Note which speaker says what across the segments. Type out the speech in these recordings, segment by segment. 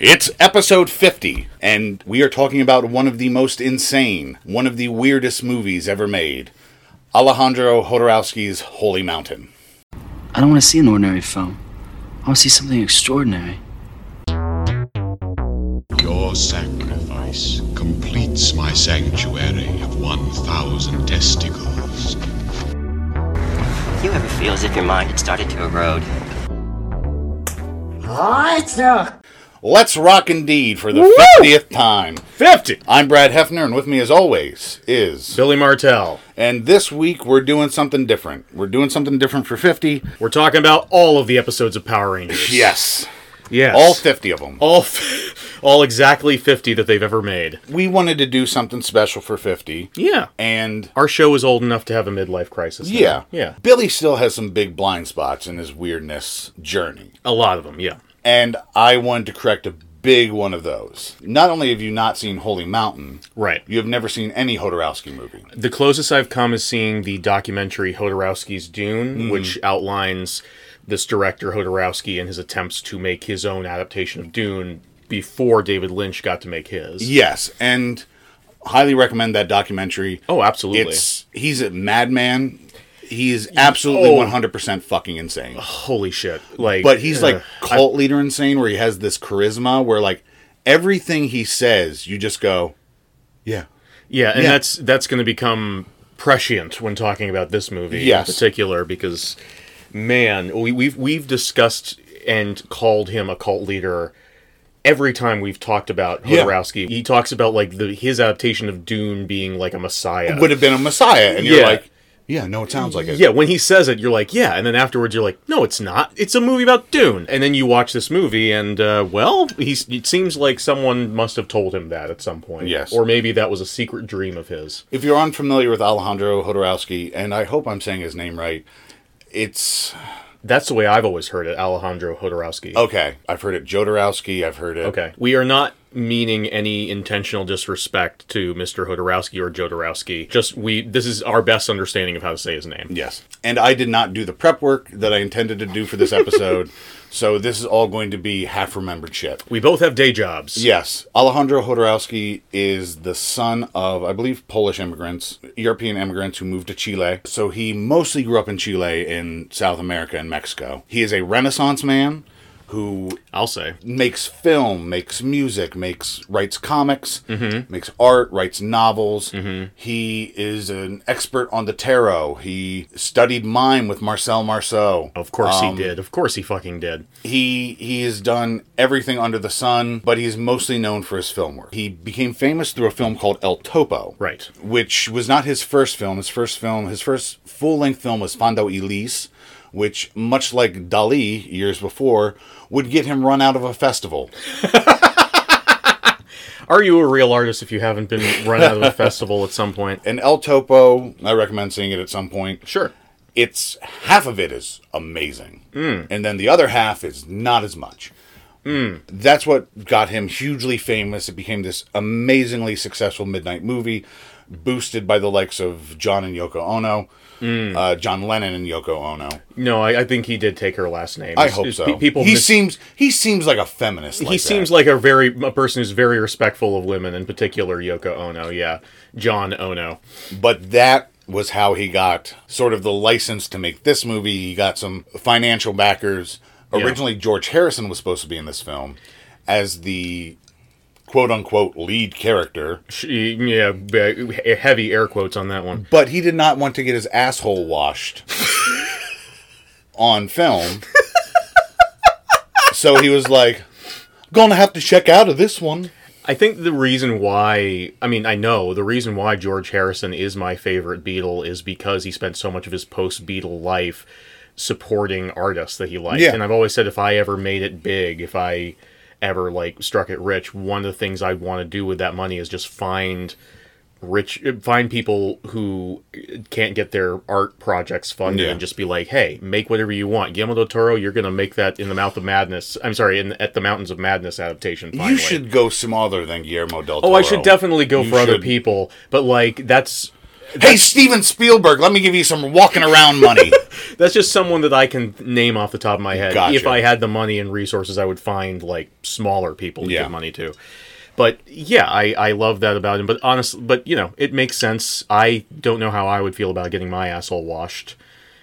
Speaker 1: It's episode 50, and we are talking about one of the most insane, one of the weirdest movies ever made Alejandro Hodorowski's Holy Mountain.
Speaker 2: I don't want to see an ordinary film. I want to see something extraordinary.
Speaker 3: Your sacrifice completes my sanctuary of 1,000 testicles.
Speaker 4: Do you ever feel as if your mind had started to erode?
Speaker 1: Let's rock indeed for the 50th time.
Speaker 5: 50.
Speaker 1: I'm Brad Hefner, and with me, as always, is.
Speaker 5: Billy Martell.
Speaker 1: And this week, we're doing something different. We're doing something different for 50.
Speaker 5: We're talking about all of the episodes of Power Rangers.
Speaker 1: Yes.
Speaker 5: Yes.
Speaker 1: All 50 of them.
Speaker 5: all, f- all exactly 50 that they've ever made.
Speaker 1: We wanted to do something special for 50,
Speaker 5: Yeah.
Speaker 1: and
Speaker 5: Our show is old enough to have a midlife crisis. now.
Speaker 1: Yeah.
Speaker 5: Yeah.
Speaker 1: Billy still has some big blind spots in his weirdness journey.
Speaker 5: A lot of them, yeah.
Speaker 1: And I wanted to correct a big one of those. Not only have you not seen Holy Mountain,
Speaker 5: Right.
Speaker 1: you have never seen any Hodorowski movie.
Speaker 5: The closest I've come is seeing the documentary Hodorowski's Dune,
Speaker 1: Mm-hmm.
Speaker 5: which outlines this director Hodorowski and his attempts to make his own adaptation of Dune before David Lynch got to make his.
Speaker 1: Yes, and highly recommend that documentary.
Speaker 5: Oh, absolutely.
Speaker 1: It's he's a madman. He's absolutely
Speaker 5: Oh.
Speaker 1: 100% fucking insane.
Speaker 5: Holy shit. Like
Speaker 1: But he's like
Speaker 5: uh,
Speaker 1: cult leader insane where he has this charisma where like everything he says you just go, yeah.
Speaker 5: Yeah, and
Speaker 1: Yeah.
Speaker 5: that's that's going to become prescient when talking about this movie
Speaker 1: Yes.
Speaker 5: in particular because man, we, we've we've discussed and called him a cult leader every time we've talked about
Speaker 1: Yeah.
Speaker 5: Hodorowski. He talks about like the his adaptation of Dune being like a messiah.
Speaker 1: Would have been a messiah and you're
Speaker 5: Yeah.
Speaker 1: like, yeah, no it sounds like it.
Speaker 5: yeah, when he says it, you're like, yeah, and then afterwards you're like, no, it's not. It's a movie about Dune. And then you watch this movie, and uh, well, he's, it seems like someone must have told him that at some point.
Speaker 1: Yes.
Speaker 5: or maybe that was a secret dream of his.
Speaker 1: If you're unfamiliar with Alejandro Hodorowski, and I hope I'm saying his name right, it's
Speaker 5: That's the way I've always heard it, Alejandro Hodorowski.
Speaker 1: okay. I've heard it Jodorowsky. I've heard it.
Speaker 5: Okay. Oh. We are not meaning any intentional disrespect to Mr. Hodorowski or Jodorowsky. Just we this is our best understanding of how to say his name.
Speaker 1: Yes. And I did not do the prep work that I intended to do for this episode, so this is all going to be half remembered shit.
Speaker 5: We both have day jobs.
Speaker 1: Yes, Alejandro Hodorowski is the son of, I believe, Polish immigrants, European immigrants who moved to Chile. So he mostly grew up in Chile, in South America, and Mexico. He is a Renaissance man who
Speaker 5: I'll say.
Speaker 1: makes film, makes music, makes writes comics, makes art, writes novels. He is an expert on the tarot. He studied mime with Marcel Marceau.
Speaker 5: Of course
Speaker 1: Um,
Speaker 5: he did. Of course he fucking did.
Speaker 1: He he has done everything under the sun, but he's mostly known for his film work. He became famous through a film called El Topo,
Speaker 5: Right.
Speaker 1: Which was not his first film. His first film, his first full length film was Fondo Elise, which, much like Dali years before, would get him run out of a festival.
Speaker 5: Are you a real artist if you haven't been run out of a festival at some point?
Speaker 1: And El Topo, I recommend seeing it at some point.
Speaker 5: Sure.
Speaker 1: It's half of it is amazing,
Speaker 5: Hmm.
Speaker 1: and then the other half is not as much. That's what got him hugely famous. It became this amazingly successful midnight movie, boosted by the likes of John and Yoko Ono,
Speaker 5: Hmm.
Speaker 1: uh, John Lennon and Yoko Ono.
Speaker 5: No, I, I think he did take her last name.
Speaker 1: I
Speaker 5: It's-
Speaker 1: hope
Speaker 5: it's-
Speaker 1: so.
Speaker 5: pe- People
Speaker 1: he
Speaker 5: mis-
Speaker 1: seems he seems like a feminist. Like
Speaker 5: he seems like a very a person who's very respectful of women, in particular Yoko Ono. Yeah, John Ono.
Speaker 1: but that was how he got sort of the license to make this movie. He got some financial backers.
Speaker 5: Yeah.
Speaker 1: Originally, George Harrison was supposed to be in this film as the quote unquote lead character,
Speaker 5: She, yeah, be- he- heavy air quotes on that one.
Speaker 1: but he did not want to get his asshole washed on film. so he was like, gonna have to check out of this one.
Speaker 5: I think the reason why, I mean, I know the reason why George Harrison is my favorite Beatle is because he spent so much of his post Beatle life supporting artists that he liked.
Speaker 1: Yeah.
Speaker 5: And I've always said if I ever made it big, if I ever like struck it rich, one of the things I'd want to do with that money is just find rich find people who can't get their art projects funded
Speaker 1: Yeah.
Speaker 5: and just be like hey make whatever you want guillermo del toro you're gonna make that in the mouth of madness i'm sorry in at the mountains of madness adaptation finally.
Speaker 1: You should go smaller than Guillermo del Toro.
Speaker 5: Oh, I should Oh, definitely go
Speaker 1: You
Speaker 5: for other
Speaker 1: should.
Speaker 5: people, but like that's
Speaker 1: Hey, Steven Spielberg, let me give you some walking around money.
Speaker 5: That's just someone that I can name off the top of my head.
Speaker 1: Gotcha.
Speaker 5: If I had the money and resources, I would find like smaller people to
Speaker 1: Yeah.
Speaker 5: give money to. But yeah, I, I love that about him. But honestly, but you know, it makes sense. I don't know how I would feel about getting my asshole washed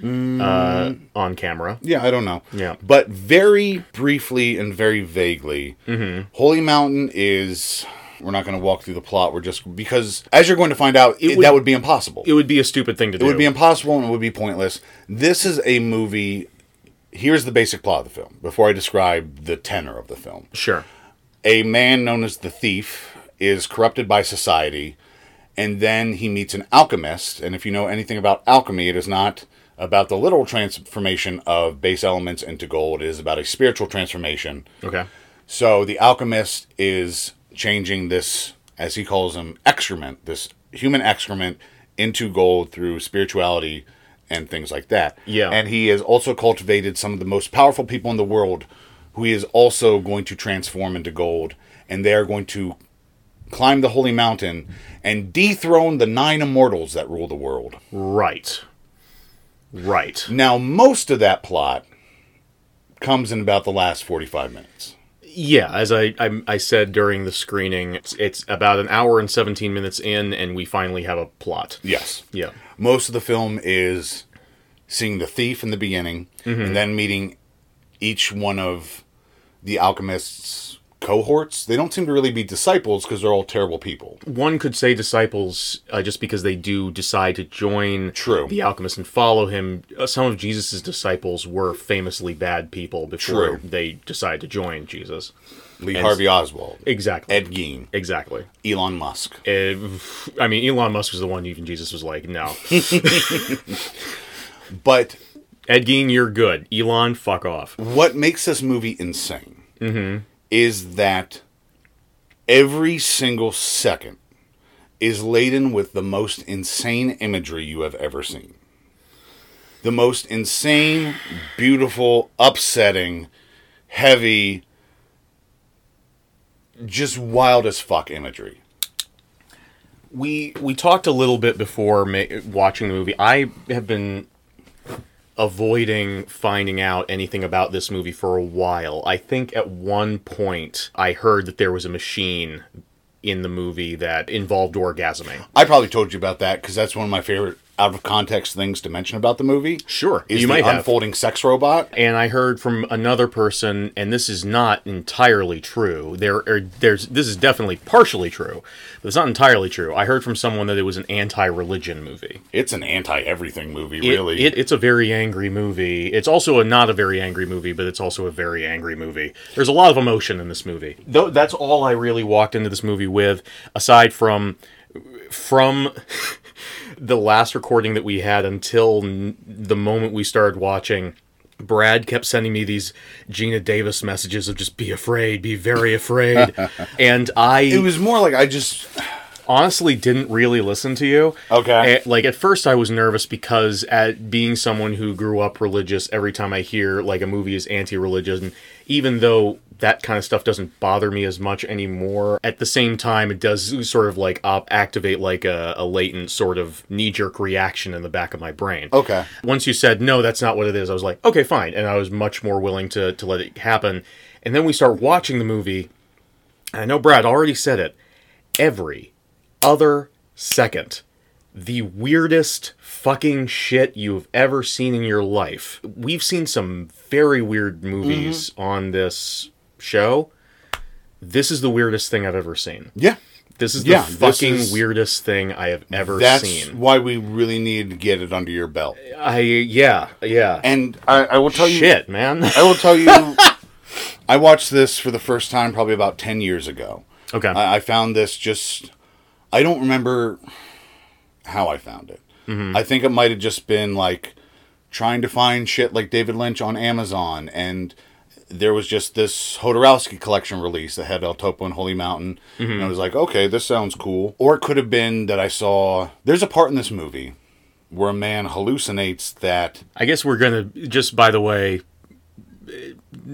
Speaker 1: Mm.
Speaker 5: uh, on camera.
Speaker 1: yeah, I don't know.
Speaker 5: Yeah.
Speaker 1: But very briefly and very vaguely,
Speaker 5: Mm-hmm.
Speaker 1: Holy Mountain is. We're not going to walk through the plot. We're just. Because, as you're going to find out, it
Speaker 5: would-
Speaker 1: that would be impossible.
Speaker 5: It would be a stupid thing to do.
Speaker 1: It would be impossible and it would be pointless. This is a movie. Here's the basic plot of the film before I describe the tenor of the film.
Speaker 5: sure.
Speaker 1: A man known as the Thief is corrupted by society, and then he meets an alchemist. And if you know anything about alchemy, it is not about the literal transformation of base elements into gold, it is about a spiritual transformation.
Speaker 5: Okay.
Speaker 1: So the alchemist is changing this, as he calls them, excrement, this human excrement, into gold through spirituality and things like that.
Speaker 5: Yeah.
Speaker 1: And he has also cultivated some of the most powerful people in the world who he is also going to transform into gold. And they are going to climb the holy mountain and dethrone the nine immortals that rule the world.
Speaker 5: Right. Right.
Speaker 1: Now, most of that plot comes in about the last 45 minutes.
Speaker 5: Yeah, as I, I I said during the screening, it's, it's about an hour and seventeen minutes in, and we finally have a plot.
Speaker 1: Yes.
Speaker 5: Yeah.
Speaker 1: most of the film is seeing the thief in the beginning and then meeting each one of the alchemist's cohorts they don't seem to really be disciples because they're all terrible people
Speaker 5: One could say disciples uh, just because they do decide to join
Speaker 1: True.
Speaker 5: the alchemist and follow him. Uh, some of Jesus' disciples were famously bad people before
Speaker 1: True.
Speaker 5: they decide to join Jesus.
Speaker 1: lee
Speaker 5: And-
Speaker 1: harvey oswald
Speaker 5: Exactly.
Speaker 1: ed gein
Speaker 5: exactly.
Speaker 1: elon musk
Speaker 5: Uh, I mean, Elon Musk was the one even Jesus was like, no.
Speaker 1: but
Speaker 5: Ed Gein, you're good. Elon, fuck off.
Speaker 1: what makes this movie insane
Speaker 5: Mm-hmm.
Speaker 1: is that every single second is laden with the most insane imagery you have ever seen. The most insane, beautiful, upsetting, heavy, just wild as fuck imagery.
Speaker 5: we we talked a little bit before ma- watching the movie. I have been avoiding finding out anything about this movie for a while. I think at one point I heard that there was a machine in the movie that involved orgasming.
Speaker 1: I probably told you about that because that's one of my favorite out of context things to mention about the movie.
Speaker 5: Sure,
Speaker 1: Is
Speaker 5: you
Speaker 1: the
Speaker 5: might have.
Speaker 1: unfolding sex robot.
Speaker 5: and I heard from another person, and this is not entirely true. There, are, there's this is definitely partially true, but it's not entirely true. I heard from someone that it was an anti-religion movie.
Speaker 1: It's an anti everything movie,
Speaker 5: It-
Speaker 1: really.
Speaker 5: it, it's a very angry movie. It's also a not a very angry movie, but it's also a very angry movie. There's a lot of emotion in this movie. Though that's all I really walked into this movie with, aside from from the last recording that we had until n- the moment we started watching. Brad kept sending me these Gina Davis messages of just be afraid, be very afraid, and I
Speaker 1: it was more like I just
Speaker 5: honestly didn't really listen to you.
Speaker 1: Okay.
Speaker 5: Eh, like at first, I was nervous because at being someone who grew up religious, every time I hear like a movie is anti-religious, and even though that kind of stuff doesn't bother me as much anymore, at the same time, it does sort of like op- activate like a, a latent sort of knee-jerk reaction in the back of my brain.
Speaker 1: Okay.
Speaker 5: Once you said no, that's not what it is. I was like, okay, fine, and I was much more willing to to let it happen. And then we start watching the movie. and I know Brad already said it every other second. The weirdest fucking shit you've ever seen in your life. We've seen some very weird movies
Speaker 1: Mm-hmm.
Speaker 5: on this show. This is the weirdest thing I've ever seen.
Speaker 1: yeah.
Speaker 5: This is
Speaker 1: Yeah,
Speaker 5: the
Speaker 1: this
Speaker 5: fucking
Speaker 1: is-
Speaker 5: weirdest thing I have ever
Speaker 1: That's
Speaker 5: seen.
Speaker 1: why we really needed to get it under your belt.
Speaker 5: I yeah, yeah.
Speaker 1: And I, I will tell you,
Speaker 5: shit, man.
Speaker 1: I will tell you, I watched this for the first time probably about ten years ago.
Speaker 5: okay.
Speaker 1: I, I found this just, I don't remember how I found it.
Speaker 5: Mm-hmm.
Speaker 1: I think it might have just been like trying to find shit like David Lynch on Amazon, and there was just this Hodorowski collection release that had El Topo and Holy Mountain,
Speaker 5: Mm-hmm.
Speaker 1: and I was like, okay, this sounds cool. Or it could have been that I saw there's a part in this movie where a man hallucinates that
Speaker 5: I guess we're gonna just by the way,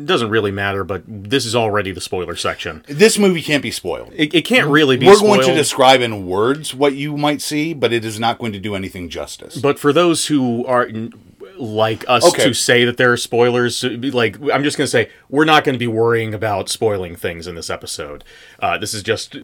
Speaker 5: doesn't really matter, but this is already the spoiler section.
Speaker 1: This movie can't be spoiled.
Speaker 5: It, it can't really be
Speaker 1: We're
Speaker 5: spoiled.
Speaker 1: going to describe in words what you might see, but it is not going to do anything justice.
Speaker 5: But for those who are like us
Speaker 1: Okay.
Speaker 5: to say that there are spoilers, uh, like I'm just gonna say we're not gonna be worrying about spoiling things in this episode. Uh, this is just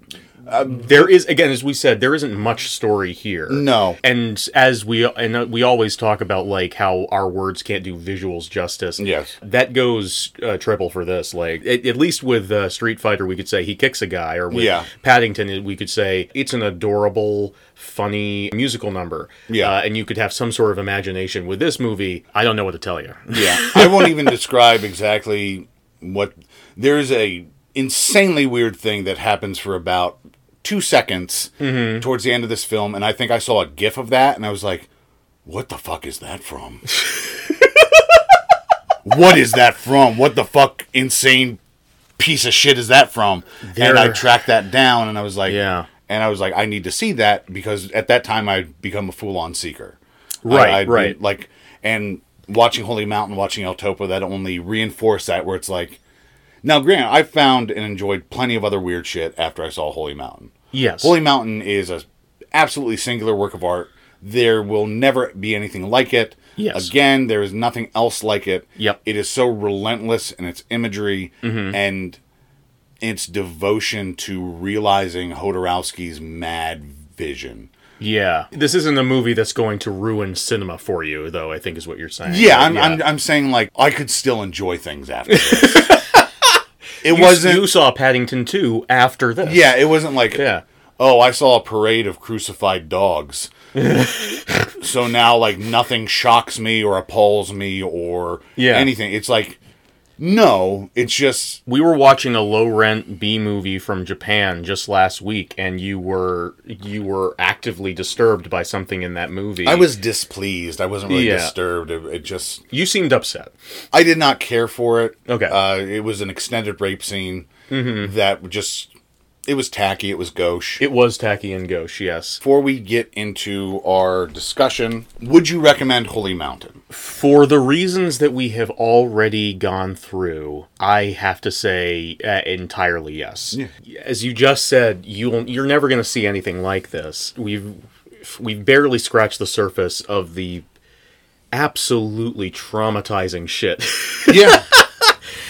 Speaker 5: there is again, as we said, there isn't much story here.
Speaker 1: Um, No.
Speaker 5: and as we and uh, we always talk about like how our words can't do visuals justice.
Speaker 1: Yes.
Speaker 5: that goes uh, triple for this. Like at, at least with uh, Street Fighter, we could say he kicks a guy, or with
Speaker 1: Yeah.
Speaker 5: Paddington, we could say it's an adorable, funny musical number.
Speaker 1: Yeah.
Speaker 5: Uh, and you could have some sort of imagination with this movie. I don't know what to tell you.
Speaker 1: Yeah, I won't even describe exactly what. There's a insanely weird thing that happens for about two seconds
Speaker 5: Mm-hmm.
Speaker 1: towards the end of this film, and I think I saw a GIF of that, and I was like, "What the fuck is that from? what is that from? What the fuck insane piece of shit is that from?" And I
Speaker 5: There-
Speaker 1: tracked that down, and I was like,
Speaker 5: Yeah.
Speaker 1: And I was like, I need to see that because at that time I'd become a full on seeker.
Speaker 5: Right,
Speaker 1: I- I'd been,
Speaker 5: right.
Speaker 1: like, and watching Holy Mountain, watching El Topo, that only reinforced that. Where it's like, now, granted, I found and enjoyed plenty of other weird shit after I saw Holy Mountain.
Speaker 5: Yes.
Speaker 1: Holy Mountain is a absolutely singular work of art. There will never be anything like it.
Speaker 5: Yes.
Speaker 1: Again, there is nothing else like it.
Speaker 5: Yep. Mm-hmm.
Speaker 1: It is so relentless in its imagery and its devotion to realizing Hodorowski's mad vision.
Speaker 5: yeah. This isn't a movie that's going to ruin cinema for you, though, I think is what you're saying.
Speaker 1: Yeah, I'm,
Speaker 5: Yeah.
Speaker 1: I'm, I'm saying like I could still enjoy things after this. it
Speaker 5: You-
Speaker 1: wasn't.
Speaker 5: You saw Paddington 2 after this.
Speaker 1: yeah, it wasn't like.
Speaker 5: Yeah.
Speaker 1: Oh, I saw a parade of crucified dogs. so now, like nothing shocks me or appalls me or
Speaker 5: Yeah.
Speaker 1: anything. It's like no. It's just
Speaker 5: we were watching a low rent B movie from Japan just last week, and you were you were actively disturbed by something in that movie.
Speaker 1: I was displeased. I wasn't really
Speaker 5: Yeah.
Speaker 1: disturbed. It, it just
Speaker 5: You seemed upset.
Speaker 1: I did not care for it.
Speaker 5: Okay.
Speaker 1: Uh, it was an extended rape scene that just it was tacky. It was gauche.
Speaker 5: It was tacky and gauche. Yes.
Speaker 1: before we get into our discussion, would you recommend Holy Mountain?
Speaker 5: For the reasons that we have already gone through, I have to say uh, entirely yes. As you just said, you'll you're never going to see anything like this. We've we've barely scratched the surface of the absolutely traumatizing shit.
Speaker 1: Yeah.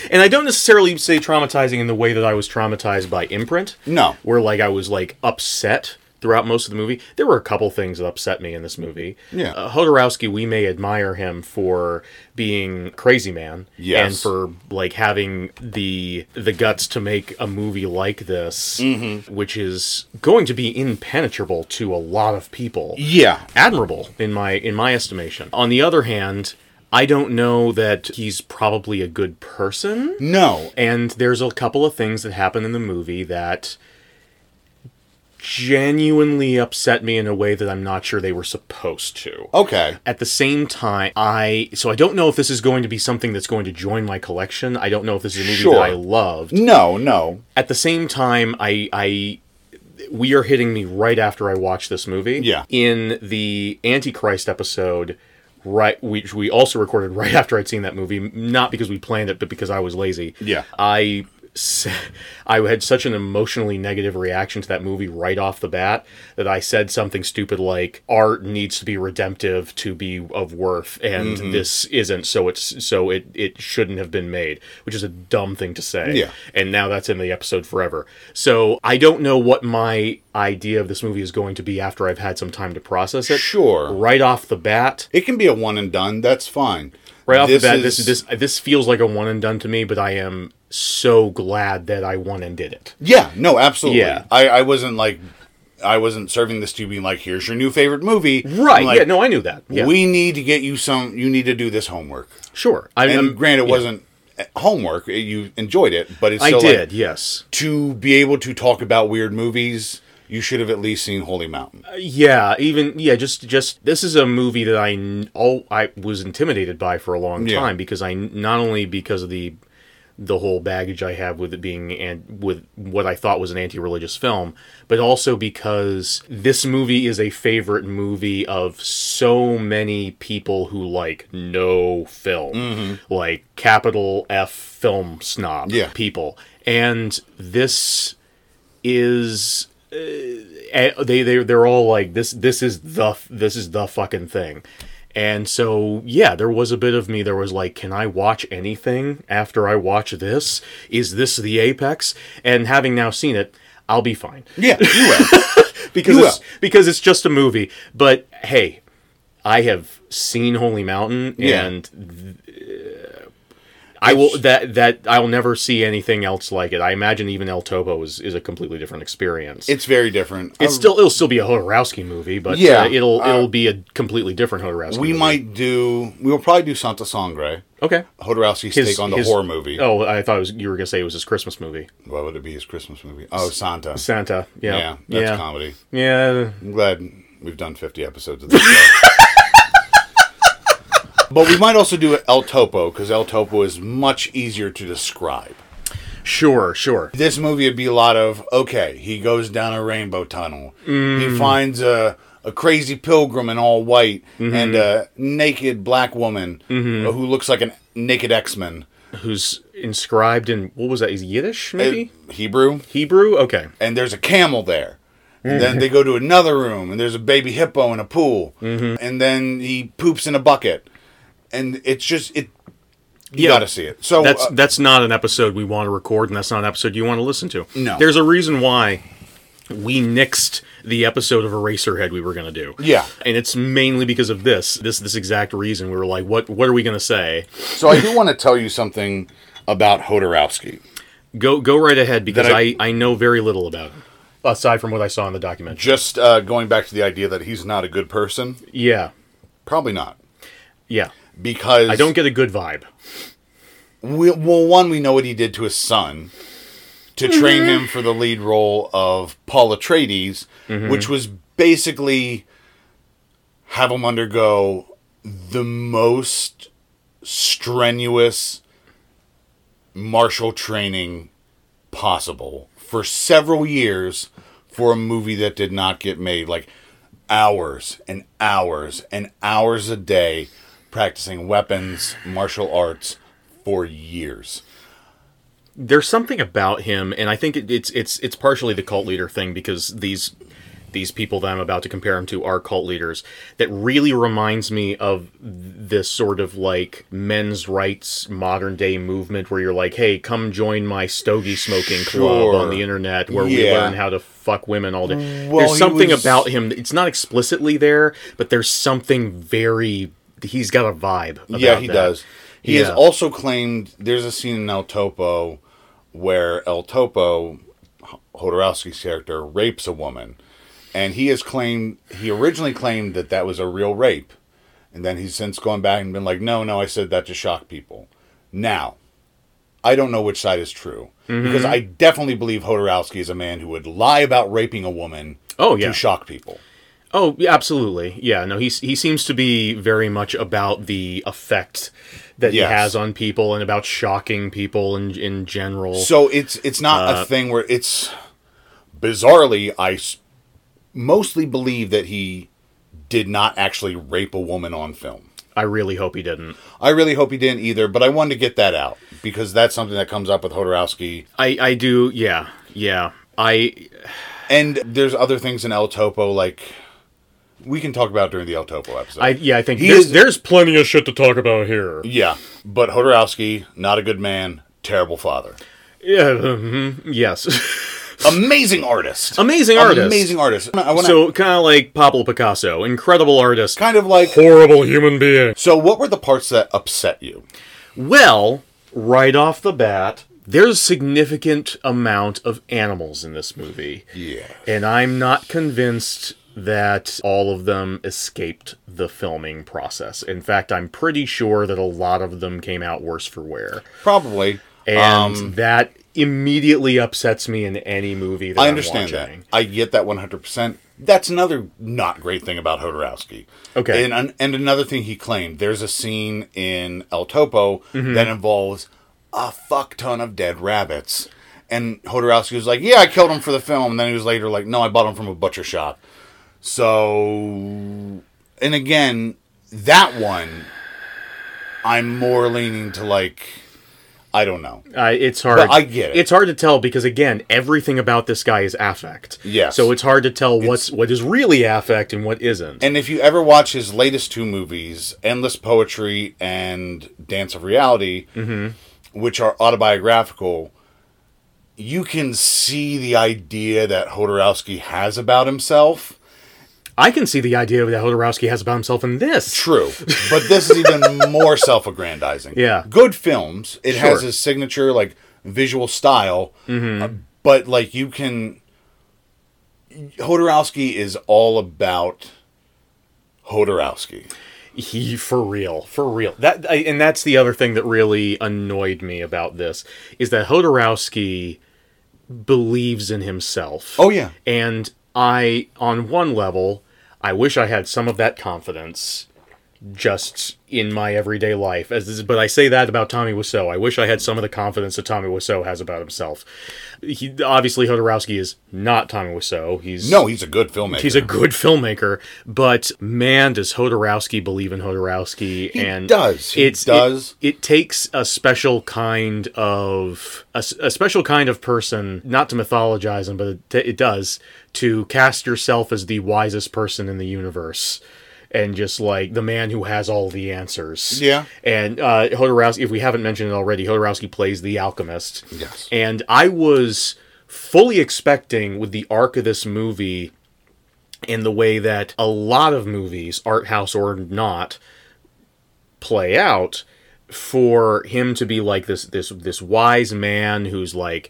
Speaker 5: and I don't necessarily say traumatizing in the way that I was traumatized by Imprint.
Speaker 1: No.
Speaker 5: Where like I was like upset throughout most of the movie. There were a couple things that upset me in this movie.
Speaker 1: Yeah.
Speaker 5: Uh, Hodorowski, we may admire him for being crazy man
Speaker 1: Yes.
Speaker 5: and for like having the the guts to make a movie like this
Speaker 1: Mm-hmm.
Speaker 5: which is going to be impenetrable to a lot of people
Speaker 1: yeah.
Speaker 5: admirable in my in my estimation. On the other hand, I don't know that he's probably a good person,
Speaker 1: No.
Speaker 5: and there's a couple of things that happen in the movie that genuinely upset me in a way that I'm not sure they were supposed to.
Speaker 1: Okay.
Speaker 5: At the same time, I so I don't know if this is going to be something that's going to join my collection. I don't know if this is a movie
Speaker 1: Sure.
Speaker 5: that I loved
Speaker 1: No, no.
Speaker 5: at the same time, I, I, we are hitting me right after I watch this movie.
Speaker 1: Yeah.
Speaker 5: In the Antichrist episode, right, which we also recorded right after I'd seen that movie, not because we planned it, but because I was lazy.
Speaker 1: Yeah.
Speaker 5: I, s- I had such an emotionally negative reaction to that movie right off the bat that I said something stupid like art needs to be redemptive to be of worth and
Speaker 1: Mm-hmm.
Speaker 5: this isn't so it's so it it shouldn't have been made which is a dumb thing to say
Speaker 1: Yeah.
Speaker 5: and now that's in the episode forever. So I don't know what my idea of this movie is going to be after I've had some time to process it.
Speaker 1: Sure.
Speaker 5: Right off the bat,
Speaker 1: It can be a one and done. That's fine.
Speaker 5: right off the bat, this this this feels like a one and done to me, but I am so glad that I one and did it.
Speaker 1: Yeah, no, absolutely.
Speaker 5: Yeah.
Speaker 1: I, I wasn't like I wasn't serving this to you being like, here's your new favorite movie. I'm like,
Speaker 5: yeah. No, I knew that. Yeah.
Speaker 1: We need to get you some you need to do this homework.
Speaker 5: sure. I
Speaker 1: And
Speaker 5: I'm-
Speaker 1: granted it
Speaker 5: yeah.
Speaker 1: wasn't eh, homework. You enjoyed it, but it's
Speaker 5: I
Speaker 1: still like,
Speaker 5: did. yes.
Speaker 1: to be able to talk about weird movies, you should have at least seen Holy Mountain.
Speaker 5: Uh, Yeah, even yeah, just just this is a movie that I all I was intimidated by for a long
Speaker 1: Yeah.
Speaker 5: time because I kn- not only because of the the whole baggage I have with it being and with what I thought was an anti-religious film, but also because this movie is a favorite movie of so many people who like no film, like capital F film snob
Speaker 1: Mm-hmm. Yeah.
Speaker 5: people, and this is and they they they're all like this this is the this is the fucking thing. And so yeah, there was a bit of me there was like can I watch anything after I watch this? Is this the apex? And having now seen it, I'll be fine.
Speaker 1: Yeah, you will.
Speaker 5: Because
Speaker 1: You
Speaker 5: it's,
Speaker 1: will.
Speaker 5: because it's just a movie, but hey, I have seen Holy Mountain
Speaker 1: Yeah.
Speaker 5: and uh, I will that that I will never see anything else like it. I imagine even El Topo is, is a completely different experience.
Speaker 1: it's very different. Um,
Speaker 5: It's still it'll still be a Hodorowski movie, but yeah,
Speaker 1: Yeah,
Speaker 5: it'll
Speaker 1: uh,
Speaker 5: it'll be a completely different Hodorowski.
Speaker 1: we
Speaker 5: movie.
Speaker 1: might do. We will probably do Santa Sangre.
Speaker 5: okay.
Speaker 1: Hodorowski's take on the
Speaker 5: his-
Speaker 1: horror movie.
Speaker 5: Oh, I thought it was, you were gonna say it was his Christmas movie,
Speaker 1: What would it be? His Christmas movie? Oh, Santa.
Speaker 5: Santa. Yeah,
Speaker 1: Yeah, that's
Speaker 5: yeah,
Speaker 1: comedy.
Speaker 5: yeah.
Speaker 1: I'm glad we've done 50 episodes of this. show. but we might also do El Topo because El Topo is much easier to describe.
Speaker 5: Sure, sure.
Speaker 1: This movie would be a lot of okay, he goes down a rainbow tunnel,
Speaker 5: Mm.
Speaker 1: he finds a a crazy pilgrim in all white
Speaker 5: Mm-hmm.
Speaker 1: and a naked black woman who looks like a naked X-Men,
Speaker 5: Who's inscribed in what was that? Is Yiddish maybe
Speaker 1: Uh, Hebrew,
Speaker 5: Hebrew? Okay.
Speaker 1: and there's a camel there. And
Speaker 5: Mm-hmm.
Speaker 1: then they go to another room, and there's a baby hippo in a pool,
Speaker 5: Mm-hmm.
Speaker 1: and then he poops in a bucket, and it's just it. You
Speaker 5: Yeah.
Speaker 1: gotta see it. So
Speaker 5: That's
Speaker 1: uh,
Speaker 5: that's not an episode we want to record, and that's not an episode you want to listen to.
Speaker 1: No.
Speaker 5: there's a reason why we nixed the episode of Eraserhead we were gonna do.
Speaker 1: Yeah.
Speaker 5: and it's mainly because of this this this exact reason. We were like, what what are we gonna say?
Speaker 1: so I do want to tell you something about Hodorowski.
Speaker 5: Go go right ahead because
Speaker 1: That
Speaker 5: I,
Speaker 1: I-
Speaker 5: I, know very little about him aside from what I saw in the documentary.
Speaker 1: Just uh, going back to the idea that he's not a good person,
Speaker 5: Yeah,
Speaker 1: probably not,
Speaker 5: yeah.
Speaker 1: because
Speaker 5: I don't get a good vibe.
Speaker 1: We, well, one, we know what he did to his son to train him for the lead role of Paul Atreides,
Speaker 5: Mm-hmm.
Speaker 1: which was basically have him undergo the most strenuous martial training possible for several years for a movie that did not get made. Like hours and hours and hours a day practicing weapons, martial arts for years.
Speaker 5: There's something about him, and I think it, it's it's it's partially the cult leader thing because these these people that I'm about to compare him to are cult leaders that really reminds me of this sort of like men's rights modern day movement where you're like, hey, come join my stogie smoking
Speaker 1: Sure.
Speaker 5: club on the internet where we
Speaker 1: Yeah.
Speaker 5: learn how to fuck women all day.
Speaker 1: Well,
Speaker 5: there's
Speaker 1: he
Speaker 5: something
Speaker 1: was-
Speaker 5: about him. that- It's not explicitly there, but there's something very. He's got a vibe. About
Speaker 1: yeah, he
Speaker 5: that.
Speaker 1: does. He has
Speaker 5: Yeah.
Speaker 1: also claimed there's a scene in El Topo where El Topo, H- Hodorowski's character, rapes a woman. And he has claimed, he originally claimed that that was a real rape. And then he's since gone back and been like, no, no, I said that to shock people. Now, I don't know which side is true.
Speaker 5: Mm-hmm.
Speaker 1: Because I definitely believe Hodorowski is a man who would lie about raping a woman
Speaker 5: Oh, yeah.
Speaker 1: to shock people.
Speaker 5: Oh, yeah, absolutely. Yeah, no, he's, he seems to be very much about the effect that
Speaker 1: Yes.
Speaker 5: he has on people and about shocking people in, in general.
Speaker 1: So it's it's not
Speaker 5: Uh,
Speaker 1: a thing where it's bizarrely I s- mostly believe that he did not actually rape a woman on film.
Speaker 5: I really hope he didn't.
Speaker 1: I really hope he didn't either, but I wanted to get that out because that's something that comes up with Hodorowski.
Speaker 5: I, I do, yeah, yeah. I
Speaker 1: And there's other things in El Topo like we can talk about during the El Topo episode.
Speaker 5: I yeah, I think
Speaker 1: He
Speaker 5: there's,
Speaker 1: is-
Speaker 5: there's plenty of shit to talk about here.
Speaker 1: yeah, but Hodorowski, not a good man, terrible father.
Speaker 5: Yeah, mhm, yes.
Speaker 1: Amazing artist.
Speaker 5: Amazing artist.
Speaker 1: Amazing artist. I want to
Speaker 5: so kind of like Pablo Picasso, incredible artist,
Speaker 1: kind of like
Speaker 5: horrible human being.
Speaker 1: So what were the parts that upset you?
Speaker 5: Well, right off the bat, there's significant amount of animals in this movie.
Speaker 1: Yeah.
Speaker 5: And I'm not convinced that all of them escaped the filming process. In fact, I'm pretty sure that a lot of them came out worse for wear.
Speaker 1: Probably.
Speaker 5: And
Speaker 1: Um,
Speaker 5: that immediately upsets me in any movie that
Speaker 1: I
Speaker 5: I'm
Speaker 1: understand that.
Speaker 5: watching.
Speaker 1: I get that 100%. That's another not great thing about Hodorowski.
Speaker 5: Okay. Mm-hmm.
Speaker 1: And, and another thing he claimed there's a scene in El Topo that involves a fuck ton of dead rabbits. And Hodorowski was like, "Yeah, I killed him for the film." And then he was later like, "No, I bought him from a butcher shop." So, and again, that one, I'm more leaning to like, I don't know.
Speaker 5: I, it's hard.
Speaker 1: I get it.
Speaker 5: It's hard to tell because again, everything about this guy is affect.
Speaker 1: Yes.
Speaker 5: So it's hard to tell what's what is really affect and what isn't.
Speaker 1: And if you ever watch his latest two movies, Endless Poetry and Dance of Reality, which are autobiographical, you can see the idea that Hodorowski has about himself.
Speaker 5: I can see the idea that Hodorowski has about himself in this.
Speaker 1: True, but this is even more self-aggrandizing.
Speaker 5: Yeah.
Speaker 1: good films. It has
Speaker 5: Sure.
Speaker 1: his signature like visual style, uh, but like you can. Hodorowski is all about Hodorowski.
Speaker 5: He for real, for real. That I, and that's the other thing that really annoyed me about this is that Hodorowski believes in himself.
Speaker 1: Oh, yeah.
Speaker 5: And I on one level, I wish I had some of that confidence just in my everyday life. As but I say that about Tommy Wiseau. I wish I had some of the confidence that Tommy Wiseau has about himself. He obviously Hodorowski is not Tommy Wiseau. He's
Speaker 1: No, he's a good filmmaker.
Speaker 5: He's a good filmmaker, but man, does Hodorowski believe in Hodorowski? He and
Speaker 1: does. He
Speaker 5: it's,
Speaker 1: does.
Speaker 5: It, it takes a special kind of a, s- a special kind of person, not to mythologize him, but it, t- it does to cast yourself as the wisest person in the universe. And just like the man who has all the answers.
Speaker 1: Yeah.
Speaker 5: And uh, Hodorowski, if we haven't mentioned it already, Hodorowski plays the alchemist.
Speaker 1: Yes.
Speaker 5: And I was fully expecting with the arc of this movie in the way that a lot of movies, art house or not, play out for him to be like this this this wise man who's like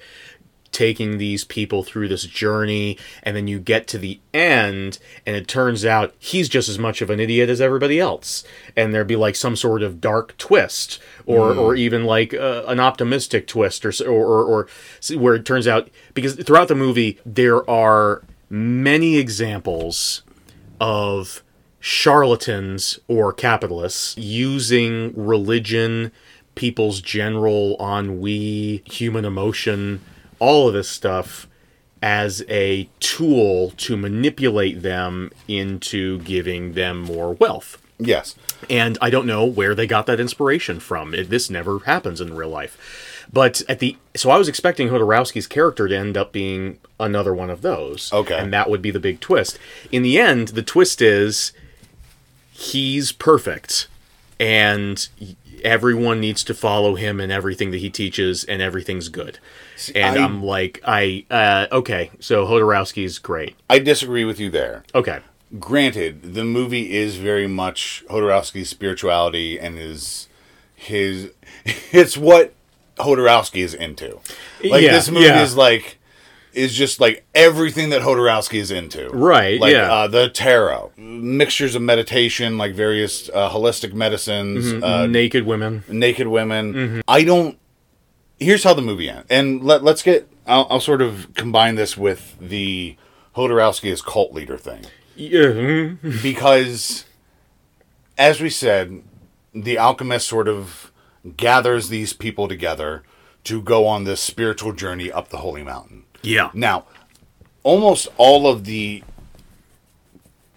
Speaker 5: taking these people through this journey and then you get to the end and it turns out he's just as much of an idiot as everybody else and there'd be like some sort of dark twist or or even like uh, an optimistic twist or, s- or or or s- where it turns out because throughout the movie there are many examples of charlatans or capitalists using religion, people's general ennui, human emotion, all of this stuff as a tool to manipulate them into giving them more wealth.
Speaker 1: yes.
Speaker 5: And I don't know where they got that inspiration from. It, this never happens in real life. But at the so I was expecting Hodorowski's character to end up being another one of those.
Speaker 1: Okay.
Speaker 5: And that would be the big twist. In the end, the twist is he's perfect and everyone needs to follow him and everything that he teaches and everything's good. And
Speaker 1: I-
Speaker 5: I, am like I uh, okay, so Hodorowski's great.
Speaker 1: I disagree with you there.
Speaker 5: Okay.
Speaker 1: Granted, the movie is very much Hodorowski's spirituality and his his it's what Hodorowski is into. Like
Speaker 5: Yeah,
Speaker 1: this movie
Speaker 5: yeah.
Speaker 1: is like is just like everything that Hodorowski is into.
Speaker 5: Right,
Speaker 1: Like
Speaker 5: yeah.
Speaker 1: uh, the tarot, mixtures of meditation, like various uh, holistic medicines,
Speaker 5: Mm-hmm.
Speaker 1: uh,
Speaker 5: Naked women.
Speaker 1: naked women.
Speaker 5: Mm-hmm.
Speaker 1: I don't. Here's how the movie ends, and let let's get. I'll, I'll sort of combine this with the Hodorowski as cult leader thing
Speaker 5: Yeah.
Speaker 1: because, as we said, the alchemist sort of gathers these people together to go on this spiritual journey up the holy mountain.
Speaker 5: Yeah.
Speaker 1: Now, almost all of the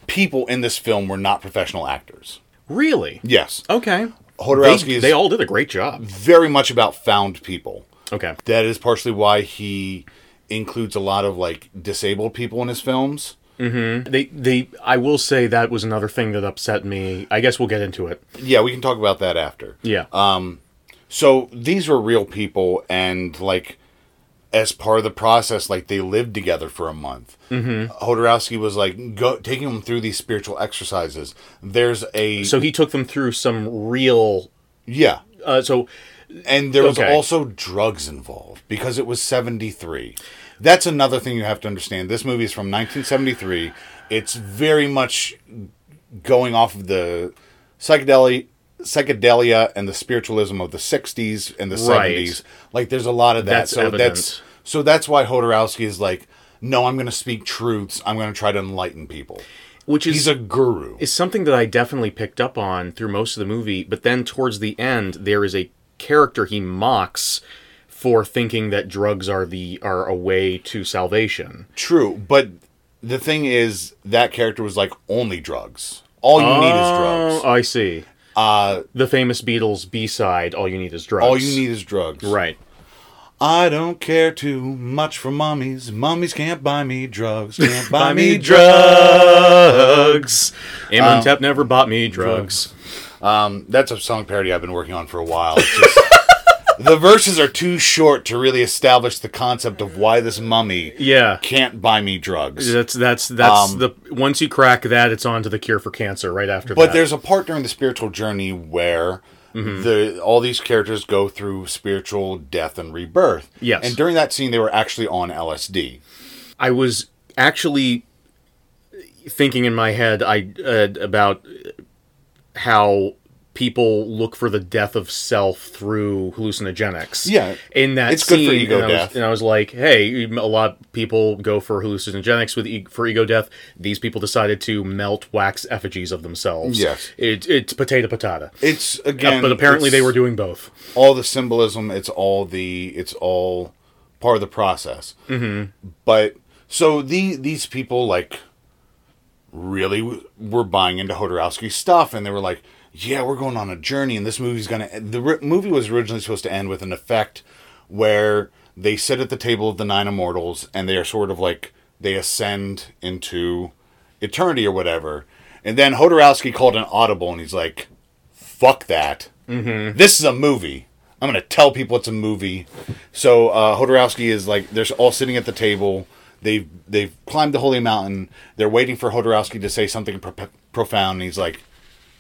Speaker 1: people in this film were not professional actors.
Speaker 5: Really?
Speaker 1: Yes,
Speaker 5: Okay.
Speaker 1: Hodorowski
Speaker 5: they,
Speaker 1: is-
Speaker 5: they all did a great job.
Speaker 1: very much about found people.
Speaker 5: Okay.
Speaker 1: that is partially why he includes a lot of like disabled people in his films.
Speaker 5: They they I will say that was another thing that upset me. I guess we'll get into it.
Speaker 1: Yeah, we can talk about that after.
Speaker 5: Yeah.
Speaker 1: So these were real people, and like as part of the process, like they lived together for a month. Mm-hmm. Hodorowski was like go, taking them through these spiritual exercises. There's a
Speaker 5: so he took them through some real
Speaker 1: yeah,
Speaker 5: uh, so
Speaker 1: and there was
Speaker 5: Okay.
Speaker 1: also drugs involved because it was 73 that's another thing you have to understand this movie is from 1973 it's very much going off of the psychedelic psychedelia and the spiritualism of the 60s and the
Speaker 5: Right.
Speaker 1: 70s like there's a lot of that
Speaker 5: That's
Speaker 1: so that's
Speaker 5: evident.
Speaker 1: so that's why Hodorowski is like no I'm going to speak truths I'm going to try to enlighten people
Speaker 5: which is
Speaker 1: he's a guru
Speaker 5: is something that I definitely picked up on through most of the movie, but then towards the end there is a character he mocks for thinking that drugs are the are a way to salvation.
Speaker 1: True, but the thing is, that character was like only drugs. All you need is drugs.
Speaker 5: Oh, I see.
Speaker 1: Oh.
Speaker 5: Uh, the famous Beatles B side, "All You Need Is Drugs."
Speaker 1: All you need is drugs.
Speaker 5: right?
Speaker 1: I don't care too much for mummies. Mummies can't buy me drugs. Can't buy me drugs. Um,
Speaker 5: Imhotep never bought me drugs.
Speaker 1: That's a song parody I've been working on for a while. It's just, the verses are too short to really establish the concept of why this mummy
Speaker 5: Yeah,
Speaker 1: can't buy me drugs.
Speaker 5: that's that's that's
Speaker 1: Um,
Speaker 5: the once you crack that, it's on to the cure for cancer right after that.
Speaker 1: But there's a part during the spiritual journey where
Speaker 5: Mm-hmm.
Speaker 1: the all these characters go through spiritual death and rebirth.
Speaker 5: Yes.
Speaker 1: And during that scene, they were actually on LSD.
Speaker 5: I was actually thinking in my head I uh, about how people look for the death of self through hallucinogenics.
Speaker 1: Yeah.
Speaker 5: in that
Speaker 1: It's good for
Speaker 5: scene,
Speaker 1: ego
Speaker 5: and I was-
Speaker 1: death.
Speaker 5: and I was like, hey, a lot of people go for hallucinogenics with e- for ego death. These people decided to melt wax effigies of themselves.
Speaker 1: Yes.
Speaker 5: it, it's potato potato.
Speaker 1: It's again,
Speaker 5: but apparently they
Speaker 1: it's
Speaker 5: were doing both.
Speaker 1: all the symbolism. It's all the it's all part of the process. Mm-hmm. But so the these people like really w- were buying into Hodorowski's stuff, and they were like, "Yeah, we're going on a journey, and this movie's gonna." e-" The ri movie was originally supposed to end with an effect where they sit at the table of the nine immortals, and they are sort of like they ascend into eternity or whatever. And then Hodorowski called an audible, and he's like, "Fuck that! Mm-hmm. This is a movie." I'm gonna tell people it's a movie. So uh, Hodorowski is like they're all sitting at the table. They've they've climbed the holy mountain. They're waiting for Hodorowski to say something pro- profound. And he's like,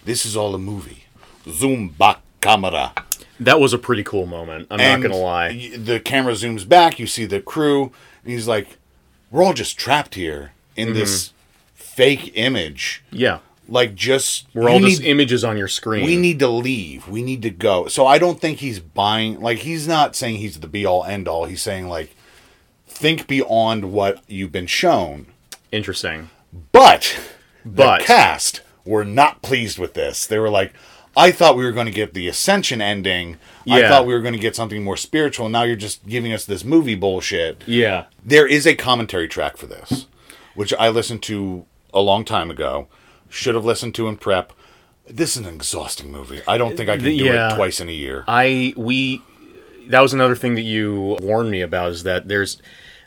Speaker 1: "This is all a movie." Zoom back camera.
Speaker 5: That was a pretty cool moment. I'm
Speaker 1: And
Speaker 5: not gonna lie.
Speaker 1: y- The camera zooms back. You see the crew, and he's like, "We're all just trapped here in
Speaker 5: Mm-hmm.
Speaker 1: this fake image.
Speaker 5: yeah,
Speaker 1: Like, just
Speaker 5: we're all
Speaker 1: you
Speaker 5: just
Speaker 1: need-
Speaker 5: images on your screen.
Speaker 1: we need to leave. We need to go. So I don't think he's buying. Like he's not saying he's the be all end all. He's saying like think beyond what you've been shown.
Speaker 5: interesting.
Speaker 1: But
Speaker 5: But-
Speaker 1: the cast were not pleased with this. They were like, I thought we were going to get the ascension ending. I
Speaker 5: Yeah.
Speaker 1: thought we were going to get something more spiritual. Now you're just giving us this movie bullshit.
Speaker 5: Yeah.
Speaker 1: There is a commentary track for this, which I listened to a long time ago. Should have listened to in prep. This is an exhausting movie. I don't think I can do
Speaker 5: Yeah.
Speaker 1: it twice in a year.
Speaker 5: I we that was another thing that you warned me about is that there's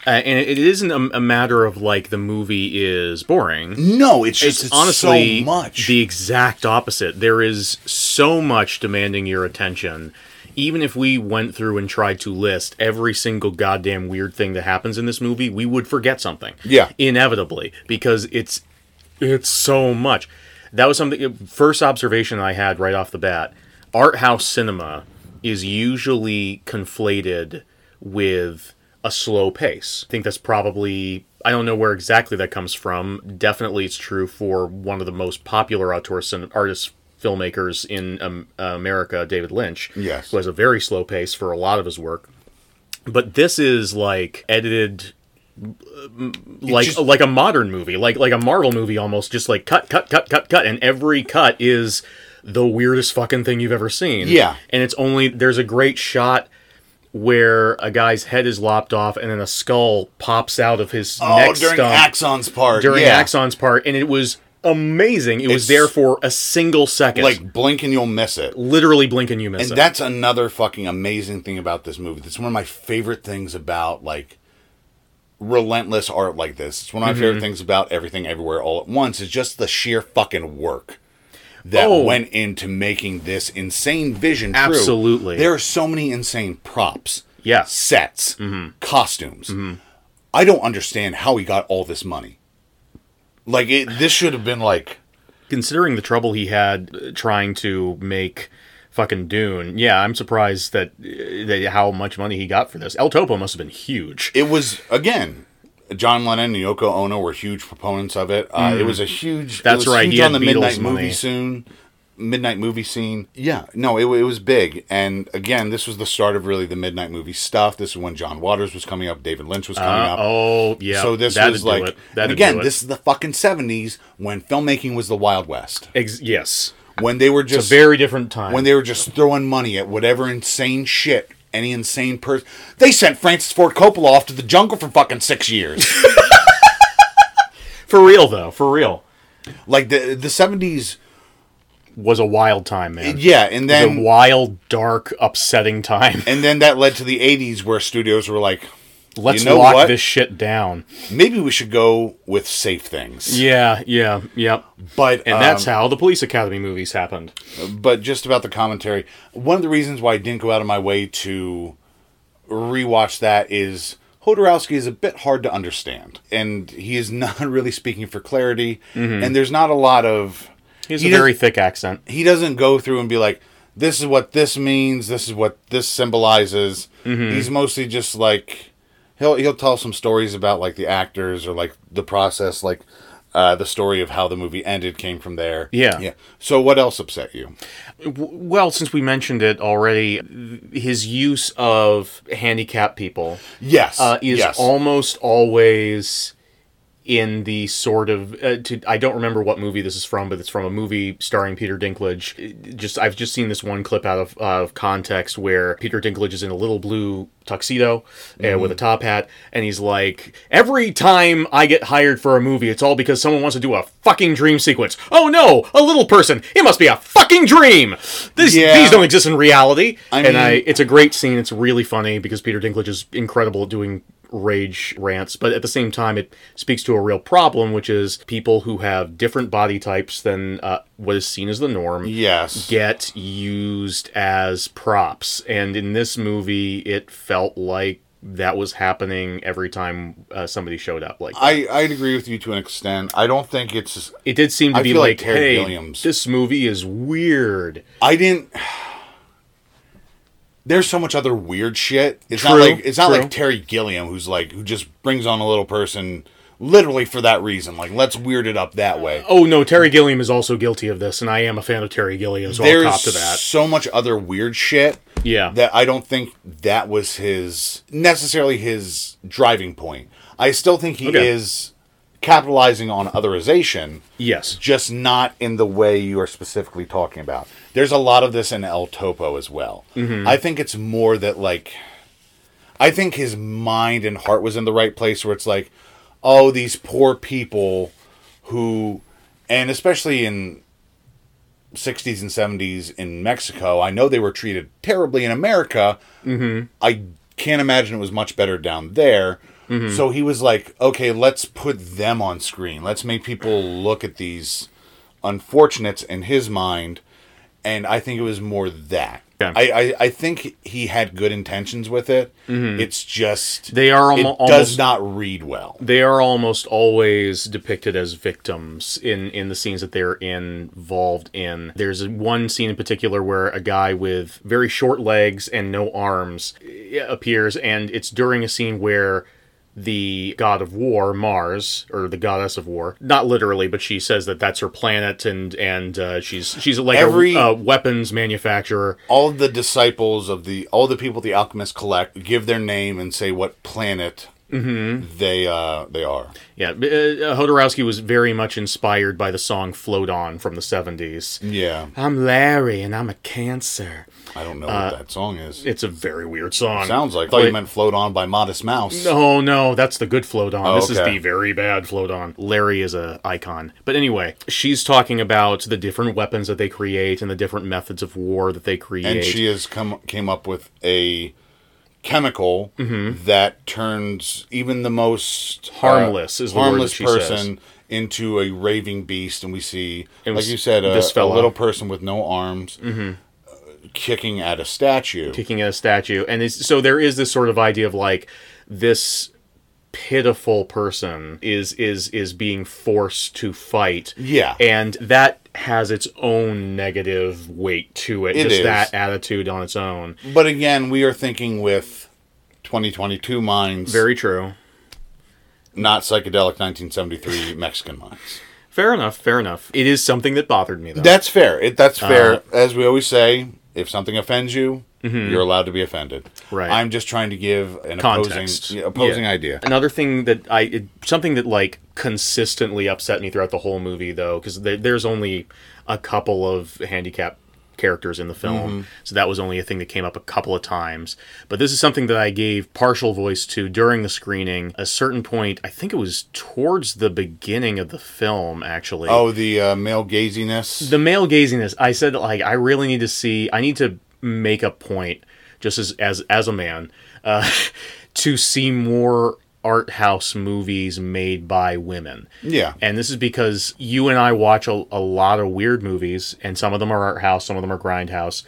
Speaker 5: uh, and it isn't a, a matter of like the movie is boring.
Speaker 1: no, it's just
Speaker 5: It's,
Speaker 1: it's,
Speaker 5: honestly
Speaker 1: so much.
Speaker 5: the exact opposite. There is so much demanding your attention. Even if we went through and tried to list every single goddamn weird thing that happens in this movie, we would forget something.
Speaker 1: Yeah.
Speaker 5: Inevitably, because it's it's so much. That was something first observation I had right off the bat. Art house cinema is usually conflated with a slow pace. I think that's probably I don't know where exactly that comes from. Definitely, it's true for one of the most popular auteur cin- artists filmmakers in um, America, David Lynch.
Speaker 1: Yes.
Speaker 5: who has a very slow pace for a lot of his work. But this is like edited like
Speaker 1: just-
Speaker 5: like a modern movie, like like a Marvel movie almost, just like cut, cut, cut, cut, cut, and every cut is the weirdest fucking thing you've ever seen.
Speaker 1: Yeah.
Speaker 5: and it's only there's a great shot where a guy's head is lopped off and then a skull pops out of his
Speaker 1: oh,
Speaker 5: neck
Speaker 1: during
Speaker 5: stump
Speaker 1: Axon's part.
Speaker 5: during
Speaker 1: yeah.
Speaker 5: Axon's part, and it was amazing. It
Speaker 1: It's-
Speaker 5: was there for a single second,
Speaker 1: Like blink and you'll miss it.
Speaker 5: literally blink and you miss
Speaker 1: And
Speaker 5: it.
Speaker 1: that's another fucking amazing thing about this movie. That's one of my favorite things about like relentless art like this. It's one of
Speaker 5: Mm-hmm.
Speaker 1: my favorite things about everything everywhere all at once is just the sheer fucking work that
Speaker 5: Oh.
Speaker 1: went into making this insane vision true.
Speaker 5: Absolutely.
Speaker 1: There are so many insane props.
Speaker 5: Yeah. Mm-hmm.
Speaker 1: Sets, costumes. I don't understand how he got all this money. Like it this should have been like
Speaker 5: considering the trouble he had uh, trying to make fucking Dune, yeah, I'm surprised that, uh, that how much money he got for this. El Topo must have been huge.
Speaker 1: it was again John Lennon and Yoko Ono were huge proponents of it. Uh, It was a huge. it
Speaker 5: Mm. That's
Speaker 1: was
Speaker 5: right,
Speaker 1: Huge
Speaker 5: he had
Speaker 1: on the
Speaker 5: Beatles
Speaker 1: midnight
Speaker 5: money.
Speaker 1: movie soon. Midnight movie scene. Yeah. No, it, wa- it was big. And again, this was the start of really the midnight movie stuff. This is when John Waters was coming up. David Lynch was coming
Speaker 5: Uh,
Speaker 1: up.
Speaker 5: oh yeah,
Speaker 1: so this
Speaker 5: that'd
Speaker 1: was
Speaker 5: do
Speaker 1: like.
Speaker 5: it.
Speaker 1: And
Speaker 5: That'd
Speaker 1: again,
Speaker 5: do it.
Speaker 1: this is the fucking seventies when filmmaking was the Wild West.
Speaker 5: Ex- yes.
Speaker 1: when they were
Speaker 5: It's
Speaker 1: just
Speaker 5: a very different time.
Speaker 1: when they were just throwing money at whatever insane shit any insane person they sent Francis Ford Coppola off to the jungle for fucking six years.
Speaker 5: for real though, for real,
Speaker 1: like the the seventies,
Speaker 5: was a wild time, man.
Speaker 1: yeah, and
Speaker 5: It was a
Speaker 1: then
Speaker 5: wild, dark, upsetting time.
Speaker 1: and then that led to the eighties where studios were like,
Speaker 5: Let's
Speaker 1: know
Speaker 5: lock
Speaker 1: what?
Speaker 5: this shit down.
Speaker 1: maybe we should go with safe things.
Speaker 5: Yeah, yeah, yep.
Speaker 1: But
Speaker 5: And that's
Speaker 1: um,
Speaker 5: how the police academy movies happened.
Speaker 1: but just about the commentary. One of the reasons why I didn't go out of my way to rewatch that is Hodorowski is a bit hard to understand, and he is not really speaking for clarity.
Speaker 5: Mm-hmm.
Speaker 1: And there's not a lot of
Speaker 5: He has
Speaker 1: he
Speaker 5: a
Speaker 1: does-
Speaker 5: very thick accent.
Speaker 1: he doesn't go through and be like, "This is what this means. This is what this symbolizes."
Speaker 5: Mm-hmm.
Speaker 1: He's mostly just like he'll he'll tell some stories about like the actors or like the process, like uh, the story of how the movie ended came from there.
Speaker 5: Yeah.
Speaker 1: yeah. So what else upset you?
Speaker 5: Well, since we mentioned it already, th- his use of handicapped people
Speaker 1: Yes,
Speaker 5: uh, is
Speaker 1: yes.
Speaker 5: almost always in the sort of uh, to, I don't remember what movie this is from, but it's from a movie starring Peter Dinklage. It- Just I've just seen this one clip out of, of context where Peter Dinklage is in a little blue tuxedo uh,
Speaker 1: Mm-hmm.
Speaker 5: with a top hat, and he's like, "Every time I get hired for a movie, it's all because someone wants to do a fucking dream sequence. Oh no, a little person. It must be a fucking dream. These
Speaker 1: Yeah.
Speaker 5: these don't exist in reality."
Speaker 1: I
Speaker 5: and
Speaker 1: mean-
Speaker 5: I it's a great scene. It's really funny because Peter Dinklage is incredible at doing rage rants, but at the same time, it speaks to a real problem, which is people who have different body types than uh, what is seen as the norm
Speaker 1: Yes.
Speaker 5: get used as props. And in this movie, it felt like that was happening every time uh, somebody showed up. Like
Speaker 1: I, I'd agree with you to an extent. I don't think it's.
Speaker 5: it did seem to
Speaker 1: I
Speaker 5: be
Speaker 1: feel
Speaker 5: like,
Speaker 1: like Terry
Speaker 5: hey,
Speaker 1: Gilliam's-
Speaker 5: this movie is weird.
Speaker 1: I didn't. There's so much other weird shit. It's not
Speaker 5: True,
Speaker 1: like it's not
Speaker 5: true.
Speaker 1: like Terry Gilliam who's like who just brings on a little person literally for that reason. Like let's weird it up that way.
Speaker 5: Oh no, Terry Gilliam is also guilty of this, and I am a fan of Terry Gilliam, so
Speaker 1: There's
Speaker 5: I'll cop to that.
Speaker 1: so much other weird shit
Speaker 5: Yeah.
Speaker 1: that I don't think that was his necessarily his driving point. I still think he
Speaker 5: Okay.
Speaker 1: is capitalizing on otherization.
Speaker 5: yes.
Speaker 1: just not in the way you are specifically talking about. There's a lot of this in El Topo as well. I think it's more that like I think his mind and heart was in the right place where it's like, oh, these poor people who and especially in 60s and 70s in Mexico, I know they were treated terribly in America. I can't imagine it was much better down there.
Speaker 5: Mm-hmm.
Speaker 1: So he was like, okay, let's put them on screen. Let's make people look at these unfortunates in his mind. And I think it was more that.
Speaker 5: Okay.
Speaker 1: I, I, I think he had good intentions with it. It's just
Speaker 5: Mm-hmm. They are almo-
Speaker 1: it
Speaker 5: almost
Speaker 1: does not read well.
Speaker 5: they are almost always depicted as victims in in the scenes that they're involved in. There's one scene in particular where a guy with very short legs and no arms eh, appears, and it's during a scene where the god of war Mars or the goddess of war not literally but she says that that's her planet and and uh, she's she's like
Speaker 1: Every-
Speaker 5: a, uh weapons manufacturer
Speaker 1: All the disciples of the all the people the alchemists collect give their name and say what planet
Speaker 5: Mm-hmm.
Speaker 1: they uh, they are.
Speaker 5: Yeah, uh, Hodorowski was very much inspired by the song "Float On" from the '70s.
Speaker 1: Yeah,
Speaker 5: I'm Larry, and I'm a cancer.
Speaker 1: I don't know
Speaker 5: Uh,
Speaker 1: what that song is.
Speaker 5: It's a very weird song.
Speaker 1: Sounds like. I thought you
Speaker 5: Wait.
Speaker 1: meant "Float On" by Modest Mouse.
Speaker 5: Oh no, that's the good float on. this
Speaker 1: Oh, okay.
Speaker 5: is the very bad float on. Larry is a icon. But anyway, she's talking about the different weapons that they create and the different methods of war that they create.
Speaker 1: and she has come came up with a chemical
Speaker 5: Mm-hmm.
Speaker 1: that turns even the most uh,
Speaker 5: Harmless is the word that
Speaker 1: harmless
Speaker 5: she
Speaker 1: person into a raving beast. And we see,
Speaker 5: It
Speaker 1: like
Speaker 5: was
Speaker 1: you said, a,
Speaker 5: this
Speaker 1: a
Speaker 5: fella. Mm-hmm.
Speaker 1: little person with no arms uh, kicking at a statue.
Speaker 5: kicking at a statue. And it's, so there is this sort of idea of like this pitiful person is is is being forced to fight.
Speaker 1: Yeah.
Speaker 5: And that has its own negative weight to it.
Speaker 1: It
Speaker 5: just
Speaker 1: is.
Speaker 5: that attitude on its own.
Speaker 1: But again, we are thinking with 2022 minds,
Speaker 5: Very true.
Speaker 1: not psychedelic 1973 Mexican minds.
Speaker 5: Fair enough, fair enough. It is something that bothered me though.
Speaker 1: That's fair. It, that's fair.
Speaker 5: Uh-huh.
Speaker 1: As we always say, if something offends you, you're allowed to be offended.
Speaker 5: Mm-hmm. Right.
Speaker 1: I'm just trying to give an
Speaker 5: Context.
Speaker 1: opposing yeah, opposing
Speaker 5: Yeah.
Speaker 1: idea.
Speaker 5: Another thing that I it, something that like consistently upset me throughout the whole movie though, because there's only a couple of handicap characters in the film.
Speaker 1: Mm-hmm.
Speaker 5: So that was only a thing that came up a couple of times. But this is something that I gave partial voice to during the screening. A certain point, I think it was towards the beginning of the film, actually.
Speaker 1: Oh, the uh, male gaziness.
Speaker 5: The male gaziness. I said like I really need to see. I need to make a point, just as as as a man, uh, to see more art house movies made by women.
Speaker 1: Yeah.
Speaker 5: And this is because you and I watch a, a lot of weird movies, and some of them are art house, some of them are grindhouse.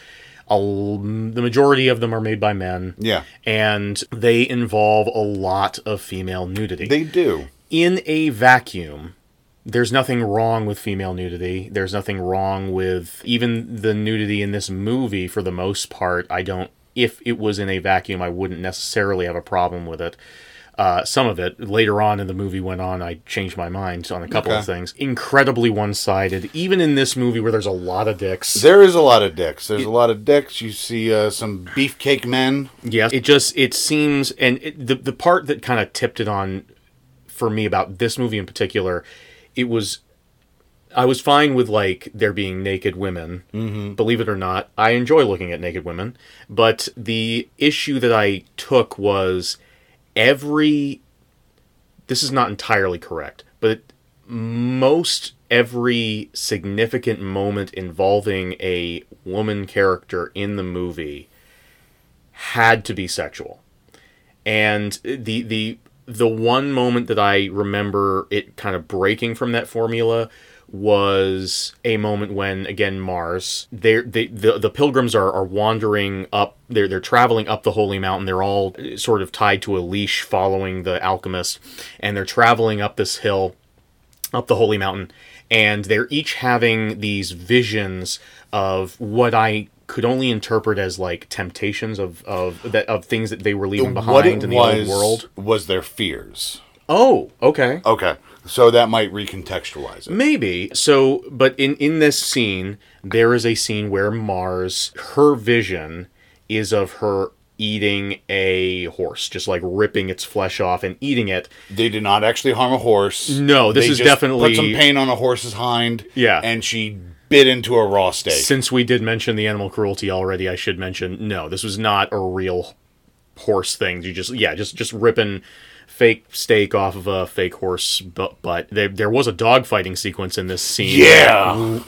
Speaker 5: A l- the majority of them are made by men.
Speaker 1: Yeah.
Speaker 5: And they involve a lot of female nudity
Speaker 1: they do.
Speaker 5: in a vacuum, there's nothing wrong with female nudity. There's nothing wrong with even the nudity in this movie for the most part. I don't, if it was in a vacuum, I wouldn't necessarily have a problem with it. Uh, some of it later on in the movie went on. I changed my mind on a couple of
Speaker 1: Okay.
Speaker 5: things. Incredibly one sided, even in this movie where there's a lot of dicks.
Speaker 1: There is a lot of dicks. There's a lot of dicks. You see uh, some beefcake men.
Speaker 5: Yeah, it just it seems, and it, the the part that kind of tipped it on for me about this movie in particular, it was I was fine with like there being naked women. Mm-hmm. Believe it or not, I enjoy looking at naked women, but the issue that I took was every. This is not entirely correct, but most every significant moment involving a woman character in the movie had to be sexual. And the the the one moment that I remember it kind of breaking from that formula was a moment when again Mars they they the, the pilgrims are, are wandering up they're they're traveling up the holy mountain they're all eh, sort of tied to a leash following the alchemist and they're traveling up this hill up the holy mountain and they're each having these visions of what i could only interpret as like temptations of of that of things that they were leaving
Speaker 1: What
Speaker 5: behind
Speaker 1: it
Speaker 5: in the
Speaker 1: was
Speaker 5: old world
Speaker 1: was their fears.
Speaker 5: oh okay
Speaker 1: Okay, so that might recontextualize it.
Speaker 5: maybe so but in in this scene there is a scene where mars her vision is of her eating a horse just like ripping its flesh off and eating it
Speaker 1: They did not actually harm a horse.
Speaker 5: No, this
Speaker 1: They
Speaker 5: is
Speaker 1: just
Speaker 5: definitely-
Speaker 1: put some paint on a horse's hind.
Speaker 5: Yeah.
Speaker 1: and she bit into a raw steak.
Speaker 5: Since we did mention the animal cruelty already, I should mention no, this was not a real horse thing. You just yeah, just just ripping fake steak off of a fake horse butt. But there, there was a dog fighting sequence in this scene.
Speaker 1: yeah,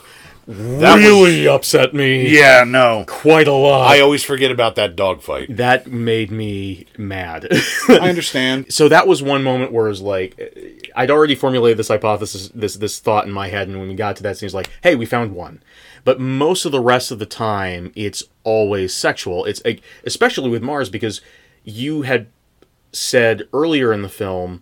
Speaker 5: that
Speaker 1: That was-
Speaker 5: really upset me.
Speaker 1: yeah, no.
Speaker 5: quite a lot.
Speaker 1: I always forget about that dog fight.
Speaker 5: that made me mad.
Speaker 1: I understand.
Speaker 5: so that was one moment where it was like uh, I'd already formulated this hypothesis, this this thought in my head, and when we got to that scene, it's like, hey, we found one. But most of the rest of the time, it's always sexual. It's like, especially with Mars because you had said earlier in the film,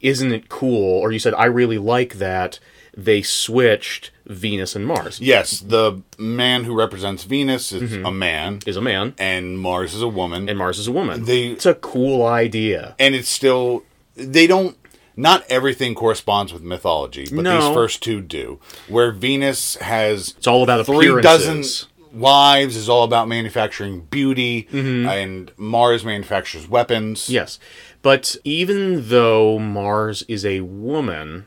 Speaker 5: isn't it cool? Or you said I really like that they switched Venus and Mars.
Speaker 1: Yes, the man who represents Venus is a man,
Speaker 5: Is a man
Speaker 1: and Mars is a woman,
Speaker 5: Mm-hmm. and Mars is a woman.
Speaker 1: They-
Speaker 5: it's a cool idea.
Speaker 1: and it's still they don't not everything corresponds with mythology but
Speaker 5: No.
Speaker 1: these first two do where venus has
Speaker 5: It's all about
Speaker 1: three dozen
Speaker 5: appearances.
Speaker 1: lives is all about manufacturing beauty
Speaker 5: Mm-hmm.
Speaker 1: and mars manufactures weapons
Speaker 5: Yes. But even though Mars is a woman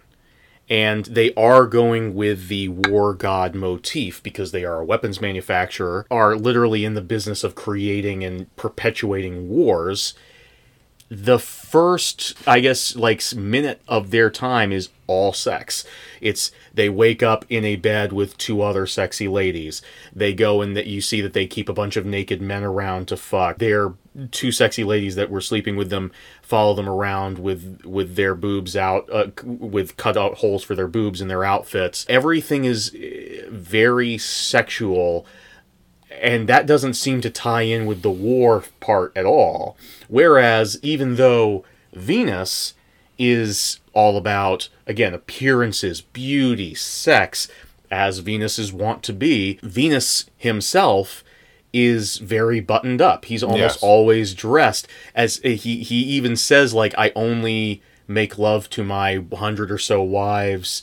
Speaker 5: and they are going with the war god motif because they are a weapons manufacturer, are literally in the business of creating and perpetuating wars, the first i guess like s- minute of their time is all sex it's they wake up in a bed with two other sexy ladies they go and that you see that they keep a bunch of naked men around to fuck their two sexy ladies that were sleeping with them follow them around with with their boobs out uh, c- with cut out holes for their boobs in their outfits everything is eh, very sexual and that doesn't seem to tie in with the war part at all. Whereas, even though Venus is all about, again, appearances, beauty, sex, as Venus is wont to be, Venus himself is very buttoned up. He's almost
Speaker 1: Yes.
Speaker 5: always dressed as he he even says like I only make love to my 100 or so wives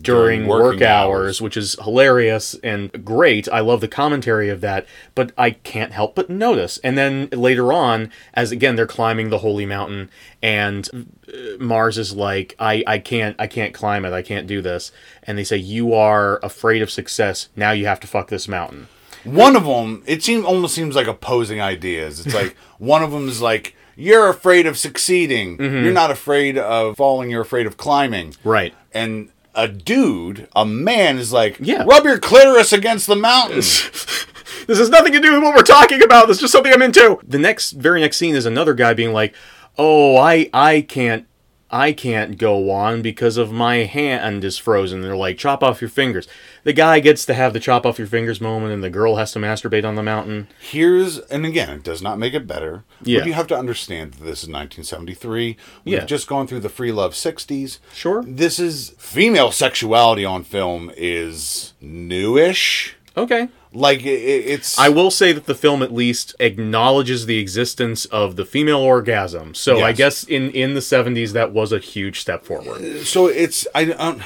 Speaker 5: during
Speaker 6: During working
Speaker 5: work hours,
Speaker 6: hours.
Speaker 5: which is hilarious and great. I love the commentary of that, but I can't help but notice. And then later on, as again they're climbing the holy mountain, and uh, Mars is like, I, I can't, I can't climb it. I can't do this. And they say, you are afraid of success. Now you have to fuck this mountain.
Speaker 1: One of them, it seems almost seems like opposing ideas. It's like one of them is like you're afraid of succeeding. You're not afraid of falling. You're afraid of climbing.
Speaker 5: Mm-hmm. Right.
Speaker 1: And a dude, a man, is like,
Speaker 5: Yeah.
Speaker 1: rub your clitoris against the mountain.
Speaker 5: This has nothing to do with what we're talking about. This is just something I'm into. The next, very next scene is another guy being like, "Oh, I, I can't, I can't go on because of my hand is frozen." they're like, "Chop off your fingers." The guy gets to have the chop off your fingers moment, and the girl has to masturbate on the mountain.
Speaker 1: Here's and again, it does not make it better.
Speaker 5: Yeah.
Speaker 1: But you have to understand that this is 1973. We've
Speaker 5: Yeah.
Speaker 1: just gone through the free love 60s.
Speaker 5: Sure.
Speaker 1: This is female sexuality on film is newish.
Speaker 5: Okay.
Speaker 1: Like i- i it's
Speaker 5: I will say that the film at least acknowledges the existence of the female orgasm. So I
Speaker 1: Yes.
Speaker 5: guess in in the 70s that was a huge step forward.
Speaker 1: so it's I don't.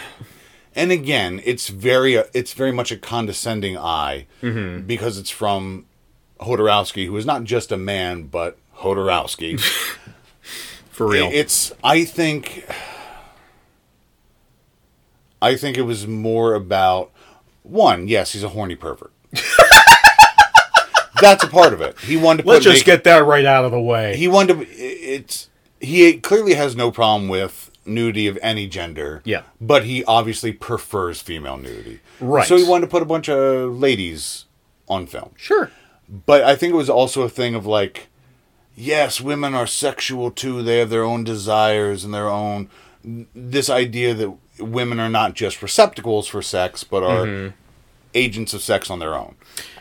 Speaker 1: And again, it's very uh, it's very much a condescending eye
Speaker 5: Mm-hmm.
Speaker 1: because it's from Hodorowski, who is not just a man but Hodorowski.
Speaker 5: For real.
Speaker 1: It's I think I think it was more about one, yes, he's a horny pervert. That's a part of it. He wanted to
Speaker 5: Let's
Speaker 1: put
Speaker 5: just
Speaker 1: make-
Speaker 5: get that right out of the way.
Speaker 1: he wanted to it's he clearly has no problem with nudity of any gender.
Speaker 5: Yeah.
Speaker 1: But he obviously prefers female nudity.
Speaker 5: Right.
Speaker 1: So he wanted to put a bunch of ladies on film.
Speaker 5: sure.
Speaker 1: But I think it was also a thing of like, yes, women are sexual too. They have their own desires and their own. This idea that women are not just receptacles for sex, but are
Speaker 5: Mm-hmm.
Speaker 1: agents of sex on their own.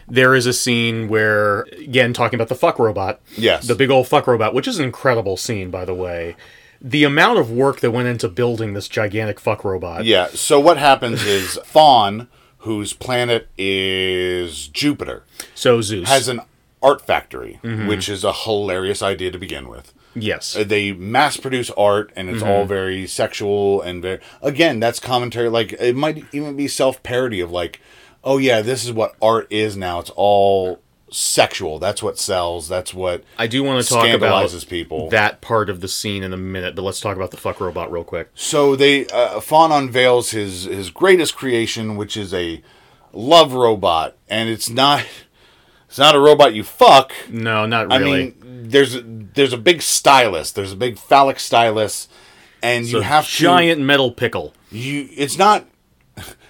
Speaker 5: there is a scene where again talking about the fuck robot
Speaker 1: Yes.
Speaker 5: the big old fuck robot which is an incredible scene by the way the amount of work that went into building this gigantic fuck robot
Speaker 1: Yeah. So what happens is Fawn, whose planet is Jupiter,
Speaker 5: so zeus
Speaker 1: has an art factory, which is a hilarious idea to begin with.
Speaker 5: yes
Speaker 1: Uh, they mass produce art and it's all very sexual and very again that's commentary like it might even be self-parody of like oh yeah this is what art is now it's all sexual that's what sells that's what
Speaker 5: i do want to talk about
Speaker 1: scandalizes people.
Speaker 5: that part of the scene in a minute but let's talk about the fuck robot real quick
Speaker 1: so they uh, fawn unveils his his greatest creation which is a love robot and it's not it's not a robot you fuck
Speaker 5: no not really
Speaker 1: I mean, there's there's a big stylus, there's a big phallic stylus, and you
Speaker 5: The
Speaker 1: have to-
Speaker 5: giant metal pickle
Speaker 1: you it's not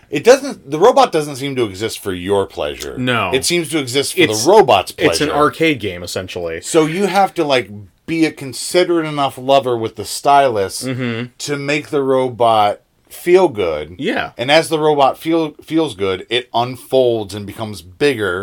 Speaker 1: it doesn't the robot doesn't seem to exist for your pleasure
Speaker 5: No.
Speaker 1: it seems to exist for
Speaker 5: It's-
Speaker 1: the robot's pleasure
Speaker 5: it's an arcade game essentially
Speaker 1: so you have to like be a considerate enough lover with the stylus
Speaker 5: Mm-hmm.
Speaker 1: to make the robot feel good
Speaker 5: Yeah.
Speaker 1: and as the robot feel feels good it unfolds and becomes bigger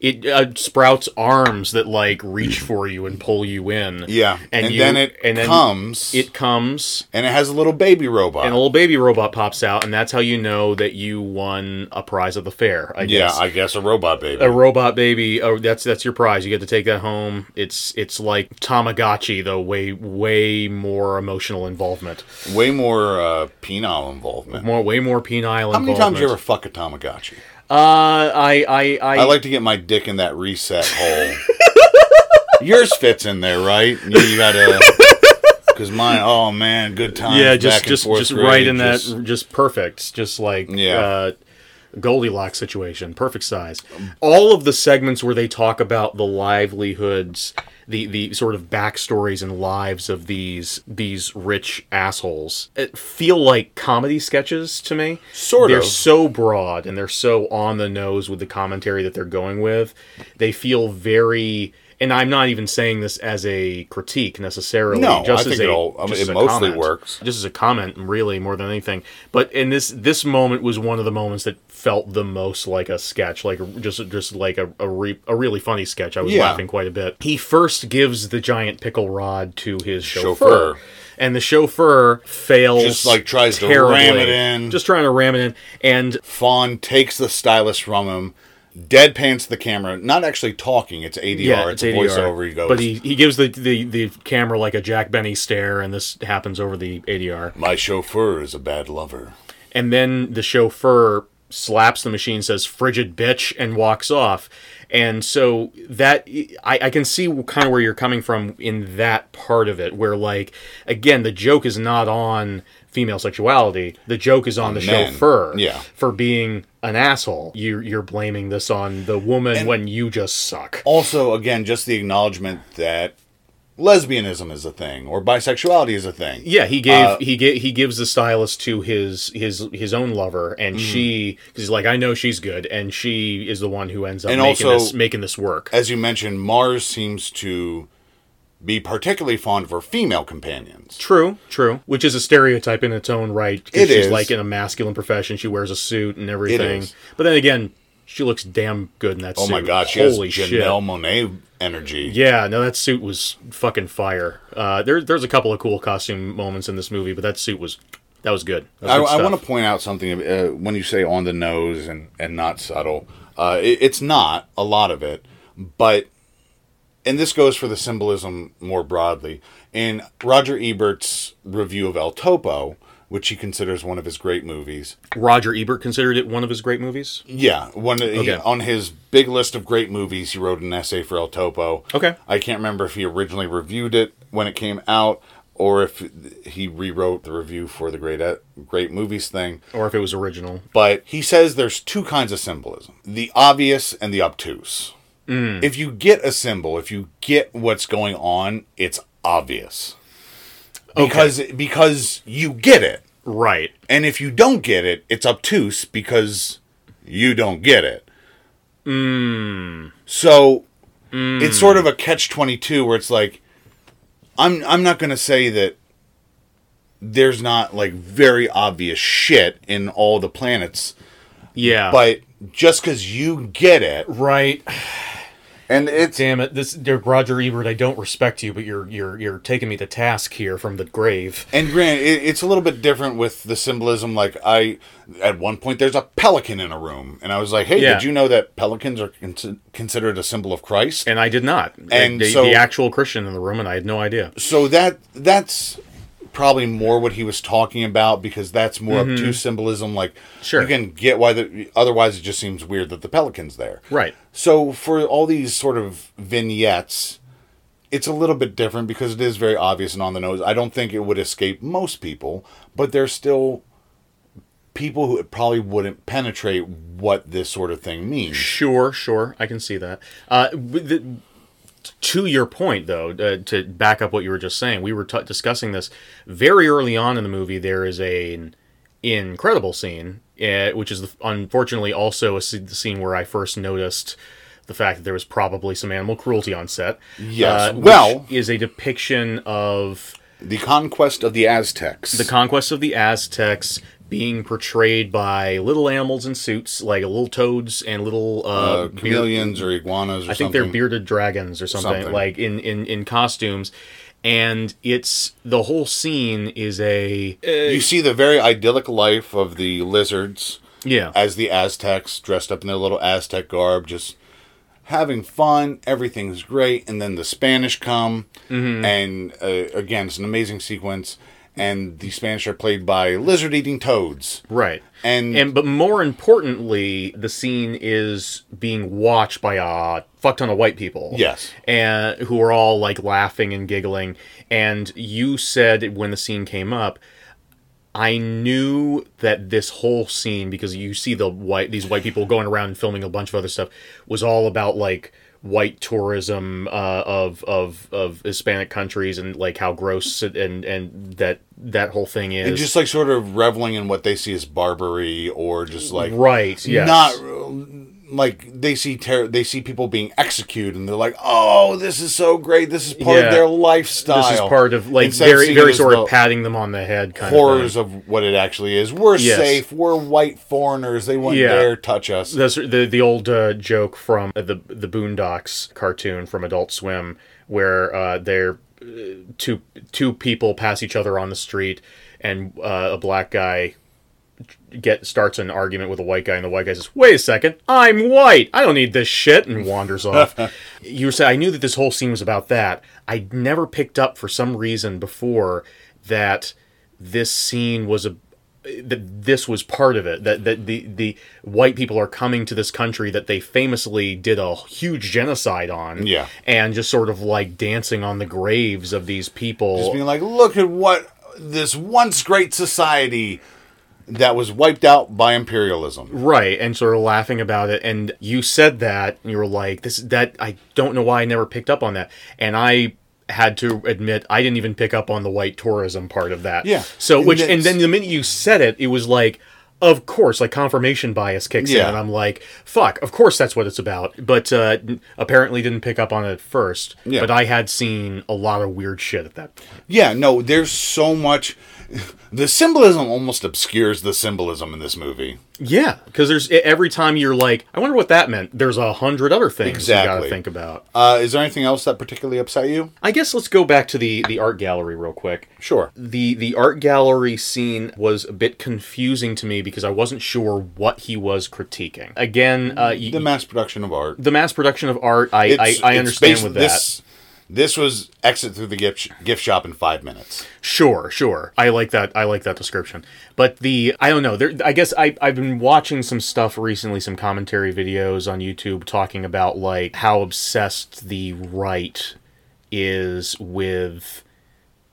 Speaker 5: it uh, sprouts arms that like reach for you and pull you in
Speaker 1: yeah
Speaker 5: and,
Speaker 1: and,
Speaker 5: you-
Speaker 1: then it
Speaker 5: and then
Speaker 1: comes
Speaker 5: it comes
Speaker 1: and it has a little baby robot
Speaker 5: and a little baby robot pops out, and that's how you know that you won a prize at the fair. I
Speaker 1: yeah
Speaker 5: guess.
Speaker 1: i guess a robot baby
Speaker 5: a robot baby. Oh, that's that's your prize. You get to take that home. It's it's like Tamagotchi, though way way more emotional involvement,
Speaker 1: way more uh penile involvement
Speaker 5: more way more penile.
Speaker 1: how many times
Speaker 5: involvement.
Speaker 1: you ever fuck a tamagotchi
Speaker 5: Uh, I I I,
Speaker 1: I like to get my dick in that reset hole. Yours fits in there, right? You, you gotta, because mine. Oh man, good times.
Speaker 5: yeah, just
Speaker 1: back and
Speaker 5: just
Speaker 1: forth
Speaker 5: just
Speaker 1: grade,
Speaker 5: right in
Speaker 1: just-
Speaker 5: that just perfect, just like
Speaker 1: Yeah.
Speaker 5: Uh, Goldilocks situation, perfect size. All of the segments where they talk about the livelihoods, the the sort of backstories and lives of these these rich assholes, it feel like comedy sketches to me.
Speaker 1: Sort
Speaker 5: they're
Speaker 1: of.
Speaker 5: so broad and they're so on the nose with the commentary that they're going with. They feel very. And I'm not even saying this as a critique necessarily.
Speaker 1: No,
Speaker 5: just
Speaker 1: I
Speaker 5: as
Speaker 1: think it
Speaker 5: a,
Speaker 1: all- I mean,
Speaker 5: just
Speaker 1: it
Speaker 5: as a
Speaker 1: mostly
Speaker 5: comment.
Speaker 1: works.
Speaker 5: Just as a comment, really, more than anything. But in this this moment was one of the moments that felt the most like a sketch, like just just like a a, re, a really funny sketch. I was
Speaker 1: Yeah.
Speaker 5: laughing quite a bit. He first gives the giant pickle rod to his chauffeur.
Speaker 1: Chauffeur.
Speaker 5: And the chauffeur fails.
Speaker 1: Just, like, tries to ram it in.
Speaker 5: Just trying to ram it in. And
Speaker 1: Fawn takes the stylus from him deadpans to the camera, not actually talking. It's ADR. it's, a voiceover. He goes,
Speaker 5: But he, he gives the, the, the camera like a Jack Benny stare, and this happens over the ADR.
Speaker 1: "My chauffeur is a bad lover."
Speaker 5: And then the chauffeur slaps the machine, says "frigid bitch," and walks off. And so that I, I can see kind of where you're coming from in that part of it, where like again the joke is not on female sexuality, the joke is on, the
Speaker 1: men.
Speaker 5: chauffeur
Speaker 1: Yeah.
Speaker 5: for being an asshole. You you're blaming this on the woman when you just suck.
Speaker 1: Also, again, just the acknowledgement that lesbianism is a thing or bisexuality is a thing.
Speaker 5: Yeah, he gave
Speaker 1: Uh,
Speaker 5: he ga- he gives the stylus to his his his own lover,
Speaker 1: Mm.
Speaker 5: and she because he's like, I know she's good, and she is the one who ends up
Speaker 1: And
Speaker 5: making
Speaker 1: also-
Speaker 5: this making this work.
Speaker 1: As you mentioned, Mars seems to be particularly fond of her female companions.
Speaker 5: True, true. Which is a stereotype in its own right. 'cause
Speaker 1: It
Speaker 5: she's
Speaker 1: is.
Speaker 5: like in a masculine profession. She wears a suit and everything.
Speaker 1: is.
Speaker 5: But then again, she looks damn good in that
Speaker 1: Oh
Speaker 5: suit.
Speaker 1: my god, she
Speaker 5: Holy
Speaker 1: has Janelle
Speaker 5: shit.
Speaker 1: Monet energy.
Speaker 5: Yeah, no, that suit was fucking fire. Uh, there, there's a couple of cool costume moments in this movie, but that suit was, that was good. That was
Speaker 1: I,
Speaker 5: good
Speaker 1: I
Speaker 5: stuff.
Speaker 1: want to point out something uh, when you say on the nose and, and not subtle. Uh, it, it's not a lot of it, but and this goes for the symbolism more broadly. In Roger Ebert's review of El Topo, which he considers one of his great movies,
Speaker 5: Roger Ebert considered it one of his great movies.
Speaker 1: yeah, one he-
Speaker 5: Okay.
Speaker 1: on his big list of great movies, he wrote an essay for El Topo.
Speaker 5: Okay.
Speaker 1: I can't remember if he originally reviewed it when it came out or if he rewrote the review for the great great movies thing.
Speaker 5: Or if it was original.
Speaker 1: but he says there's two kinds of symbolism the obvious and the obtuse. If you get a symbol, if you get what's going on, it's obvious. Because because you get it.
Speaker 5: Right.
Speaker 1: And if you don't get it, it's obtuse because you don't get it. So it's sort of a catch twenty two where it's like I'm I'm not gonna say that there's not like very obvious shit in all the planets
Speaker 5: Yeah.
Speaker 1: but just because you get it,
Speaker 5: right.
Speaker 1: and it's
Speaker 5: Damn it, this dear Roger Ebert, I don't respect you, but you're you're you're taking me to task here from the grave.
Speaker 1: and Grant, it, it's a little bit different with the symbolism. Like I, at one point, there's a pelican in a room, and I was like, "Hey,
Speaker 5: Yeah.
Speaker 1: did you know that pelicans are con- considered a symbol of Christ?"
Speaker 5: And I did not.
Speaker 1: And
Speaker 5: the, the-
Speaker 1: so-
Speaker 5: the actual Christian in the room, and I had no idea.
Speaker 1: so that that's probably more what he was talking about because that's more up to symbolism. Like,
Speaker 5: Sure.
Speaker 1: you can get why the otherwise it just seems weird that the pelican's there,
Speaker 5: Right.
Speaker 1: So for all these sort of vignettes, it's a little bit different because it is very obvious and on the nose. I don't think it would escape most people, but there's still people who it probably wouldn't penetrate what this sort of thing means.
Speaker 5: Sure, sure, I can see that. Uh, with the, to your point, though, uh, to back up what you were just saying, we were t- discussing this very early on in the movie. There is an incredible scene, uh, which is the, unfortunately also a, se- the scene where I first noticed the fact that there was probably some animal cruelty on set. Uh,
Speaker 1: Yes.
Speaker 5: which
Speaker 1: Well-
Speaker 5: is a depiction of
Speaker 1: The conquest of the Aztecs.
Speaker 5: the conquest of the Aztecs being portrayed by little animals in suits, like little toads and little uh,
Speaker 1: uh,
Speaker 5: beard-
Speaker 1: chameleons or iguanas or
Speaker 5: I think
Speaker 1: something.
Speaker 5: they're bearded dragons or something,
Speaker 1: Something.
Speaker 5: like in, in in costumes. And it's the whole scene is a
Speaker 1: you see the very idyllic life of the lizards
Speaker 5: yeah
Speaker 1: as the Aztecs, dressed up in their little Aztec garb, just having fun. Everything's great. And then the Spanish come,
Speaker 5: Mm-hmm.
Speaker 1: and uh, again, it's an amazing sequence. And the Spanish are played by lizard-eating toads.
Speaker 5: right.
Speaker 1: And,
Speaker 5: And but more importantly, the scene is being watched by a fuck ton of white people.
Speaker 1: Yes.
Speaker 5: and who are all like laughing and giggling. And you said when the scene came up, I knew that this whole scene because you see the white these white people going around and filming a bunch of other stuff was all about like white tourism uh, of of of Hispanic countries and like how gross it- and and that that whole thing is
Speaker 1: and just like sort of reveling in what they see as Barbary or just like
Speaker 5: right yes.
Speaker 1: not like they see ter- they see people being executed and they're like oh this is so great this is part
Speaker 5: Yeah.
Speaker 1: of their lifestyle
Speaker 5: This is part of like
Speaker 1: Instead of
Speaker 5: very
Speaker 1: seeing
Speaker 5: very
Speaker 1: it as
Speaker 5: sort of
Speaker 1: the
Speaker 5: patting them on the head kind
Speaker 1: horrors
Speaker 5: of
Speaker 1: of what it actually is we're
Speaker 5: Yes.
Speaker 1: safe we're white foreigners they wouldn't
Speaker 5: Yeah.
Speaker 1: dare touch us
Speaker 5: thing. That's the the old uh, joke from the the Boondocks cartoon from Adult Swim where uh, they're uh, two two people pass each other on the street and uh, a black guy get starts an argument with a white guy, and the white guy says, "Wait a second, I'm white. I don't need this shit," and wanders off. you said I knew that this whole scene was about that. I never picked up for some reason before that this scene was a that this was part of it that that the the white people are coming to this country that they famously did a huge genocide on
Speaker 1: Yeah.
Speaker 5: and just sort of like dancing on the graves of these people
Speaker 1: Just being like, look at what this once great society that was wiped out by imperialism.
Speaker 5: Right, and sort of laughing about it. And you said that, and you were like, "This that I don't know why I never picked up on that." And I had to admit I didn't even pick up on the white tourism part of that.
Speaker 1: Yeah.
Speaker 5: So
Speaker 1: And
Speaker 5: which
Speaker 1: that's-
Speaker 5: and then the minute you said it, it was like. Of course, like confirmation bias kicks in,
Speaker 1: Yeah.
Speaker 5: and I'm like, "Fuck!" Of course, that's what it's about. But uh, n- apparently, didn't pick up on it at first.
Speaker 1: Yeah.
Speaker 5: But I had seen a lot of weird shit at that point.
Speaker 1: Yeah, no, there's so much. The symbolism almost obscures the symbolism in this movie.
Speaker 5: Yeah, because there's e, every time you're like, "I wonder what that meant." There's a hundred other things you got
Speaker 1: Exactly.
Speaker 5: to think about.
Speaker 1: Uh, is there anything else that particularly upset you?
Speaker 5: I guess let's go back to the the art gallery real quick.
Speaker 1: Sure.
Speaker 5: The the art gallery scene was a bit confusing to me because I wasn't sure what he was critiquing. Again, uh, you,
Speaker 1: The
Speaker 5: the,
Speaker 1: mass production of art.
Speaker 5: mass production of art, I I,
Speaker 1: It's-
Speaker 5: I
Speaker 1: it's
Speaker 5: understand
Speaker 1: basi-
Speaker 5: with that.
Speaker 1: This, this was exit through the gift, sh- gift shop in five minutes.
Speaker 5: Sure, sure. I like that. I like that description. But the I don't know. There, I guess I I've been watching some stuff recently, some commentary videos on YouTube talking about like how obsessed the right is with.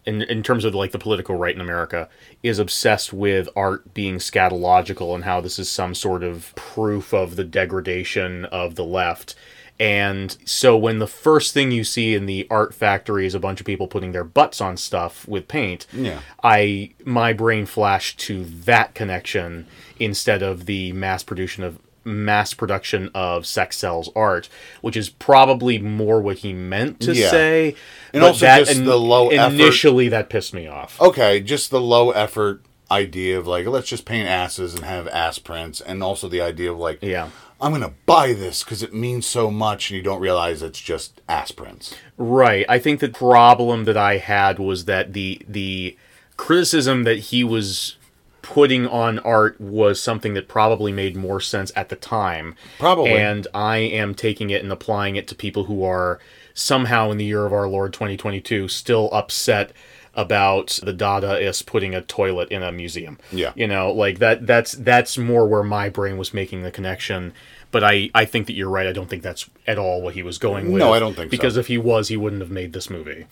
Speaker 5: In, in terms of like the political right in America is obsessed with art being scatological and how this is some sort of proof of the degradation of the left. And so when the first thing you see in the art factory is a bunch of people putting their butts on stuff with paint,
Speaker 1: Yeah.
Speaker 5: I my brain flashed to that connection instead of the mass production of mass production of sex cells art, which is probably more what he meant to
Speaker 1: Yeah.
Speaker 5: say.
Speaker 1: And
Speaker 5: but
Speaker 1: also just the low effort-
Speaker 5: initially that pissed me off.
Speaker 1: Okay, just the low effort idea of like, let's just paint asses and have ass prints, and also the idea of like,
Speaker 5: Yeah.
Speaker 1: I'm gonna buy this because it means so much, and you don't realize it's just ass prints.
Speaker 5: Right. I think the problem that I had was that the the criticism that he was putting on art was something that probably made more sense at the time.
Speaker 1: Probably.
Speaker 5: And I am taking it and applying it to people who are somehow in the year of our Lord 2022 still upset about the dadaists putting a toilet in a museum.
Speaker 1: Yeah.
Speaker 5: You know, like that that's that's more where my brain was making the connection. But I, I think that you're right. I don't think that's at all what he was going with.
Speaker 1: No, I don't think so.
Speaker 5: Because if he was, he wouldn't have made this movie.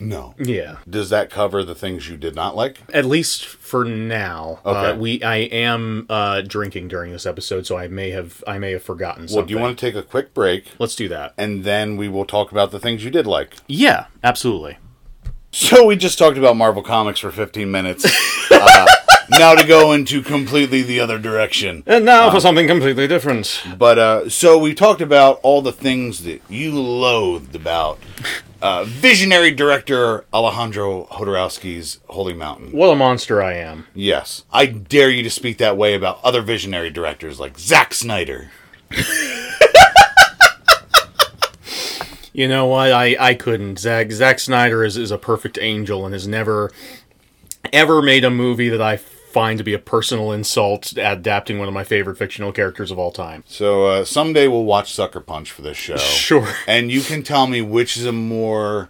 Speaker 1: No.
Speaker 5: Yeah.
Speaker 1: Does that cover the things you did not like?
Speaker 5: At least for now. Uh,
Speaker 1: Okay.
Speaker 5: we I am uh, drinking during this episode, so I may have I may have forgotten something.
Speaker 1: Well, do you want to take a quick break
Speaker 5: Let's do that.
Speaker 1: and then we will talk about the things you did like?
Speaker 5: Yeah, absolutely.
Speaker 1: So we just talked about Marvel Comics for 15 minutes. uh, now to go into completely the other direction.
Speaker 5: And now for something completely different.
Speaker 1: But uh, so we talked about all the things that you loathed about uh, visionary director Alejandro Hodorowski's Holy Mountain.
Speaker 5: What a monster I am.
Speaker 1: Yes, I dare you to speak that way about other visionary directors like Zack Snyder.
Speaker 5: You know what? I, I couldn't. Zack Zack Snyder is, is a perfect angel and has never ever made a movie that I find to be a personal insult adapting one of my favorite fictional characters of all time.
Speaker 1: So uh, someday we'll watch Sucker Punch for this show.
Speaker 5: Sure.
Speaker 1: And you can tell me which is a more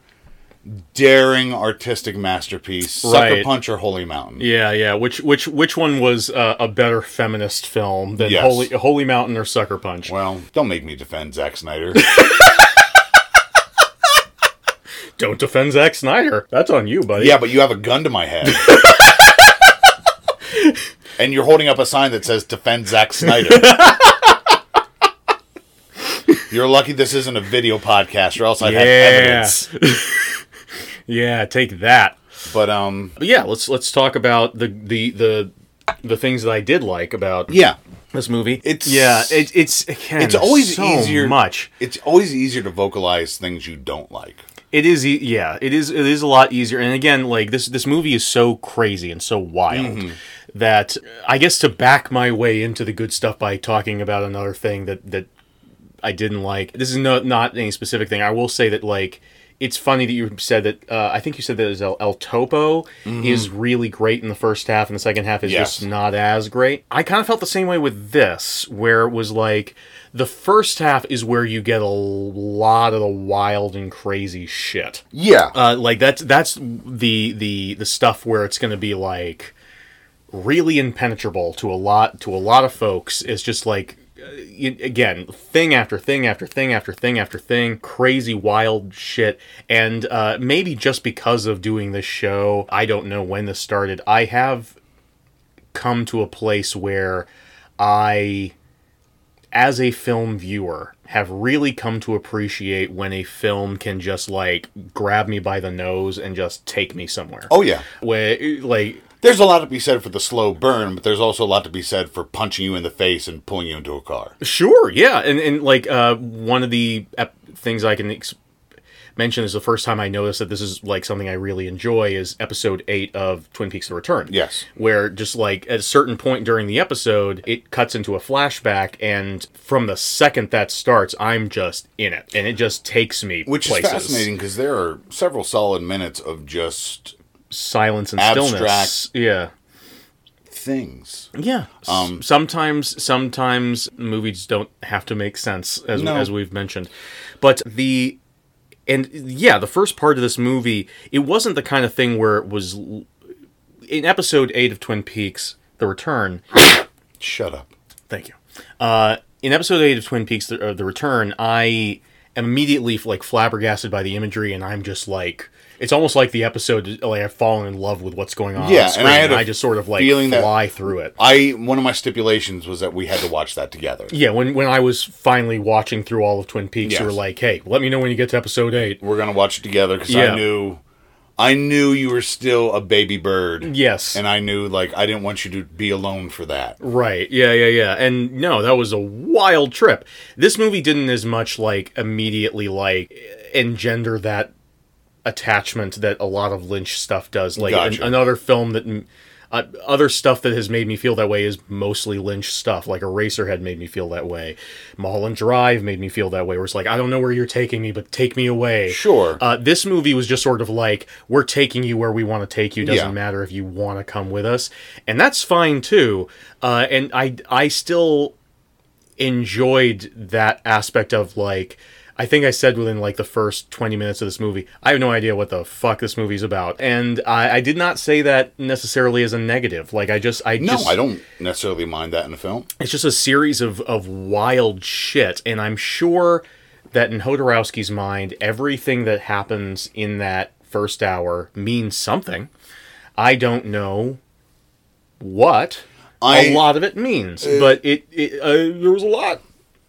Speaker 1: daring artistic masterpiece, Sucker
Speaker 5: Right.
Speaker 1: Punch or Holy Mountain.
Speaker 5: Yeah, yeah. Which which which one was uh, a better feminist film than
Speaker 1: Yes.
Speaker 5: Holy Holy Mountain or Sucker Punch?
Speaker 1: Well, don't make me defend Zack Snyder.
Speaker 5: Don't defend Zack Snyder. That's on you, buddy.
Speaker 1: yeah, but you have a gun to my head. and you're holding up a sign that says defend Zack Snyder. you're lucky this isn't a video podcast or else I'd have
Speaker 5: Yeah.
Speaker 1: evidence.
Speaker 5: yeah. Take that.
Speaker 1: But um
Speaker 5: But yeah, let's let's talk about the the the the things that I did like about
Speaker 1: yeah,
Speaker 5: this movie.
Speaker 1: It's-
Speaker 5: yeah, it, it's again,
Speaker 1: it's always
Speaker 5: so
Speaker 1: easier
Speaker 5: Much
Speaker 1: It's always easier to vocalize things you don't like.
Speaker 5: it is. e- Yeah, it is. It is a lot easier. And again, like this, this movie is so crazy and so wild that I guess to back my way into the good stuff by talking about another thing that that I didn't like. This is no, not any specific thing. I will say that like it's funny that you said that. Uh, I think you said that as El, El Topo is really great in the first half, and the second half is
Speaker 1: Yes.
Speaker 5: just not as great. I kind of felt the same way with this, where it was like the first half is where you get a lot of the wild and crazy shit.
Speaker 1: Yeah.
Speaker 5: Uh, like that's that's the the the stuff where it's going to be like really impenetrable to a lot to a lot of folks. It's just like uh, y- again thing after thing after thing after thing after thing crazy wild shit and uh, maybe just because of doing this show i don't know when this started i have come to a place where i as a film viewer have really come to appreciate when a film can just like grab me by the nose and just take me somewhere.
Speaker 1: oh yeah.
Speaker 5: Where like
Speaker 1: There's a lot to be said for the slow burn, but there's also a lot to be said for punching you in the face and pulling you into a car.
Speaker 5: sure, yeah, and and like uh one of the ep- things I can ex- mention is the first time I noticed that this is like something I really enjoy is episode 8 of Twin Peaks the Return.
Speaker 1: Yes.
Speaker 5: Where just like at a certain point during the episode, it cuts into a flashback and from the second that starts, I'm just in it and it just takes me
Speaker 1: Which is
Speaker 5: places.
Speaker 1: fascinating because there are several solid minutes of just
Speaker 5: silence and stillness.
Speaker 1: Abstract.
Speaker 5: Yeah.
Speaker 1: things.
Speaker 5: Yeah. Um, sometimes, sometimes movies don't have to make sense, as
Speaker 1: No.
Speaker 5: as we've mentioned. But the and yeah, the first part of this movie, it wasn't the kind of thing where it was l- in episode eight of Twin Peaks: The Return.
Speaker 1: Shut up.
Speaker 5: Thank you. Uh, in episode eight of Twin Peaks: The, uh, the Return, I am immediately like flabbergasted by the imagery, and I'm just like. It's almost like the episode is- like I've fallen in love with what's going on.
Speaker 1: Yeah,
Speaker 5: on
Speaker 1: and
Speaker 5: screen,
Speaker 1: I had a
Speaker 5: just sort of like
Speaker 1: feeling that-
Speaker 5: fly through it.
Speaker 1: I one of my stipulations was that we had to watch that together.
Speaker 5: Yeah, when when I was finally watching through all of Twin Peaks, you were
Speaker 1: Yes.
Speaker 5: like, "Hey, let me know when you get to episode 8."
Speaker 1: We're gonna watch it together because
Speaker 5: Yeah.
Speaker 1: I knew, I knew you were still a baby bird.
Speaker 5: Yes.
Speaker 1: and I knew like I didn't want you to be alone for that.
Speaker 5: Right. Yeah, yeah, yeah. And no, that was a wild trip. This movie didn't as much like immediately like engender that attachment that a lot of Lynch stuff does. Like an-
Speaker 1: Gotcha.
Speaker 5: another film that uh, other stuff that has made me feel that way is mostly Lynch stuff. Like Eraserhead made me feel that way. Mulholland Drive made me feel that way. Where it's like, I don't know where you're taking me, but take me away.
Speaker 1: Sure.
Speaker 5: Uh, this movie was just sort of like, we're taking you where we want to take you. Doesn't
Speaker 1: Yeah.
Speaker 5: matter if you want to come with us, and that's fine too. Uh, and I, I still enjoyed that aspect of like I think I said within like the first 20 minutes of this movie, I have no idea what the fuck this movie's about. And I, I did not say that necessarily as a negative. Like I just I
Speaker 1: No,
Speaker 5: just
Speaker 1: I don't necessarily mind that in a film.
Speaker 5: it's just a series of of wild shit and I'm sure that in Hodorowski's mind everything that happens in that first hour means something. I don't know what
Speaker 1: I
Speaker 5: a lot of it means, but it, it uh, there was a lot,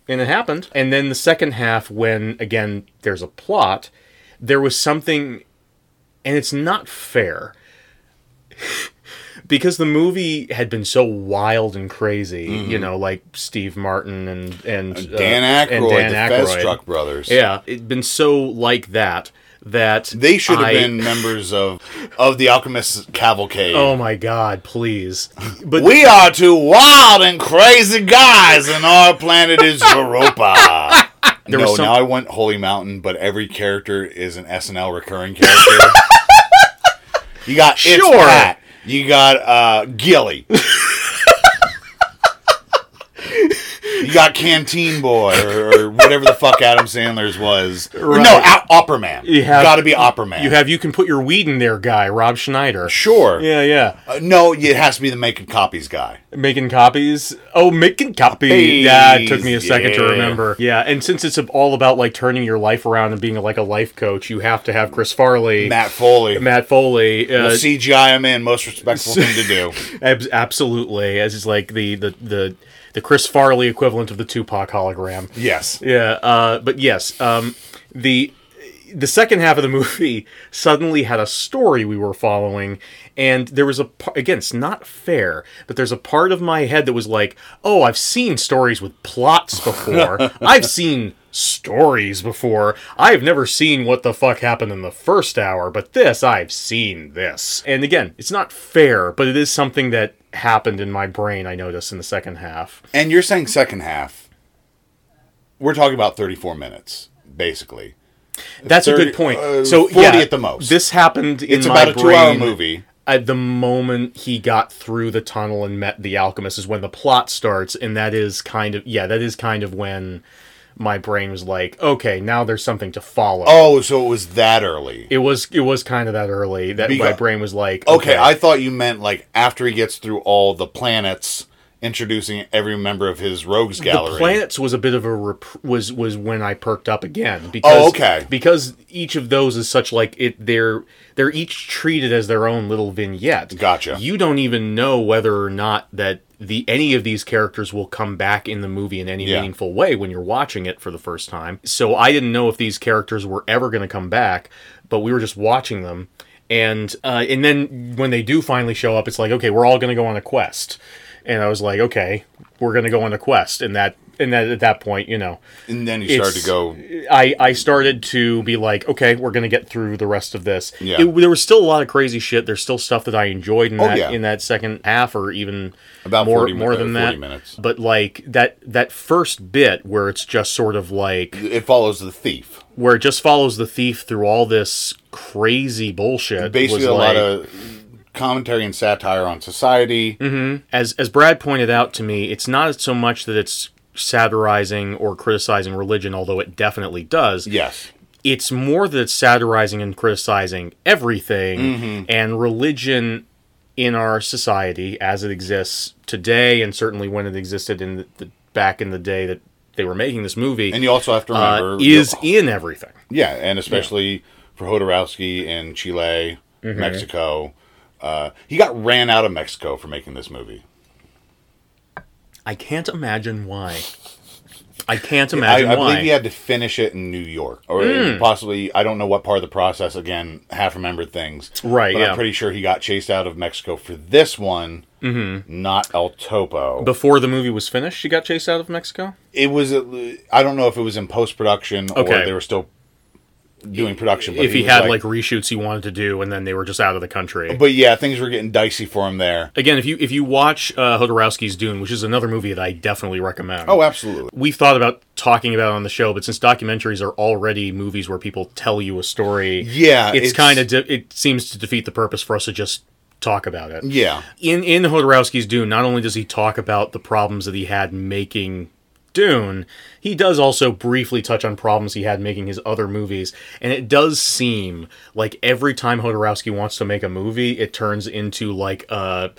Speaker 5: and it happened. And then the second half, when again there's a plot, there was something, and it's not fair because the movie had been so wild and crazy. You know, like Steve Martin and and uh,
Speaker 1: Mm-hmm. Dan
Speaker 5: and
Speaker 1: Aykroyd,
Speaker 5: Dan
Speaker 1: the
Speaker 5: Aykroyd.
Speaker 1: Festruck brothers.
Speaker 5: Yeah, it'd been so like that that
Speaker 1: They should have
Speaker 5: I-
Speaker 1: been members of of the Alchemist's Cavalcade.
Speaker 5: Oh my God! Please, but
Speaker 1: We are two wild and crazy guys, and our planet is Europa.
Speaker 5: was
Speaker 1: no,
Speaker 5: some-
Speaker 1: now I want Holy Mountain, but every character is an SNL recurring character. you got it's
Speaker 5: Sure.
Speaker 1: Pat. You got uh, Gilly. you got Canteen Boy or, or whatever the fuck Adam Sandler's was. Or No,
Speaker 5: Right.
Speaker 1: Al- Opera Man.
Speaker 5: You
Speaker 1: You
Speaker 5: have-
Speaker 1: got to be Opera Man.
Speaker 5: you have you can put your weed in there, guy. Rob Schneider.
Speaker 1: sure.
Speaker 5: Yeah, yeah.
Speaker 1: Uh, no, it has to be the making copies guy.
Speaker 5: Making copies. Oh, making copies.
Speaker 1: Copies,
Speaker 5: Yeah, it took me a second to
Speaker 1: yeah.
Speaker 5: remember. Yeah, and since it's all about like turning your life around and being like a life coach, you have to have Chris Farley,
Speaker 1: Matt Foley.
Speaker 5: Matt Foley. Uh,
Speaker 1: The CGI I'm in, most respectful thing to do.
Speaker 5: ab- absolutely, as is like the the the the Chris Farley equivalent of the Tupac hologram.
Speaker 1: Yes.
Speaker 5: Yeah, uh, but yes, um, the the second half of the movie suddenly had a story we were following, and there was a par- again, it's not fair, but there's a part of my head that was like, oh, I've seen stories with plots before. I've seen stories before. I have never seen what the fuck happened in the first hour, but this I've seen this. And again, it's not fair, but it is something that happened in my brain. I noticed in the second half.
Speaker 1: And you're saying second half. We're talking about 34 minutes, basically.
Speaker 5: That's a
Speaker 1: 30
Speaker 5: good point.
Speaker 1: uh,
Speaker 5: so
Speaker 1: 40
Speaker 5: yeah,
Speaker 1: at the most.
Speaker 5: This happened in
Speaker 1: It's
Speaker 5: my
Speaker 1: about a two-hour
Speaker 5: brain
Speaker 1: movie.
Speaker 5: At the moment he got through the tunnel and met the alchemist is when the plot starts, and that is kind of yeah, that is kind of when my brain was like, okay, now there's something to follow.
Speaker 1: Oh, so it was that early.
Speaker 5: It was it was kind of that early that my
Speaker 1: Because-
Speaker 5: brain was like,
Speaker 1: Okay, I thought you meant like after he gets through all the planets, introducing every member of his rogues gallery.
Speaker 5: The planets was a bit of a rep- was was when I perked up again because
Speaker 1: Oh, okay.
Speaker 5: because each of those is such like it they're they're each treated as their own little vignette.
Speaker 1: Gotcha.
Speaker 5: You don't even know whether or not that the any of these characters will come back in the movie in any
Speaker 1: Yeah.
Speaker 5: meaningful way when you're watching it for the first time. So I didn't know if these characters were ever going to come back, but we were just watching them. And uh, and then when they do finally show up, it's like okay, we're all going to go on a quest. And I was like, okay, we're going to go on a quest. And that and that at that point, you know,
Speaker 1: and then he started
Speaker 5: it's-
Speaker 1: to go.
Speaker 5: I, I started to be like, okay, we're gonna get through the rest of this.
Speaker 1: Yeah.
Speaker 5: It- there was still a lot of crazy shit. There's still stuff that I enjoyed in
Speaker 1: Oh,
Speaker 5: that
Speaker 1: yeah.
Speaker 5: in that second half, or even
Speaker 1: About
Speaker 5: more
Speaker 1: 40 min-
Speaker 5: more
Speaker 1: uh, 40
Speaker 5: than that.
Speaker 1: minutes.
Speaker 5: But like that that first bit where it's just sort of like
Speaker 1: It follows the thief.
Speaker 5: where it just follows the thief through all this crazy bullshit.
Speaker 1: Basically,
Speaker 5: was
Speaker 1: a lot
Speaker 5: like- Mm-hmm.
Speaker 1: of commentary and satire on society.
Speaker 5: as as Brad pointed out to me, it's not so much that it's satirizing or criticizing religion, although it definitely does.
Speaker 1: Yes,
Speaker 5: it's more that it's satirizing and criticizing everything
Speaker 1: Mm-hmm.
Speaker 5: and religion in our society as it exists today and certainly when it existed in the, the back in the day that they were making this movie
Speaker 1: and you also have to
Speaker 5: uh,
Speaker 1: remember
Speaker 5: is in everything
Speaker 1: Yeah, and especially for Hodorowski in Chile,
Speaker 5: Mm-hmm.
Speaker 1: Mexico. Uh, he got ran out of Mexico for making this movie.
Speaker 5: i can't imagine why i can't
Speaker 1: I,
Speaker 5: imagine
Speaker 1: I
Speaker 5: why Hmm.
Speaker 1: believe he had to finish it in New York, or possibly I don't know what part of the process. Again, half remembered things.
Speaker 5: Right,
Speaker 1: But
Speaker 5: yeah.
Speaker 1: I'm pretty sure he got chased out of Mexico for this one,
Speaker 5: Mm-hmm.
Speaker 1: not El Topo.
Speaker 5: before the movie was finished she got chased out of mexico
Speaker 1: it was. a- I don't know if it was in post production
Speaker 5: Okay.
Speaker 1: or they were still doing production. But
Speaker 5: if he,
Speaker 1: was
Speaker 5: had like, reshoots he wanted to do and then they were just out of the country
Speaker 1: but yeah, things were getting dicey for him there.
Speaker 5: again if you if you watch uh, hodorowski's dune which is another movie that i definitely recommend
Speaker 1: Oh, absolutely.
Speaker 5: we've thought about talking about it on the show, but since documentaries are already movies where people tell you a story,
Speaker 1: Yeah,
Speaker 5: it's,
Speaker 1: it's-
Speaker 5: kind of de- it seems to defeat the purpose for us to just talk about it.
Speaker 1: Yeah.
Speaker 5: In in Hodorowski's Dune, not only does he talk about the problems that he had making Dune, he does also briefly touch on problems he had making his other movies, and it does seem like every time Hodorowski wants to make a movie, it turns into like a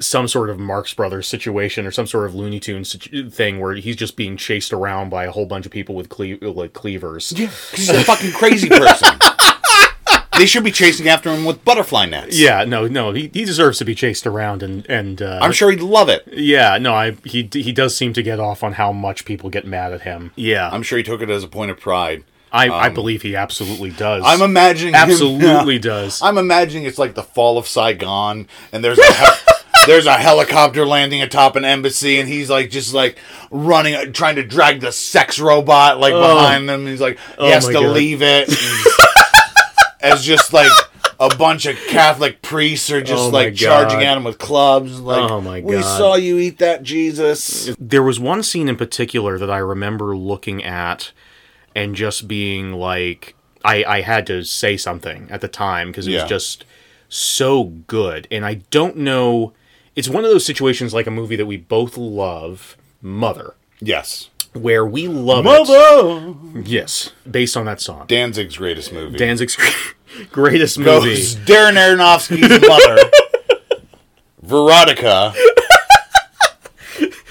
Speaker 5: some sort of Marx Brothers situation or some sort of Looney Tunes situ- thing where he's just being chased around by a whole bunch of people with cle- like cleavers.
Speaker 1: Yeah, 'cause he's a fucking crazy person. they should be chasing after him with butterfly nets.
Speaker 5: Yeah, no, no, he, he deserves to be chased around and and uh,
Speaker 1: I'm sure he'd love it.
Speaker 5: yeah, no, I he he does seem to get off on how much people get mad at him. Yeah,
Speaker 1: I'm sure he took it as a point of pride.
Speaker 5: I, I believe he absolutely does.
Speaker 1: Um, I'm imagining him-
Speaker 5: absolutely does.
Speaker 1: I'm imagining it's like the fall of Saigon, and there's a hel- there's a helicopter landing atop an embassy, and he's like just like running, uh, trying to drag the sex robot like behind them. He's like, he has
Speaker 5: Oh. my
Speaker 1: to
Speaker 5: God.
Speaker 1: leave it, and- as just like a bunch of Catholic priests are just
Speaker 5: Oh my
Speaker 1: like charging
Speaker 5: God.
Speaker 1: at him with clubs. Like,
Speaker 5: Oh my
Speaker 1: we
Speaker 5: God.
Speaker 1: saw you eat that Jesus.
Speaker 5: there was one scene in particular that I remember looking at and just being like, I, I had to say something at the time because it
Speaker 1: Yeah.
Speaker 5: was just so good. And I don't know. It's one of those situations like a movie that we both love, Mother,
Speaker 1: Yes.
Speaker 5: where we love it.
Speaker 1: Mother.
Speaker 5: Yes. Based on that song.
Speaker 1: Danzig's greatest movie.
Speaker 5: Danzig's greatest movie.
Speaker 1: goes Darren Aronofsky's mother, Veronica.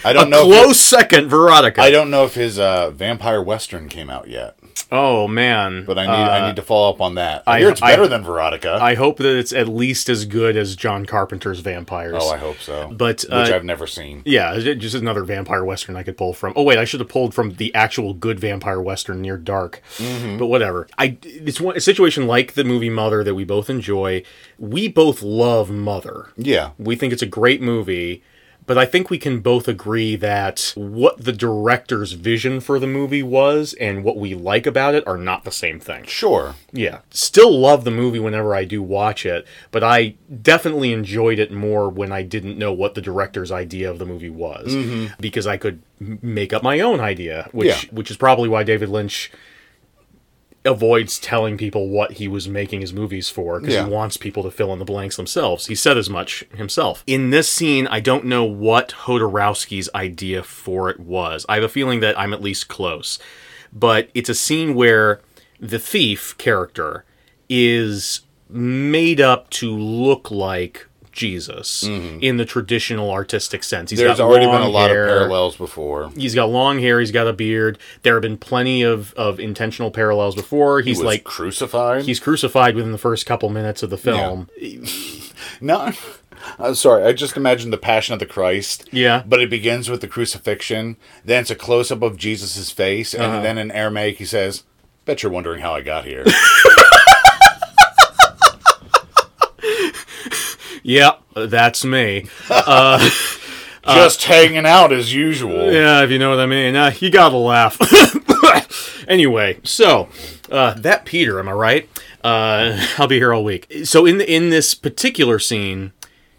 Speaker 1: I don't know. if-
Speaker 5: Close second, Veronica.
Speaker 1: I don't know if his uh, vampire western came out yet,
Speaker 5: oh, man.
Speaker 1: but I need I need to follow up on that. I,
Speaker 5: Uh, I-
Speaker 1: hear it's
Speaker 5: I-
Speaker 1: better than Veronica.
Speaker 5: I hope that it's at least as good as John Carpenter's Vampires.
Speaker 1: oh, I hope so.
Speaker 5: But,
Speaker 1: which
Speaker 5: uh,
Speaker 1: I've never seen.
Speaker 5: Yeah, j- just another vampire western I could pull from. Oh wait, I should have pulled from the actual good vampire western near dark.
Speaker 1: Mm-hmm.
Speaker 5: But whatever. I it's one a situation like the movie Mother that we both enjoy. We both love Mother.
Speaker 1: Yeah,
Speaker 5: We think it's a great movie, but I think we can both agree that what the director's vision for the movie was and what we like about it are not the same thing.
Speaker 1: sure.
Speaker 5: Yeah. Still love the movie whenever I do watch it, but I definitely enjoyed it more when I didn't know what the director's idea of the movie was because I could m- make up my own idea, which
Speaker 1: Mm-hmm. Yeah.
Speaker 5: which is probably why David Lynch avoids telling people what he was making his movies for because
Speaker 1: Yeah.
Speaker 5: he wants people to fill in the blanks themselves. He said as much himself. In this scene, I don't know what Hodorowski's idea for it was. I have a feeling that I'm at least close. But it's a scene where the thief character is made up to look like Jesus in the traditional artistic sense. He's
Speaker 1: Mm-hmm. There's
Speaker 5: got
Speaker 1: already been
Speaker 5: long
Speaker 1: a lot
Speaker 5: hair.
Speaker 1: of parallels before.
Speaker 5: He's got long hair. He's got a beard. There have been plenty of, of intentional parallels before. He's
Speaker 1: was
Speaker 5: like
Speaker 1: crucified.
Speaker 5: he's crucified within the first couple minutes of the film.
Speaker 1: No, I'm sorry. I just imagined the Passion of the Christ.
Speaker 5: Yeah.
Speaker 1: But it begins with the crucifixion. Then it's a close up of Jesus' face. And
Speaker 5: Uh-huh.
Speaker 1: then in Aramaic, he says, Bet you're wondering how I got here.
Speaker 5: Yep, that's me.
Speaker 1: just hanging out as usual.
Speaker 5: Uh, Yeah, if you know what I mean. Uh, you gotta laugh. anyway, so uh, that Peter, am I right? Uh, I'll be here all week. So in the, in this particular scene,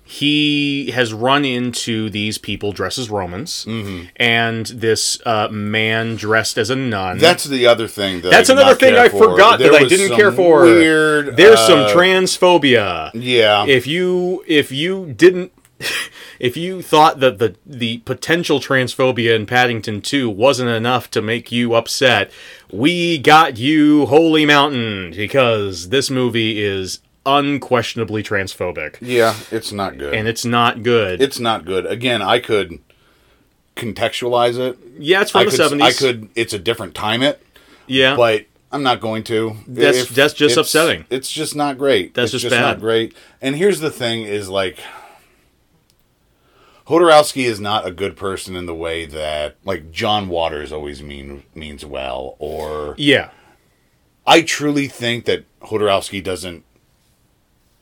Speaker 5: he has run into these people dressed as Romans,
Speaker 1: Mm-hmm.
Speaker 5: and this uh, man dressed as a nun.
Speaker 1: That's the other thing. That
Speaker 5: That's
Speaker 1: I did
Speaker 5: another
Speaker 1: not
Speaker 5: thing
Speaker 1: care
Speaker 5: I
Speaker 1: for.
Speaker 5: forgot
Speaker 1: There
Speaker 5: that I
Speaker 1: was
Speaker 5: didn't
Speaker 1: some
Speaker 5: care for.
Speaker 1: Weird.
Speaker 5: There's
Speaker 1: uh,
Speaker 5: some transphobia.
Speaker 1: Yeah.
Speaker 5: If you if you didn't if you thought that the the potential transphobia in Paddington 2 wasn't enough to make you upset, we got you Holy Mountain because this movie is unquestionably transphobic
Speaker 1: yeah, it's not good.
Speaker 5: and it's not good.
Speaker 1: it's not good. Again, I could contextualize it.
Speaker 5: yeah, it's from
Speaker 1: I
Speaker 5: the
Speaker 1: could,
Speaker 5: 70s.
Speaker 1: I could. It's a different time. It.
Speaker 5: yeah.
Speaker 1: but I'm not going to.
Speaker 5: That's- that's just
Speaker 1: it's-
Speaker 5: upsetting.
Speaker 1: It's just not great.
Speaker 5: That's
Speaker 1: It's
Speaker 5: just
Speaker 1: not
Speaker 5: bad.
Speaker 1: great. And here's the thing: is like Hodorowski is not a good person in the way that like John Waters always mean means well, or
Speaker 5: yeah.
Speaker 1: I truly think that Hodorowski doesn't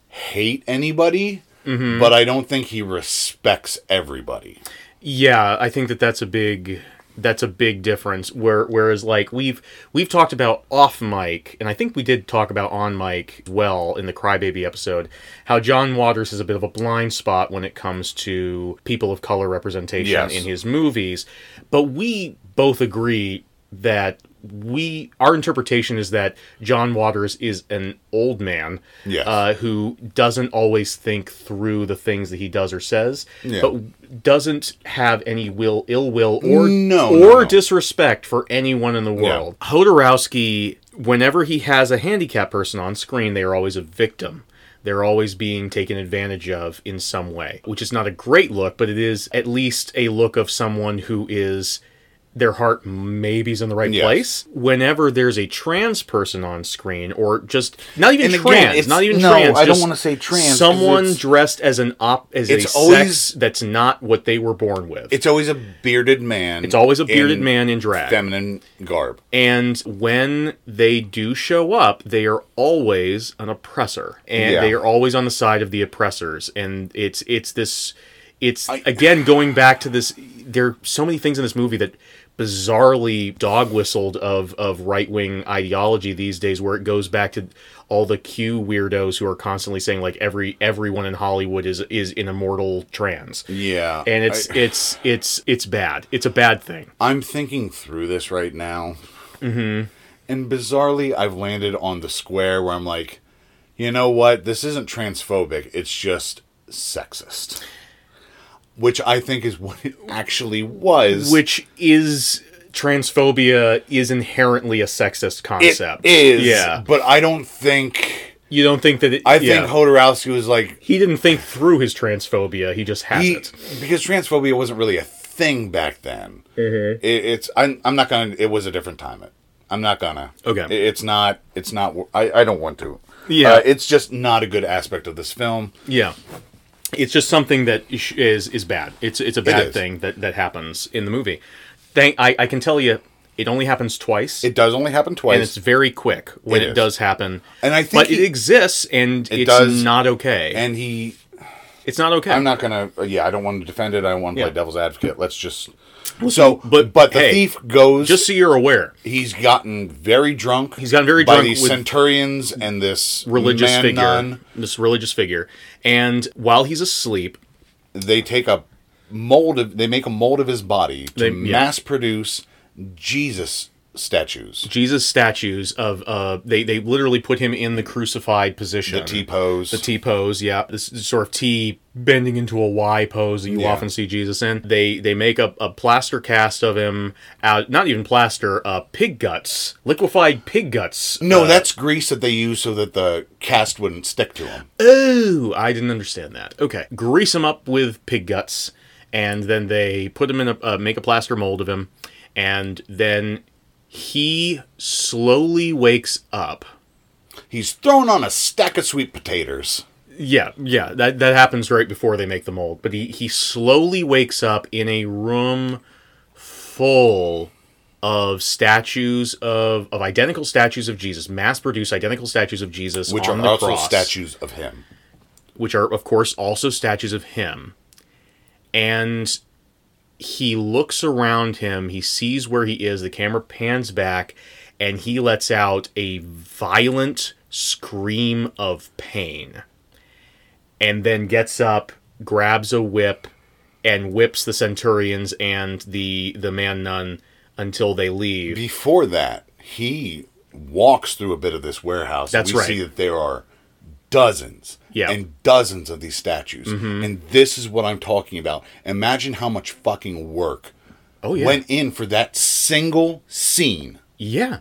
Speaker 1: hate anybody.
Speaker 5: Mm-hmm.
Speaker 1: But I don't think he respects everybody.
Speaker 5: Yeah, I think that that's a big that's a big difference. Where whereas like we've we've talked about off mic, and I think we did talk about on mic as well in the Crybaby episode, how John Waters is a bit of a blind spot when it comes to people of color representation
Speaker 1: Yes.
Speaker 5: in his movies. But we both agree that we our interpretation is that John Waters is an old man
Speaker 1: Yes.
Speaker 5: uh, who doesn't always think through the things that he does or says,
Speaker 1: Yeah.
Speaker 5: but doesn't have any will, ill will, or
Speaker 1: No,
Speaker 5: or
Speaker 1: no, no.
Speaker 5: disrespect for anyone in the world. Hodorowski, whenever he has a handicapped person on screen, they are always a victim. They're always being taken advantage of in some way, which is not a great look, but it is at least a look of someone who is their heart maybe is in the right
Speaker 1: Yes.
Speaker 5: place. Whenever there's a trans person on screen, or just not even
Speaker 1: And again,
Speaker 5: trans,
Speaker 1: it's-
Speaker 5: not even
Speaker 1: no,
Speaker 5: trans.
Speaker 1: I don't
Speaker 5: just
Speaker 1: wanna say trans 'cause
Speaker 5: Someone
Speaker 1: it's-
Speaker 5: dressed as an op as a
Speaker 1: It's
Speaker 5: sex
Speaker 1: always-
Speaker 5: that's not what they were born with.
Speaker 1: It's always a bearded man.
Speaker 5: It's always a bearded
Speaker 1: in
Speaker 5: man in drag.
Speaker 1: feminine garb.
Speaker 5: and when they do show up, they are always an oppressor, and
Speaker 1: Yeah.
Speaker 5: they are always on the side of the oppressors. And it's it's this, it's again going back to this. There are so many things in this movie that bizarrely dog whistled of of right wing ideology these days, where it goes back to all the Q weirdos who are constantly saying like every everyone in Hollywood is is an immortal trans.
Speaker 1: Yeah,
Speaker 5: And it's
Speaker 1: I-
Speaker 5: it's it's it's bad. It's a bad thing.
Speaker 1: I'm thinking through this right now.
Speaker 5: Mm-hmm.
Speaker 1: And bizarrely, I've landed on the square where I'm like, you know what? This isn't transphobic. It's just sexist. Which I think is what it actually was.
Speaker 5: which is transphobia is inherently a sexist
Speaker 1: it
Speaker 5: concept.
Speaker 1: is.
Speaker 5: Yeah.
Speaker 1: But I don't think.
Speaker 5: You don't think that it,
Speaker 1: I
Speaker 5: yeah.
Speaker 1: think Hodorowski was like,
Speaker 5: he didn't think through his transphobia. He just has
Speaker 1: he,
Speaker 5: it.
Speaker 1: because transphobia wasn't really a thing back then. Mm-hmm. It, it's I'm, I'm not gonna. It was a different time. It I'm not gonna.
Speaker 5: Okay.
Speaker 1: It- it's not. It's not. wor- I I don't want to.
Speaker 5: Yeah.
Speaker 1: Uh, it's just not a good aspect of this film.
Speaker 5: Yeah. It's just something that is is, is bad. It's it's a bad
Speaker 1: is.
Speaker 5: thing that, that happens in the movie. Thank I, I can tell you it only happens twice.
Speaker 1: It does only happen
Speaker 5: and it's
Speaker 1: twice.
Speaker 5: very quick when
Speaker 1: It
Speaker 5: it,
Speaker 1: is.
Speaker 5: does happen.
Speaker 1: And I think
Speaker 5: but
Speaker 1: he-
Speaker 5: it exists and
Speaker 1: It
Speaker 5: it's
Speaker 1: does.
Speaker 5: not okay.
Speaker 1: And he.
Speaker 5: it's not okay.
Speaker 1: I'm not gonna. uh, Yeah. I don't want to defend it. I don't want to
Speaker 5: Yeah.
Speaker 1: play devil's advocate. Let's just. so, but
Speaker 5: but-
Speaker 1: but the
Speaker 5: hey,
Speaker 1: thief goes.
Speaker 5: just so you're aware.
Speaker 1: he's gotten very drunk.
Speaker 5: He's gotten very
Speaker 1: by
Speaker 5: drunk
Speaker 1: these
Speaker 5: with-
Speaker 1: centurions and this
Speaker 5: religious
Speaker 1: man
Speaker 5: figure,
Speaker 1: nun.
Speaker 5: this religious figure, and while he's asleep,
Speaker 1: they take a mold of they make a mold of his body to
Speaker 5: They- yeah.
Speaker 1: mass produce Jesus statues,
Speaker 5: Jesus statues of uh they they literally put him in the crucified position.
Speaker 1: the T pose,
Speaker 5: The T pose, yeah, this is sort of T bending into a Y pose that you
Speaker 1: Yeah.
Speaker 5: often see Jesus in. They they make a, a plaster cast of him out, not even plaster, uh, pig guts, liquefied pig guts.
Speaker 1: No,
Speaker 5: uh,
Speaker 1: that's grease that they use so that the cast wouldn't stick to him.
Speaker 5: Oh, I didn't understand that. Okay, grease him up with pig guts, and then they put him in a uh, make a plaster mold of him, and then he slowly wakes up.
Speaker 1: He's thrown on a stack of sweet potatoes.
Speaker 5: Yeah, yeah, that that happens right before they make the mold. But he he slowly wakes up in a room full of statues of of identical statues of Jesus, mass produced identical statues of Jesus,
Speaker 1: which
Speaker 5: on
Speaker 1: are
Speaker 5: the
Speaker 1: also
Speaker 5: cross.
Speaker 1: statues of him.
Speaker 5: which are of course also statues of him and he looks around him he sees where he is the camera pans back and he lets out a violent scream of pain and then gets up grabs a whip and whips the centurions and the the man nun until they leave
Speaker 1: Before that, he walks through a bit of this warehouse.
Speaker 5: That's
Speaker 1: we
Speaker 5: right.
Speaker 1: see that there are dozens
Speaker 5: Yeah. Mm-hmm.
Speaker 1: and dozens of these statues. And this is what I'm talking about. Imagine how much fucking work
Speaker 5: oh yeah
Speaker 1: went in for that single scene.
Speaker 5: Yeah.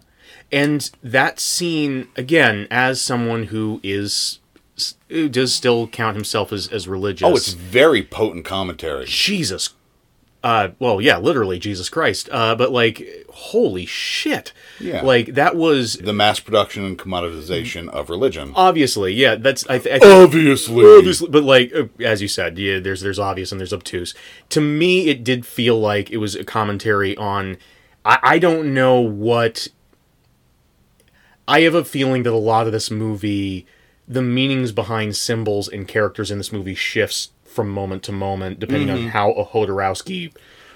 Speaker 5: And that scene, again, as someone who is, who does still count himself as, as religious.
Speaker 1: Oh, it's very potent commentary.
Speaker 5: Jesus. Uh, well, yeah, literally Jesus Christ. Uh, but like, holy shit.
Speaker 1: Yeah.
Speaker 5: Like, that was
Speaker 1: The mass production and commoditization of religion.
Speaker 5: obviously, yeah, that's, I, th- I
Speaker 1: Oh,
Speaker 5: think.
Speaker 1: Obviously.
Speaker 5: Obviously, but like uh, as you said, yeah, there's there's obvious and there's obtuse. To me, it did feel like it was a commentary on. I, I don't know what. I have a feeling that a lot of this movie, the meanings behind symbols and characters in this movie shifts from moment to moment depending on how a Hodorowski,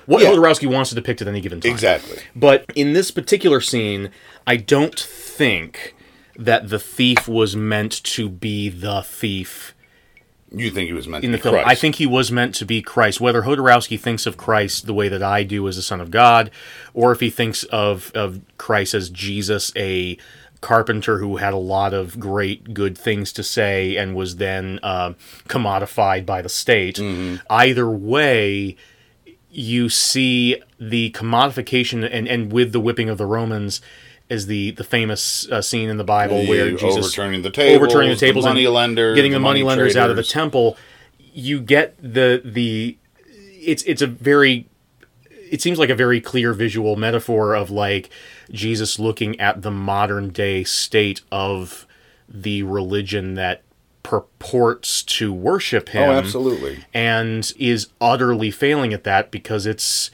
Speaker 5: what
Speaker 1: Mm-hmm. Yeah.
Speaker 5: Hodorowski wants to depict at any given time.
Speaker 1: Exactly.
Speaker 5: But in this particular scene, I don't think that the thief was meant to be the thief
Speaker 1: You think he was meant
Speaker 5: in
Speaker 1: to
Speaker 5: the
Speaker 1: be
Speaker 5: film.
Speaker 1: Christ.
Speaker 5: I think he was meant to be Christ. Whether Hodorowski thinks of Christ the way that I do as the Son of God, or if he thinks of of Christ as Jesus, a carpenter who had a lot of great good things to say and was then uh, commodified by the state.
Speaker 1: Mm-hmm.
Speaker 5: Either way. You see the commodification, and, and with the whipping of the Romans, is the the famous uh, scene in the Bible
Speaker 1: The
Speaker 5: where Jesus
Speaker 1: overturning the tables,
Speaker 5: overturning the
Speaker 1: the
Speaker 5: tables, and
Speaker 1: moneylenders,
Speaker 5: getting the,
Speaker 1: the money
Speaker 5: moneylenders out of the
Speaker 1: traders.
Speaker 5: temple. You get the the it's it's a very it seems like a very clear visual metaphor of like Jesus looking at the modern day state of the religion that purports to worship him
Speaker 1: Oh, absolutely.
Speaker 5: and is utterly failing at that because it's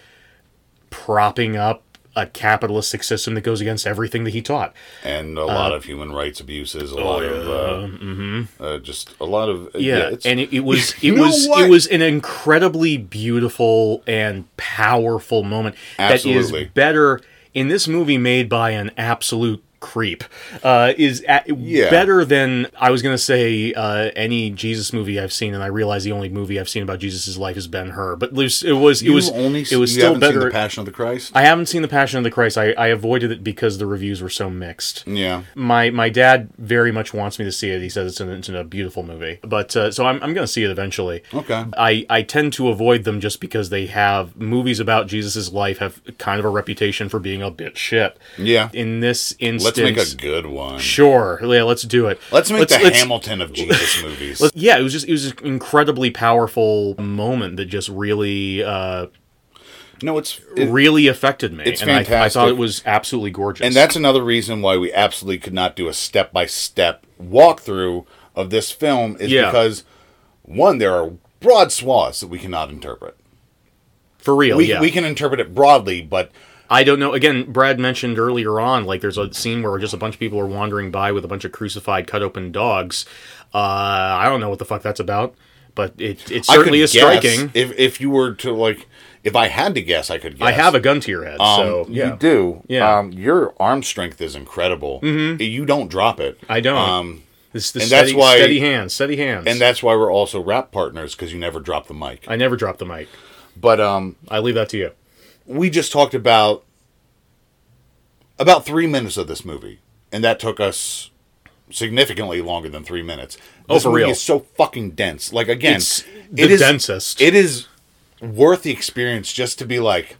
Speaker 5: propping up a capitalistic system that goes against everything that he taught.
Speaker 1: and a
Speaker 5: Uh,
Speaker 1: lot of human rights abuses, a lot of uh, uh, just a lot of
Speaker 5: oh, Mm-hmm.
Speaker 1: uh,
Speaker 5: Yeah,
Speaker 1: it's,
Speaker 5: and it, it was it
Speaker 1: You know
Speaker 5: was
Speaker 1: what?
Speaker 5: it was an incredibly beautiful and powerful moment that
Speaker 1: Absolutely.
Speaker 5: is better in this movie made by an absolute creep uh, is a
Speaker 1: Yeah.
Speaker 5: better than I was gonna say uh, any Jesus movie I've seen, and I realize the only movie I've seen about Jesus' life is Ben Hur, but it was it was it
Speaker 1: You
Speaker 5: was
Speaker 1: only
Speaker 5: it was
Speaker 1: you
Speaker 5: still
Speaker 1: haven't seen
Speaker 5: better.
Speaker 1: the Passion of the Christ.
Speaker 5: I haven't seen the Passion of the Christ. I, I avoided it because the reviews were so mixed
Speaker 1: yeah,
Speaker 5: my my dad very much wants me to see it. He says it's, an, it's a beautiful movie, but uh, so I'm I'm going to see it eventually.
Speaker 1: Okay.
Speaker 5: I I tend to avoid them just because they have movies about Jesus's life have kind of a reputation for being a bit shit.
Speaker 1: yeah.
Speaker 5: In this instance,
Speaker 1: Let's make a good one.
Speaker 5: sure. Yeah, let's do it.
Speaker 1: Let's make the
Speaker 5: let's-
Speaker 1: Hamilton of Jesus movies.
Speaker 5: Yeah, it was just it was an incredibly powerful moment that just really uh,
Speaker 1: no, it's it-
Speaker 5: really affected me.
Speaker 1: it's
Speaker 5: and I, I thought
Speaker 1: fantastic.
Speaker 5: it was absolutely gorgeous.
Speaker 1: and that's another reason why we absolutely could not do a step by step walkthrough of this film is
Speaker 5: Yeah.
Speaker 1: because one there are broad swaths that we cannot interpret.
Speaker 5: for real.
Speaker 1: We
Speaker 5: yeah.
Speaker 1: we can interpret it broadly, but
Speaker 5: I don't know. Again, Brad mentioned earlier on, like there's a scene where just a bunch of people are wandering by with a bunch of crucified, cut open dogs. Uh, I don't know what the fuck that's about, but it it
Speaker 1: I could
Speaker 5: certainly is
Speaker 1: guess
Speaker 5: striking.
Speaker 1: If if you were to like, if I had to guess, I could. guess.
Speaker 5: I have a gun to your head,
Speaker 1: Um,
Speaker 5: so Oh, yeah.
Speaker 1: You do.
Speaker 5: Yeah. Mm-hmm.
Speaker 1: Um, your arm strength is incredible. You don't drop it.
Speaker 5: I don't.
Speaker 1: Um,
Speaker 5: this this
Speaker 1: and
Speaker 5: steady,
Speaker 1: that's why-
Speaker 5: steady hands, steady hands.
Speaker 1: and that's why we're also rap partners because you never drop the mic.
Speaker 5: I never drop the mic.
Speaker 1: But um,
Speaker 5: I leave that to you.
Speaker 1: we just talked about about three minutes of this movie, and that took us significantly longer than three minutes.
Speaker 5: Oh,
Speaker 1: This
Speaker 5: for
Speaker 1: movie
Speaker 5: real.
Speaker 1: is so fucking dense. Like again,
Speaker 5: It's
Speaker 1: it
Speaker 5: the
Speaker 1: is-
Speaker 5: densest.
Speaker 1: It is worth the experience just to be like,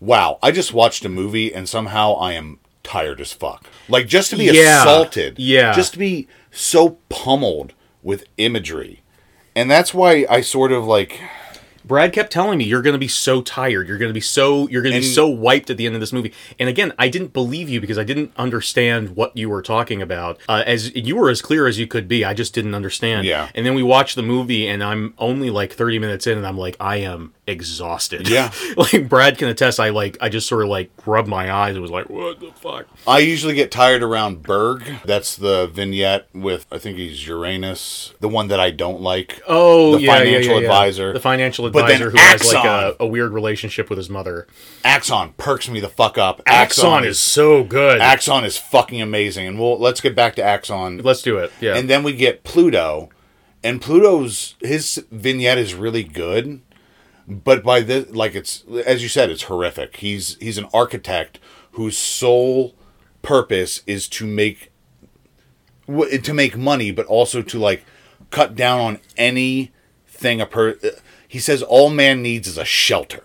Speaker 1: wow, I just watched a movie and somehow I am tired as fuck. Like just to be
Speaker 5: Yeah.
Speaker 1: assaulted,
Speaker 5: Yeah.
Speaker 1: just to be so pummeled with imagery, and that's why I sort of like.
Speaker 5: Brad kept telling me you're going to be so tired, you're going to be so you're going to be
Speaker 1: And-
Speaker 5: so wiped at the end of this movie. And again, I didn't believe you because I didn't understand what you were talking about. Uh, as you were as clear as you could be, I just didn't understand.
Speaker 1: Yeah.
Speaker 5: And then we watched the movie, and I'm only like 30 minutes in, and I'm like, I am exhausted.
Speaker 1: Yeah.
Speaker 5: like Brad can attest. I like I just sort of like rubbed my eyes and was like, what the fuck?
Speaker 1: I usually get tired around Berg. That's the vignette with I think he's Uranus, the one that I don't like.
Speaker 5: Oh,
Speaker 1: the
Speaker 5: yeah, yeah,
Speaker 1: financial
Speaker 5: yeah, yeah.
Speaker 1: advisor.
Speaker 5: the financial
Speaker 1: But then
Speaker 5: advisor who has like a,
Speaker 1: Axon.
Speaker 5: a weird relationship with his mother.
Speaker 1: Axon perks me the fuck up.
Speaker 5: Axon, is so good.
Speaker 1: Axon is fucking amazing, and we'll let's get back to Axon.
Speaker 5: Let's do it. Yeah.
Speaker 1: And then we get Pluto, and Pluto's his vignette is really good, but by this, like it's as you said, it's horrific. He's he's an architect whose sole purpose is to make w- to make money, but also to like cut down on anything a per. He says all man needs is a shelter,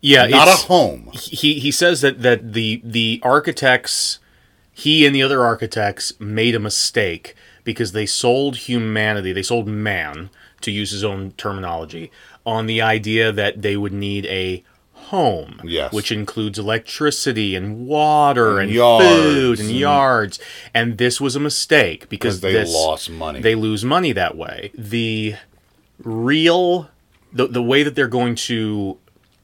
Speaker 5: yeah.
Speaker 1: not a
Speaker 5: it's-
Speaker 1: home.
Speaker 5: he he says that that the the architects he and the other architects made a mistake because they sold humanity they sold man to use his own terminology on the idea that they would need a home
Speaker 1: Yes.
Speaker 5: which includes electricity and water and,
Speaker 1: yards
Speaker 5: food and
Speaker 1: and-
Speaker 5: yards and this was a mistake because
Speaker 1: 'Cause they
Speaker 5: this-
Speaker 1: lost money.
Speaker 5: they lose money that way the real the, the way that they're going to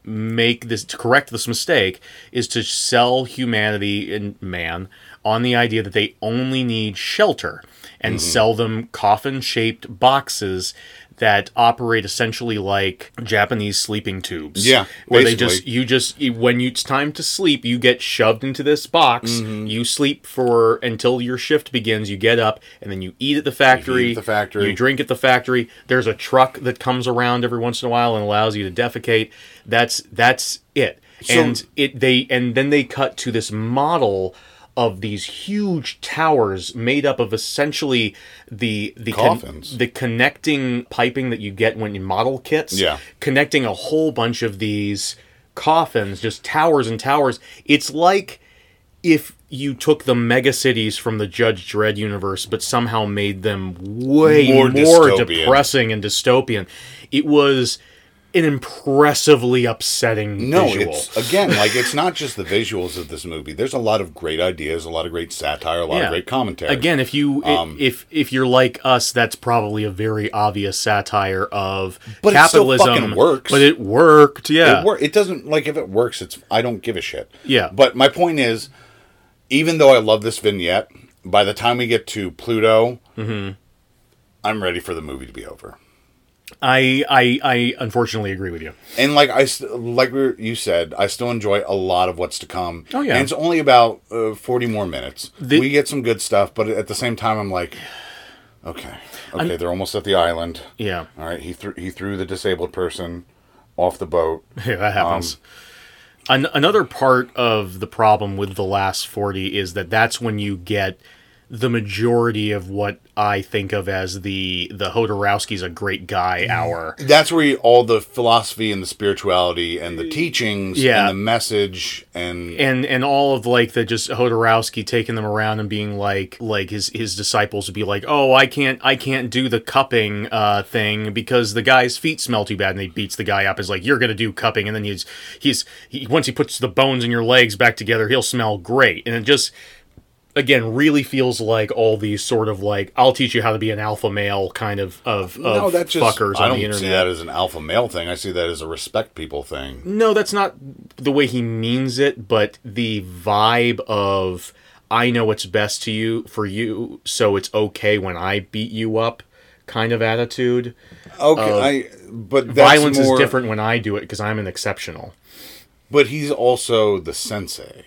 Speaker 5: make this to correct this mistake is to sell humanity and man on the idea that they only need shelter and
Speaker 1: Mm-hmm.
Speaker 5: sell them coffin shaped boxes that operate essentially like Japanese sleeping tubes.
Speaker 1: Yeah,
Speaker 5: where they
Speaker 1: basically.
Speaker 5: just you just you- when you, it's time to sleep, you get shoved into this box.
Speaker 1: Mm-hmm.
Speaker 5: You sleep for until your shift begins. You get up and then you eat at the factory.
Speaker 1: the factory.
Speaker 5: You drink at the factory. There's a truck that comes around every once in a while and allows you to defecate. That's that's it.
Speaker 1: So-
Speaker 5: and it they and then they cut to this model of these huge towers made up of essentially the the con-
Speaker 1: Coffins.
Speaker 5: the connecting piping that you get when you model kits
Speaker 1: Yeah.
Speaker 5: connecting a whole bunch of these coffins just towers and towers it's like if you took the mega cities from the Judge Dredd universe, but somehow made them way
Speaker 1: More
Speaker 5: more,
Speaker 1: dystopian.
Speaker 5: depressing and dystopian, it was an impressively upsetting
Speaker 1: No,
Speaker 5: visual.
Speaker 1: it's again like it's not just the visuals of this movie. There's a lot of great ideas, a lot of great satire, a lot of great commentary.
Speaker 5: Again, if you i-
Speaker 1: Um,
Speaker 5: if if you're like us, that's probably a very obvious satire of
Speaker 1: But it still
Speaker 5: capitalism.
Speaker 1: fucking works.
Speaker 5: But it worked. Yeah.
Speaker 1: it, wor- it doesn't like if it works, it's I don't give a shit.
Speaker 5: Yeah.
Speaker 1: But my point is, even though I love this vignette, by the time we get to Pluto,
Speaker 5: Mm-hmm.
Speaker 1: I'm ready for the movie to be over.
Speaker 5: I, I I unfortunately agree with you.
Speaker 1: And like I st- like we were- you said, I still enjoy a lot of what's to come.
Speaker 5: Oh, yeah.
Speaker 1: and it's only about uh, forty more minutes.
Speaker 5: The-
Speaker 1: we get some good stuff, but at the same time, I'm like, okay, okay, they're almost at the island.
Speaker 5: Yeah.
Speaker 1: All right, he threw he threw the disabled person off the boat.
Speaker 5: Yeah, that happens. An- another part of the problem with the last 40 is that that's when you get the majority of what I think of as the the Hodorowski's a great guy hour.
Speaker 1: That's where you, all the philosophy and the spirituality and the teachings
Speaker 5: Yeah.
Speaker 1: and the message and,
Speaker 5: and and all of like the just Hodorowski taking them around and being like like his his disciples would be like oh I can't I can't do the cupping uh thing because the guy's feet smell too bad and he beats the guy up is like you're gonna do cupping and then he's he's he, once he puts the bones in your legs back together he'll smell great and it just again really feels like all these sort of like I'll teach you how to be an alpha male kind of of, of
Speaker 1: no, that's just
Speaker 5: fuckers
Speaker 1: I
Speaker 5: on
Speaker 1: don't
Speaker 5: the internet
Speaker 1: see that as an alpha male thing. I see that as a respect people thing.
Speaker 5: no, that's not the way he means it, but the vibe of I know what's best to you for you, so it's okay when I beat you up kind of attitude.
Speaker 1: Okay, I but
Speaker 5: Violence is different when I do it because I'm an exceptional.
Speaker 1: But he's also the sensei,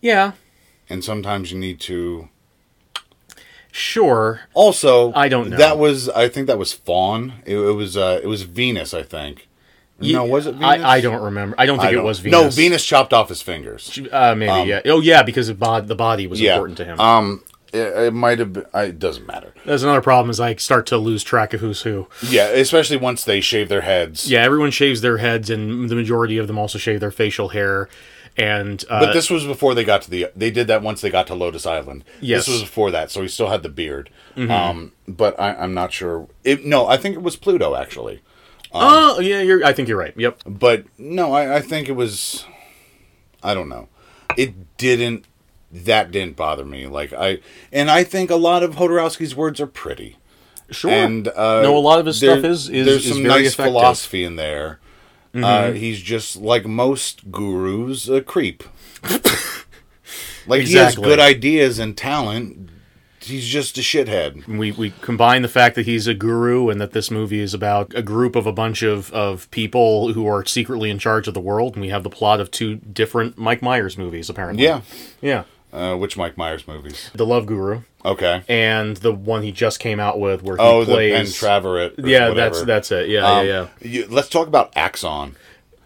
Speaker 5: Yeah,
Speaker 1: and sometimes you need to.
Speaker 5: sure.
Speaker 1: Also,
Speaker 5: I don't know.
Speaker 1: That was I think that was Fawn. It, it was uh, it was Venus. I think No, was it Venus?
Speaker 5: I, I don't remember. I don't think
Speaker 1: I
Speaker 5: it
Speaker 1: don't-
Speaker 5: was Venus.
Speaker 1: No, Venus chopped off his fingers.
Speaker 5: Uh, maybe yeah. Oh yeah, because the bod- the body was
Speaker 1: yeah.
Speaker 5: important to him.
Speaker 1: Um, it, it might have been. I, it doesn't matter.
Speaker 5: That's another problem is I start to lose track of who's who.
Speaker 1: Yeah, especially once they shave their heads.
Speaker 5: Yeah, everyone shaves their heads, and the majority of them also shave their facial hair. And uh,
Speaker 1: But this was before they got to the. They did that once they got to Lotus Island.
Speaker 5: Yes. Mm-hmm.
Speaker 1: This was before that, so he still had the beard. Um, but I, I'm not sure. It, no, I think it was Pluto actually.
Speaker 5: oh yeah, you're, I think you're right. Yep.
Speaker 1: But no, I, I think it was. I don't know. It didn't. That didn't bother me. Like I, and I think a lot of Hodorowski's words are pretty.
Speaker 5: Sure.
Speaker 1: And uh,
Speaker 5: no, a lot of his
Speaker 1: there-
Speaker 5: stuff is is,
Speaker 1: there's
Speaker 5: is
Speaker 1: some
Speaker 5: very
Speaker 1: nice
Speaker 5: effective. Mm-hmm.
Speaker 1: philosophy in there. Uh, he's just like most gurus, a creep. like he has
Speaker 5: Exactly.
Speaker 1: good ideas and talent. He's just a shithead.
Speaker 5: We we combine the fact that he's a guru and that this movie is about a group of a bunch of of people who are secretly in charge of the world, and we have the plot of two different Mike Myers movies apparently.
Speaker 1: Yeah.
Speaker 5: Yeah.
Speaker 1: Uh, which Mike Myers movies?
Speaker 5: The Love Guru.
Speaker 1: Okay.
Speaker 5: and the one he just came out with where he
Speaker 1: oh, the Ben
Speaker 5: plays
Speaker 1: Traverett. or
Speaker 5: yeah,
Speaker 1: whatever.
Speaker 5: that's that's it. Yeah,
Speaker 1: Um,
Speaker 5: yeah,
Speaker 1: you- let's talk about Axon.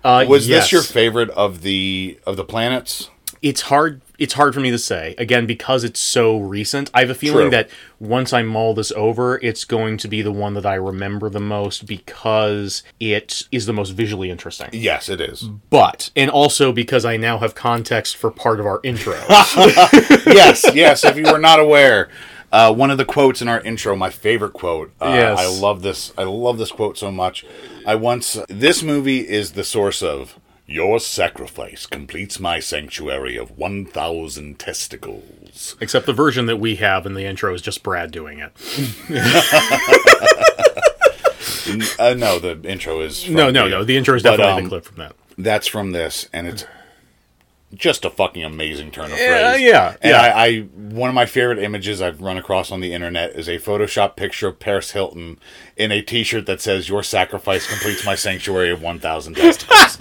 Speaker 5: yeah. Uh,
Speaker 1: Was this your
Speaker 5: yes.
Speaker 1: favorite of the of the planets?
Speaker 5: It's hard. It's hard for me to say again because it's so recent. I have a
Speaker 1: True.
Speaker 5: feeling that once I mull this over, it's going to be the one that I remember the most because it is the most visually interesting.
Speaker 1: Yes, it is.
Speaker 5: But and also because I now have context for part of our intro.
Speaker 1: yes, yes. If you were not aware, uh, one of the quotes in our intro, my favorite quote. Uh,
Speaker 5: Yes.
Speaker 1: I love this. I love this quote so much. I once. This movie is the source of your sacrifice completes my sanctuary of one thousand testicles.
Speaker 5: Except the version that we have in the intro is just Brad doing it.
Speaker 1: N- uh, no, the intro is from
Speaker 5: No, no,
Speaker 1: the-
Speaker 5: no. The intro is
Speaker 1: But,
Speaker 5: definitely
Speaker 1: um,
Speaker 5: the clip from that.
Speaker 1: That's from this, and it's just a fucking amazing turn of
Speaker 5: Yeah,
Speaker 1: phrase.
Speaker 5: yeah,
Speaker 1: and
Speaker 5: yeah.
Speaker 1: I, I one of my favorite images I've run across on the internet is a Photoshop picture of Paris Hilton in a T-shirt that says "Your sacrifice completes my sanctuary of one thousand testicles."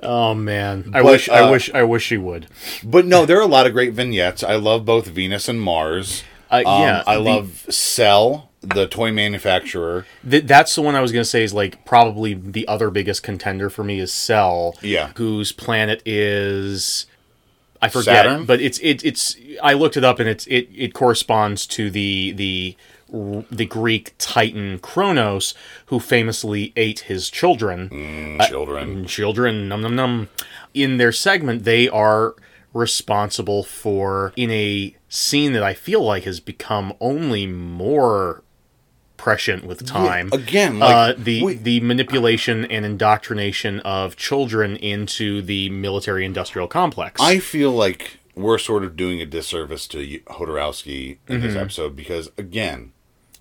Speaker 5: Oh man, I
Speaker 1: But,
Speaker 5: wish, I
Speaker 1: uh,
Speaker 5: wish, I wish she would.
Speaker 1: but no, there are a lot of great vignettes. I love both Venus and Mars. Um,
Speaker 5: Uh, yeah,
Speaker 1: I
Speaker 5: the-
Speaker 1: love Cell, the toy manufacturer.
Speaker 5: Th- that's the one I was gonna say is like probably the other biggest contender for me is Cell.
Speaker 1: Yeah.
Speaker 5: whose planet is I forget,
Speaker 1: Saturn?
Speaker 5: but it's it, it's I looked it up and it's it it corresponds to the the the Greek Titan Kronos, who famously ate his children.
Speaker 1: children.
Speaker 5: Mm, children num num num in their segment they are responsible for in a scene that i feel like has become only more prescient with time
Speaker 1: again, like,
Speaker 5: uh, the
Speaker 1: we-
Speaker 5: the manipulation and indoctrination of children into the military industrial complex
Speaker 1: I feel like we're sort of doing a disservice to Y- Hodorowski in
Speaker 5: Mm-hmm.
Speaker 1: this episode because, again,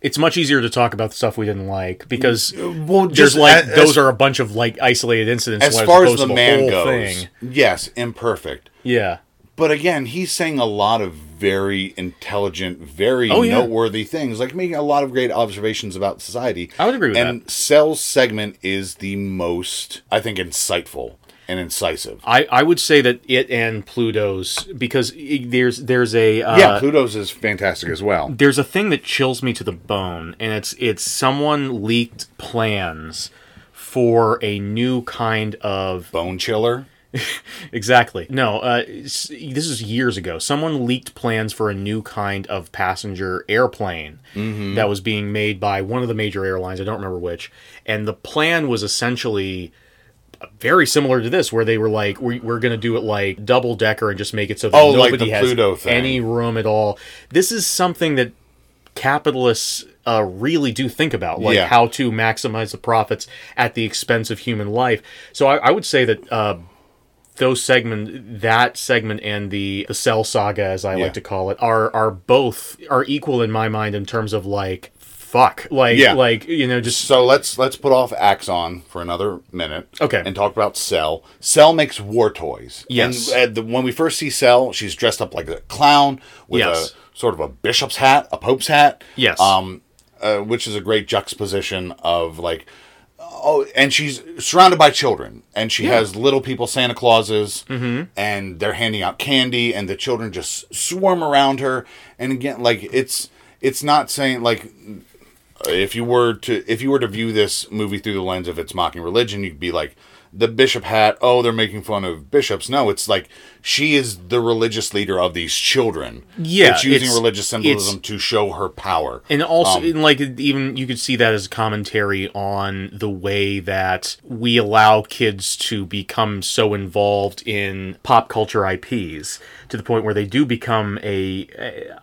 Speaker 5: it's much easier to talk about the stuff we didn't like because
Speaker 1: Mm, uh, well,
Speaker 5: there's like those are a bunch of like isolated incidents
Speaker 1: as far as
Speaker 5: opposed
Speaker 1: the
Speaker 5: to
Speaker 1: man
Speaker 5: whole
Speaker 1: goes. Yes, imperfect.
Speaker 5: yeah
Speaker 1: But again, he's saying a lot of very intelligent, very
Speaker 5: Oh, yeah.
Speaker 1: noteworthy things, like making a lot of great observations about society.
Speaker 5: I would agree with
Speaker 1: and that. Cell's segment is the most, I think, insightful and incisive.
Speaker 5: I, I would say that it and Pluto's because i there's there's a uh,
Speaker 1: yeah, Pluto's is fantastic as well.
Speaker 5: there's a thing that chills me to the bone, and it's it's someone leaked plans for a new kind of
Speaker 1: Bone chiller.
Speaker 5: exactly no uh, s- this is years ago someone leaked plans for a new kind of passenger airplane
Speaker 1: Mm-hmm.
Speaker 5: that was being made by one of the major airlines i don't remember which and the plan was essentially very similar to this where they were like we, we're gonna do it like double decker and just make it so that
Speaker 1: Oh, like the
Speaker 5: nobody has
Speaker 1: Pluto thing.
Speaker 5: any room at all this is something that capitalists uh, really do think about, like
Speaker 1: Yeah.
Speaker 5: how to maximize the profits at the expense of human life. So I, I would say that uh, those segment, that segment, and the the cell saga, as I
Speaker 1: Yeah.
Speaker 5: like to call it, are are both are equal in my mind in terms of like fuck, like
Speaker 1: Yeah.
Speaker 5: like you know just
Speaker 1: So let's let's put off Axon for another minute.
Speaker 5: Okay.
Speaker 1: And talk about Cell. Cell makes war toys.
Speaker 5: Yes.
Speaker 1: And, uh, the, when we first see Cell, she's dressed up like a clown with
Speaker 5: Yes.
Speaker 1: a sort of a bishop's hat, a pope's hat.
Speaker 5: Yes.
Speaker 1: Um, uh, which is a great juxtaposition of like, oh, and she's surrounded by children, and she has little people, Santa Clauses,
Speaker 5: Mm-hmm.
Speaker 1: and they're handing out candy, and the children just swarm around her. And again, like it's it's not saying like If you were to if you were to view this movie through the lens of it's mocking religion, you'd be like the bishop hat, oh, they're making fun of bishops. No, it's like she is the religious leader of these children.
Speaker 5: Yeah,
Speaker 1: It's using
Speaker 5: it's-
Speaker 1: religious symbolism
Speaker 5: it's-
Speaker 1: to show her power.
Speaker 5: And also,
Speaker 1: Um,
Speaker 5: and like, even you could see that as commentary on the way that we allow kids to become so involved in pop culture IPs to the point where they do become a.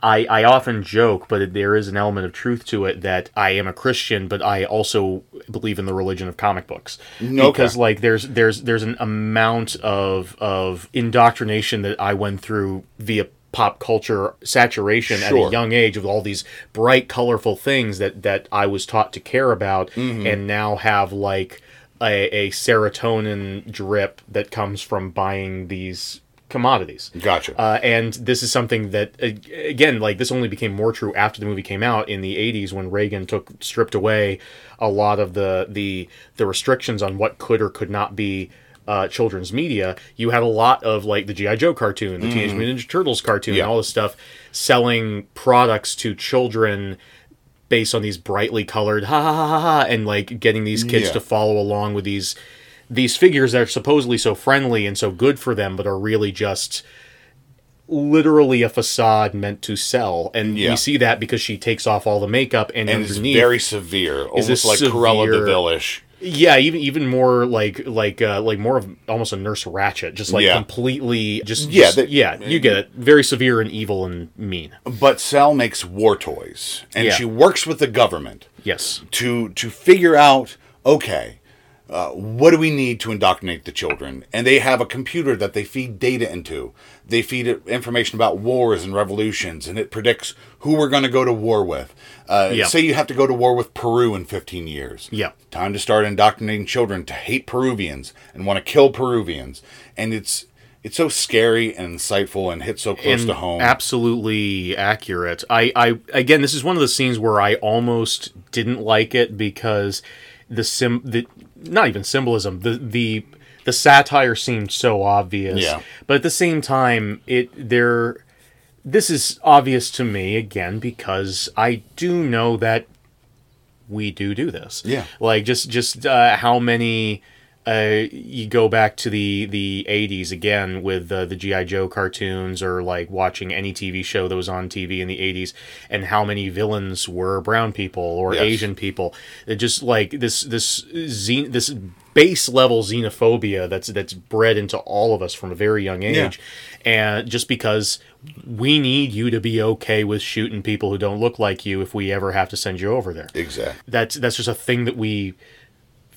Speaker 5: I, I often joke, but there is an element of truth to it that I am a Christian, but I also believe in the religion of comic books
Speaker 1: Okay.
Speaker 5: because like there's there's there's an amount of of indoctrination that I went through via pop culture saturation at
Speaker 1: Sure.
Speaker 5: a young age with all these bright colorful things that that I was taught to care about and now have like a, a serotonin drip that comes from buying these commodities
Speaker 1: Gotcha.
Speaker 5: uh, and this is something that a- again like this only became more true after the movie came out in the 80s when reagan took stripped away a lot of the the the restrictions on what could or could not be uh, children's media you had a lot of like the gi joe cartoon the teenage mutant ninja turtles cartoon
Speaker 1: Mm-hmm. Yeah.
Speaker 5: and all this stuff selling products to children based on these brightly colored ha ha ha ha, ha and like getting these kids
Speaker 1: Yeah.
Speaker 5: to follow along with these these figures that are supposedly so friendly and so good for them but are really just literally a facade meant to sell and
Speaker 1: Yeah.
Speaker 5: we see that because she takes off all the makeup and,
Speaker 1: and it's
Speaker 5: underneath
Speaker 1: very severe, almost
Speaker 5: this
Speaker 1: like Cruella de
Speaker 5: severe-
Speaker 1: Vil-ish.
Speaker 5: yeah even even more like like uh like more of almost a nurse ratchet just like
Speaker 1: Yeah.
Speaker 5: completely just
Speaker 1: Yeah,
Speaker 5: just-
Speaker 1: that-
Speaker 5: yeah you get it very severe and evil and mean
Speaker 1: But Sal makes war toys, and
Speaker 5: Yeah.
Speaker 1: she works with the government.
Speaker 5: yes
Speaker 1: to to figure out okay uh, what do we need to indoctrinate the children and they have a computer that they feed data into they feed it information about wars and revolutions and it predicts who we're going to go to war with uh,
Speaker 5: Yeah.
Speaker 1: say you have to go to war with peru in 15 years
Speaker 5: Yeah.
Speaker 1: time to start indoctrinating children to hate peruvians and want to kill peruvians and it's it's so scary and insightful and hits so close
Speaker 5: and
Speaker 1: to home
Speaker 5: Absolutely accurate. I, I again, this is one of the scenes where I almost didn't like it because the sim, the not even symbolism, the the the satire seemed so obvious.
Speaker 1: Yeah.
Speaker 5: But at the same time, it there. This is obvious to me again because I do know that we do do this.
Speaker 1: Yeah.
Speaker 5: Like just just uh, how many uh, you go back to the the 80s again with uh, the GI Joe cartoons or like watching any TV show that was on TV in the 80s and how many villains were brown people or
Speaker 1: Yes.
Speaker 5: Asian people. It just like this this xen- this base level xenophobia that's that's bred into all of us from a very young age
Speaker 1: Yeah.
Speaker 5: and just because we need you to be okay with shooting people who don't look like you if we ever have to send you over there
Speaker 1: exactly
Speaker 5: that's that's just a thing that we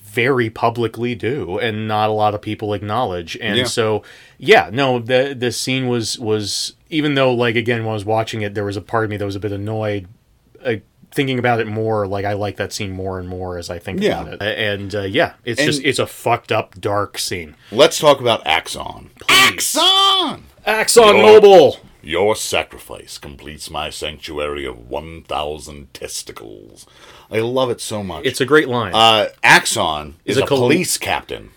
Speaker 5: very publicly do and not a lot of people acknowledge and
Speaker 1: Yeah.
Speaker 5: so yeah no the the scene was was even though like again when i was watching it there was a part of me that was a bit annoyed uh, thinking about it more like i like that scene more and more as i think
Speaker 1: Yeah.
Speaker 5: about it A- and uh, yeah it's
Speaker 1: And-
Speaker 5: just it's a fucked up dark scene
Speaker 1: let's talk about axon axon
Speaker 5: axon
Speaker 1: Your-
Speaker 5: mobile
Speaker 1: Your sacrifice completes my sanctuary of 1,000 testicles. I love it so much.
Speaker 5: it's a great line
Speaker 1: uh, Axon is,
Speaker 5: a
Speaker 1: a,
Speaker 5: col-
Speaker 1: police captain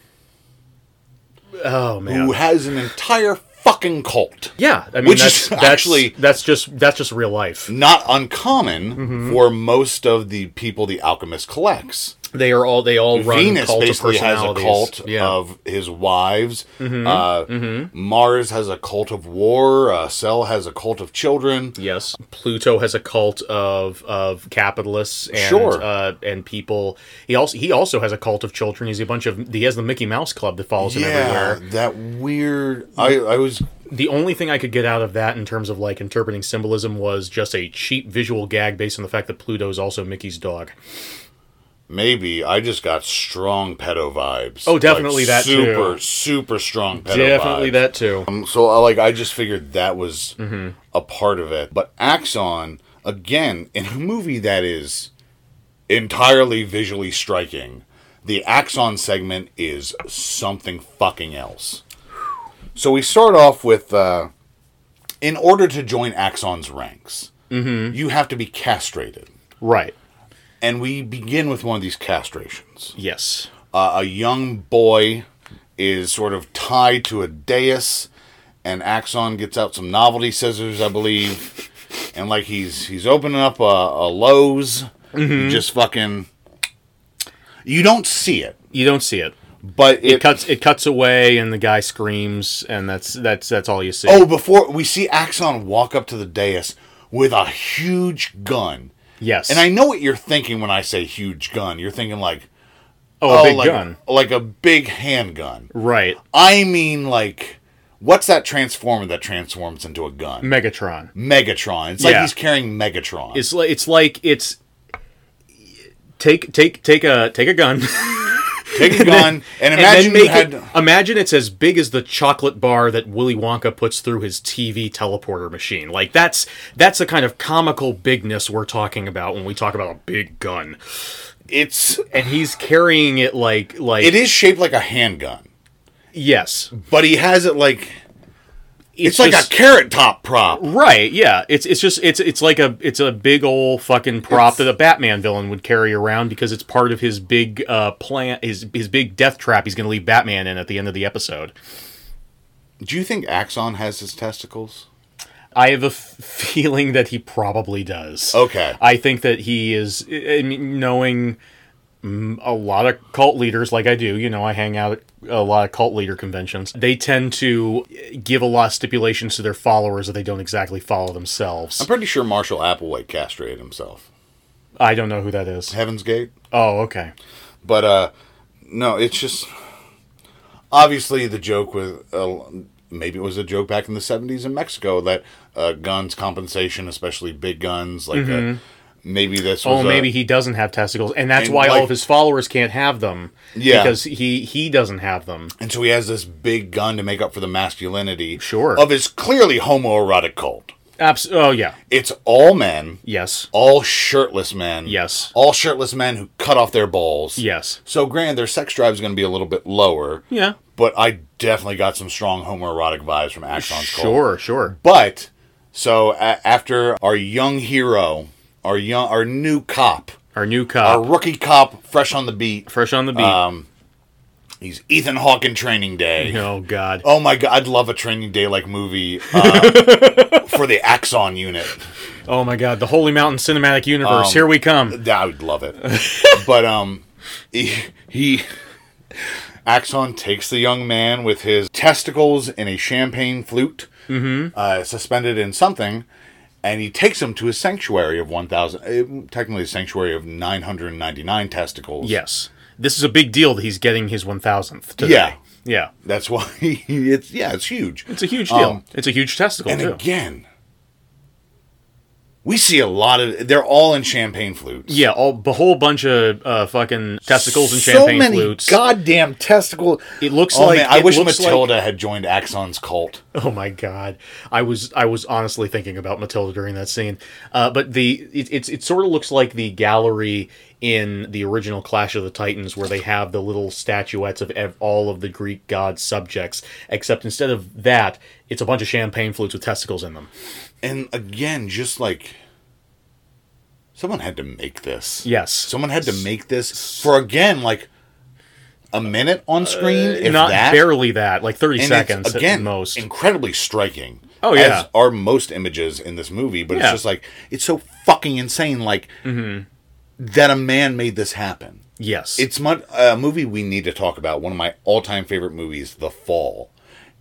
Speaker 5: oh man
Speaker 1: who has an entire fucking cult.
Speaker 5: yeah i mean
Speaker 1: Which
Speaker 5: that's,
Speaker 1: is
Speaker 5: that's
Speaker 1: actually-
Speaker 5: that's just that's just real life
Speaker 1: Not uncommon
Speaker 5: Mm-hmm.
Speaker 1: for most of the people the alchemist collects.
Speaker 5: they are all they all run
Speaker 1: Venus
Speaker 5: cult of
Speaker 1: basically has a
Speaker 5: personalities.
Speaker 1: cult
Speaker 5: yeah. Mm-hmm.
Speaker 1: of his wives. Uh, Mars has a cult of war. Uh, Cell has a cult of children.
Speaker 5: Yes, Pluto has a cult of of capitalists and
Speaker 1: Sure.
Speaker 5: uh, and people. He also he also has a cult of children. He's a bunch of he has the Mickey Mouse Club that follows him everywhere.
Speaker 1: that weird. I, I was
Speaker 5: The only thing I could get out of that in terms of like interpreting symbolism was just a cheap visual gag based on the fact that Pluto is also Mickey's dog.
Speaker 1: Maybe I just got strong pedo vibes.
Speaker 5: Oh, definitely that too.
Speaker 1: super, super strong pedo
Speaker 5: Definitely
Speaker 1: vibes.
Speaker 5: that too.
Speaker 1: Um, so, I, like, I just figured that was a part of it. But Axon, again, in a movie that is entirely visually striking, the Axon segment is something fucking else. So we start off with, uh, in order to join Axon's ranks, you have to be castrated,
Speaker 5: Right.
Speaker 1: and we begin with one of these castrations
Speaker 5: Yes.
Speaker 1: uh, a young boy is sort of tied to a dais, and Axon gets out some novelty scissors, I believe, and like he's he's opening up a, a Lowe's,
Speaker 5: Mm-hmm.
Speaker 1: You just fucking. You don't see it,
Speaker 5: You don't see it.
Speaker 1: but
Speaker 5: It,
Speaker 1: it,
Speaker 5: cuts it cuts away and the guy screams and that's that's that's all you see.
Speaker 1: Oh, before we see Axon walk up to the dais with a huge gun.
Speaker 5: yes.
Speaker 1: And I know what you're thinking when I say huge gun. You're thinking like
Speaker 5: oh, a big
Speaker 1: like,
Speaker 5: gun.
Speaker 1: like a big handgun.
Speaker 5: Right.
Speaker 1: I mean like what's that transformer that transforms into a gun?
Speaker 5: Megatron.
Speaker 1: Megatron. It's like
Speaker 5: Yeah.
Speaker 1: he's carrying Megatron.
Speaker 5: It's like it's like it's take take take a take a gun
Speaker 1: Take a gun and
Speaker 5: and then
Speaker 1: imagine
Speaker 5: make
Speaker 1: you had
Speaker 5: it, imagine it's as big as the chocolate bar that Willy Wonka puts through his TV teleporter machine. Like that's that's the kind of comical bigness we're talking about when we talk about a big gun.
Speaker 1: it's
Speaker 5: And he's carrying it like like
Speaker 1: it is shaped like a handgun.
Speaker 5: yes.
Speaker 1: But he has it like it's, like
Speaker 5: just-
Speaker 1: a carrot top prop.
Speaker 5: Right, yeah. It's it's just it's it's like a it's a big old fucking prop that a Batman villain would carry around because it's part of his big uh plan his his big death trap he's going to leave Batman in at the end of the episode.
Speaker 1: Do you think Axon has his testicles?
Speaker 5: I have a f- feeling that he probably does.
Speaker 1: Okay.
Speaker 5: I think that he is I I mean, knowing mm, a lot of cult leaders like I do, you know, I hang out at a lot of cult leader conventions. They tend to give a lot of stipulations to their followers that they don't exactly follow themselves.
Speaker 1: I'm pretty sure Marshall Applewhite castrated himself.
Speaker 5: I don't know who that is.
Speaker 1: Heaven's Gate.
Speaker 5: Oh, okay.
Speaker 1: But uh no, it's just obviously the joke with uh, maybe it was a joke back in the 70s in Mexico that uh, guns compensation, especially big guns like uh, maybe this was
Speaker 5: Mm-hmm. Oh,
Speaker 1: a-
Speaker 5: maybe he doesn't have testicles, and that's
Speaker 1: And,
Speaker 5: why all
Speaker 1: like-
Speaker 5: of his followers can't have them.
Speaker 1: Yeah.
Speaker 5: because he he doesn't have them.
Speaker 1: and so he has this big gun to make up for the masculinity
Speaker 5: Sure.
Speaker 1: of his clearly homoerotic cult.
Speaker 5: Abs- oh yeah,
Speaker 1: It's all men,
Speaker 5: yes,
Speaker 1: all shirtless men.
Speaker 5: Yes.
Speaker 1: All shirtless men who cut off their balls.
Speaker 5: yes,
Speaker 1: So granted, their sex drive is going to be a little bit lower.
Speaker 5: yeah,
Speaker 1: but I definitely got some strong homoerotic vibes from Axon's Call.
Speaker 5: sure, sure.
Speaker 1: But so a- after our young hero, our young, our new cop,
Speaker 5: Our new
Speaker 1: our um,
Speaker 5: cop,
Speaker 1: rookie cop, fresh on the beat,
Speaker 5: fresh on the beat.
Speaker 1: he's Ethan Hawke in Training Day.
Speaker 5: oh God,
Speaker 1: Oh my god, I'd love a Training Day like movie uh, for the Axon unit.
Speaker 5: oh my God, the Holy Mountain Cinematic Universe.
Speaker 1: Um,
Speaker 5: Here we come.
Speaker 1: That- I would love it. but um, he, he Axon takes the young man with his testicles in a champagne flute,
Speaker 5: Mm-hmm.
Speaker 1: uh, suspended in something, and he takes him to his sanctuary of one thousand, uh, technically a sanctuary of nine hundred ninety nine testicles.
Speaker 5: Yes, this is a big deal that he's getting his one thousandth today.
Speaker 1: Yeah.
Speaker 5: yeah.
Speaker 1: that's why he, it's yeah, it's huge.
Speaker 5: It's a huge deal.
Speaker 1: Um,
Speaker 5: it's a huge testicle
Speaker 1: and
Speaker 5: too.
Speaker 1: again, we see a lot of they're all in champagne flutes.
Speaker 5: yeah, all a whole bunch of uh, fucking testicles and
Speaker 1: so
Speaker 5: champagne
Speaker 1: many
Speaker 5: flutes.
Speaker 1: goddamn testicle.
Speaker 5: It looks like-
Speaker 1: Oh, I
Speaker 5: it
Speaker 1: wish
Speaker 5: looks like-
Speaker 1: Matilda had joined Axon's cult.
Speaker 5: Oh my god, I was I was honestly thinking about Matilda during that scene, uh, but the it, it's it sort of looks like the gallery in the original Clash of the Titans where they have the little statuettes of ev- all of the Greek god subjects, except instead of that, it's a bunch of champagne flutes with testicles in them.
Speaker 1: And again, just like someone had to make this.
Speaker 5: Yes,
Speaker 1: Someone had to make this for again like a minute on screen, if
Speaker 5: Uh, not
Speaker 1: that.
Speaker 5: barely that, like thirty
Speaker 1: And it's,
Speaker 5: seconds at
Speaker 1: again,
Speaker 5: most.
Speaker 1: incredibly striking.
Speaker 5: Oh, yeah.
Speaker 1: as are most images in this movie. But
Speaker 5: Yeah. Mm-hmm.
Speaker 1: it's just like it's so fucking insane, like that a man made this happen.
Speaker 5: yes,
Speaker 1: It's mon- a movie we need to talk about. One of my all-time favorite movies, The Fall,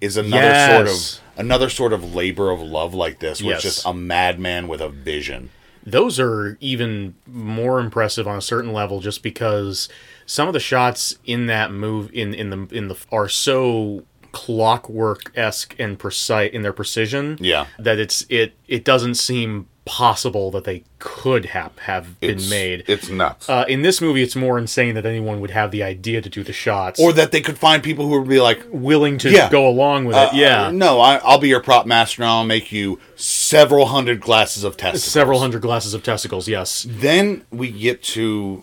Speaker 1: is another
Speaker 5: Yes.
Speaker 1: sort of another sort of labor of love like this, where it's
Speaker 5: Yes.
Speaker 1: just a madman with a vision.
Speaker 5: those are even more impressive on a certain level just because some of the shots in that move in in the in the are so clockwork-esque and precise in their precision
Speaker 1: Yeah.
Speaker 5: that it's it it doesn't seem possible that they could have have been
Speaker 1: It's-
Speaker 5: made
Speaker 1: It's nuts.
Speaker 5: uh, in this movie it's more insane that anyone would have the idea to do the shots
Speaker 1: or that they could find people who would be like,
Speaker 5: willing to
Speaker 1: Yeah.
Speaker 5: go along with
Speaker 1: uh,
Speaker 5: it yeah
Speaker 1: no, I, I'll be your prop master, and I'll make you several hundred glasses of testicles."
Speaker 5: several hundred glasses of testicles yes
Speaker 1: Then we get to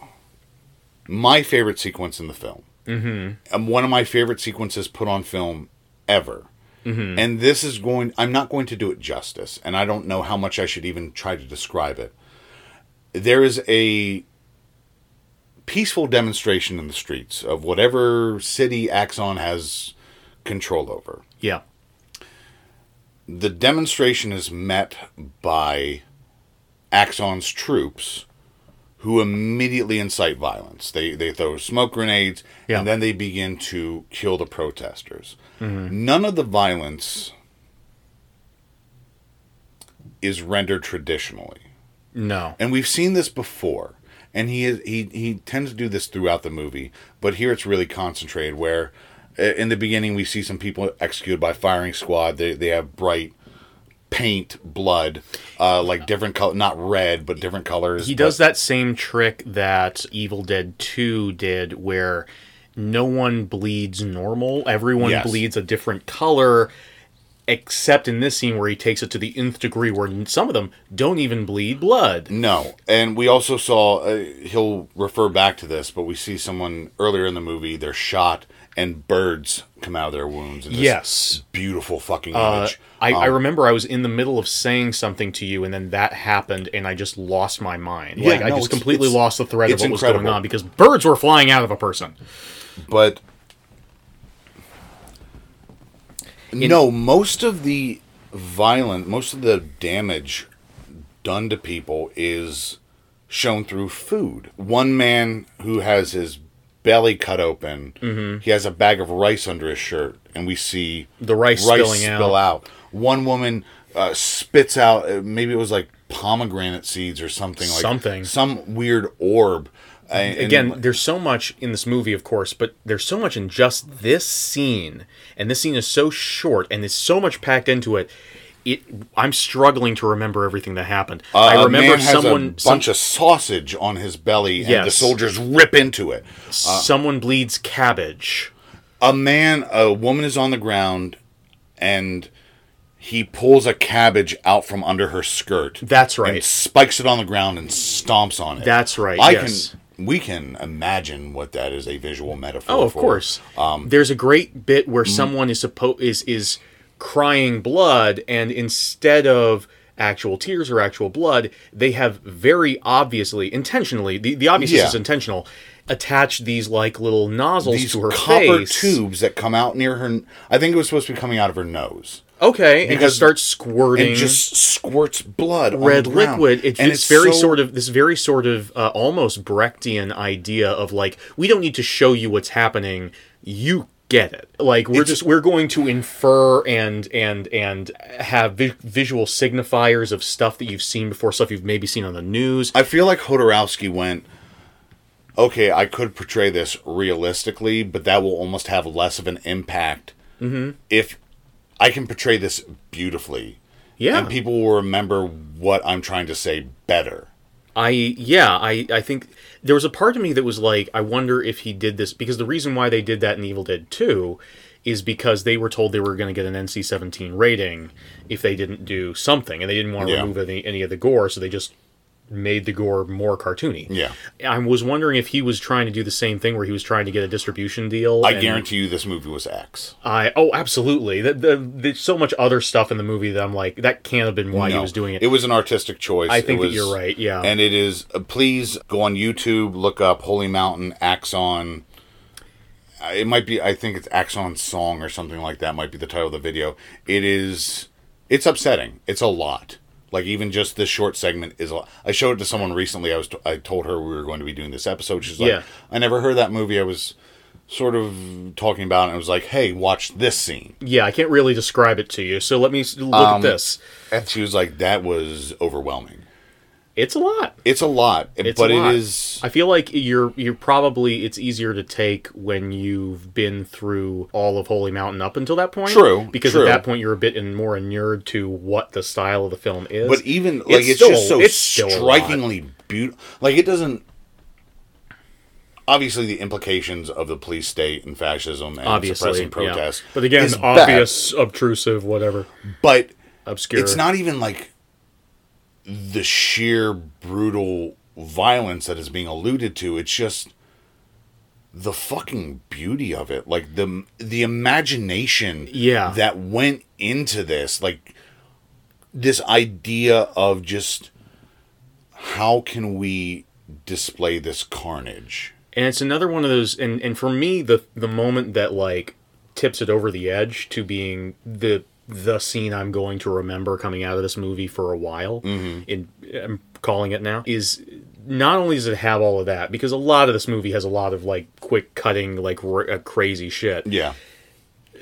Speaker 1: my favorite sequence in the film. Mm-hmm. And one of my favorite sequences put on film ever. Mm-hmm. And this is going, I'm not going to do it justice. And I don't know how much I should even try to describe it. There is a peaceful demonstration in the streets of whatever city Axon has control over
Speaker 5: yeah
Speaker 1: the demonstration is met by Axon's troops who immediately incite violence. They they throw smoke grenades
Speaker 5: Yeah.
Speaker 1: and then they begin to kill the protesters. None of the violence is rendered traditionally.
Speaker 5: No.
Speaker 1: And we've seen this before. And he is he he tends to do this throughout the movie, but here it's really concentrated where uh, in the beginning we see some people executed by firing squad. They they have bright paint, blood, uh like different color not red, but different colors.
Speaker 5: He does that same trick that Evil Dead 2 did where no one bleeds normal. Everyone
Speaker 1: Yes.
Speaker 5: bleeds a different color except in this scene where he takes it to the nth degree where n- some of them don't even bleed blood.
Speaker 1: No, and we also saw uh, he'll refer back to this, but we see someone earlier in the movie. They're shot, and birds come out of their wounds. In this
Speaker 5: Yes.
Speaker 1: beautiful fucking
Speaker 5: Uh,
Speaker 1: image.
Speaker 5: I, I remember I was in the middle of saying something to you, and then that happened, and I just lost my mind.
Speaker 1: Yeah,
Speaker 5: like I
Speaker 1: no,
Speaker 5: just
Speaker 1: it's-
Speaker 5: completely
Speaker 1: it's-
Speaker 5: lost the thread of
Speaker 1: it's
Speaker 5: what was going
Speaker 1: incredible.
Speaker 5: on because birds were flying out of a person.
Speaker 1: but no, most of the violent, most of the damage done to people is shown through food. One man who has his belly cut open, he has a bag of rice under his shirt, and we see
Speaker 5: Mm-hmm. The rice spilling
Speaker 1: spill out. One woman uh, spits out, uh, maybe it was like pomegranate seeds or something like
Speaker 5: Something.
Speaker 1: some weird orb. And- and-
Speaker 5: Again, there's so much in this movie, of course, but there's so much in just this scene, and this scene is so short, and there's so much packed into it. It, I'm struggling to remember everything that happened. I
Speaker 1: Uh, a
Speaker 5: remember
Speaker 1: man has
Speaker 5: someone
Speaker 1: a
Speaker 5: some-
Speaker 1: bunch of sausage on his belly, and the
Speaker 5: Yes.
Speaker 1: soldiers rip into it.
Speaker 5: someone bleeds cabbage.
Speaker 1: A man, a woman is on the ground, and he pulls a cabbage out from under her skirt.
Speaker 5: That's right.
Speaker 1: And spikes it on the ground and stomps on it.
Speaker 5: That's right,
Speaker 1: I
Speaker 5: yes.
Speaker 1: can. We can imagine what that is a visual metaphor.
Speaker 5: Oh, of
Speaker 1: for.
Speaker 5: course.
Speaker 1: Um,
Speaker 5: There's a great bit
Speaker 1: Mm.
Speaker 5: where someone is supposed is is crying blood, and instead of actual tears or actual blood, they have very obviously, intentionally, the the obvious
Speaker 1: Yeah.
Speaker 5: is intentional, attached these like little nozzles
Speaker 1: These
Speaker 5: to her
Speaker 1: copper
Speaker 5: face.
Speaker 1: tubes that come out near her. I think it was supposed to be coming out of her nose.
Speaker 5: Okay, and
Speaker 1: Because-
Speaker 5: just starts squirting.
Speaker 1: It just squirts blood. on
Speaker 5: red
Speaker 1: the ground.
Speaker 5: liquid. It's,
Speaker 1: And
Speaker 5: it's, very
Speaker 1: so-
Speaker 5: sort of this very sort of uh, almost Brechtian idea of like we don't need to show you what's happening. You get it. Like we're just we're going to infer and and and have vi- visual signifiers of stuff that you've seen before, stuff you've maybe seen on the news.
Speaker 1: I feel like Hodorowski went, okay, I could portray this realistically, but that will almost have less of an impact
Speaker 5: Mm-hmm.
Speaker 1: if I can portray this beautifully.
Speaker 5: yeah,
Speaker 1: And people will remember what I'm trying to say better.
Speaker 5: I yeah, I I think there was a part of me that was like, I wonder if he did this because the reason why they did that in Evil Dead Two is because they were told they were going to get an NC-17 rating if they didn't do something, and they didn't want to
Speaker 1: Yeah.
Speaker 5: remove any any of the gore, so they just made the gore more cartoony.
Speaker 1: Yeah.
Speaker 5: I was wondering if he was trying to do the same thing where he was trying to get a distribution deal.
Speaker 1: I
Speaker 5: and-
Speaker 1: guarantee you this movie was X.
Speaker 5: I oh, absolutely. The, the, there's so much other stuff in the movie that I'm like, that can't have been why he
Speaker 1: No,
Speaker 5: was doing it.
Speaker 1: It was an artistic choice.
Speaker 5: I
Speaker 1: It
Speaker 5: think that
Speaker 1: was-
Speaker 5: you're right, yeah.
Speaker 1: And it is, uh, please go on YouTube, look up Holy Mountain Axon. Uh, It might be, I think it's Axon Song or something like that, might be the title of the video. It is, it's upsetting. It's a lot. Like, even just this short segment is a lot. I showed it to someone recently. I was, t- I told her we were going to be doing this episode. She's like,
Speaker 5: Yeah.
Speaker 1: I never heard that movie. I was sort of talking about it and was like, hey, watch this scene.
Speaker 5: yeah, I can't really describe it to you. So let me s- look
Speaker 1: Um,
Speaker 5: at this.
Speaker 1: And she was like, that was overwhelming.
Speaker 5: It's a lot.
Speaker 1: It's a lot,
Speaker 5: It's
Speaker 1: but
Speaker 5: a lot.
Speaker 1: it is.
Speaker 5: I feel like you're you're probably it's easier to take when you've been through all of Holy Mountain up until that point.
Speaker 1: True,
Speaker 5: Because
Speaker 1: true.
Speaker 5: at that point you're a bit in, more inured to what the style of the film is.
Speaker 1: But even like it's,
Speaker 5: still-
Speaker 1: just so
Speaker 5: it's still a lot.
Speaker 1: strikingly beautiful. Like it doesn't. Obviously, the implications of the police state and fascism and
Speaker 5: obviously
Speaker 1: suppressing
Speaker 5: protest.
Speaker 1: protests.
Speaker 5: But again,
Speaker 1: is bad,
Speaker 5: obvious, obtrusive, whatever,
Speaker 1: but
Speaker 5: obscure.
Speaker 1: it's not even like the sheer brutal violence that is being alluded to. It's just the fucking beauty of it, like the the imagination,
Speaker 5: Yeah.
Speaker 1: that went into this, like this idea of just how can we display this carnage?
Speaker 5: and it's another one of those and and for me the the moment that like tips it over the edge to being the the scene I'm going to remember coming out of this movie for a while in I'm calling it now is not only does it have all of that because a lot of this movie has a lot of like quick cutting like r- uh, crazy shit
Speaker 1: Yeah.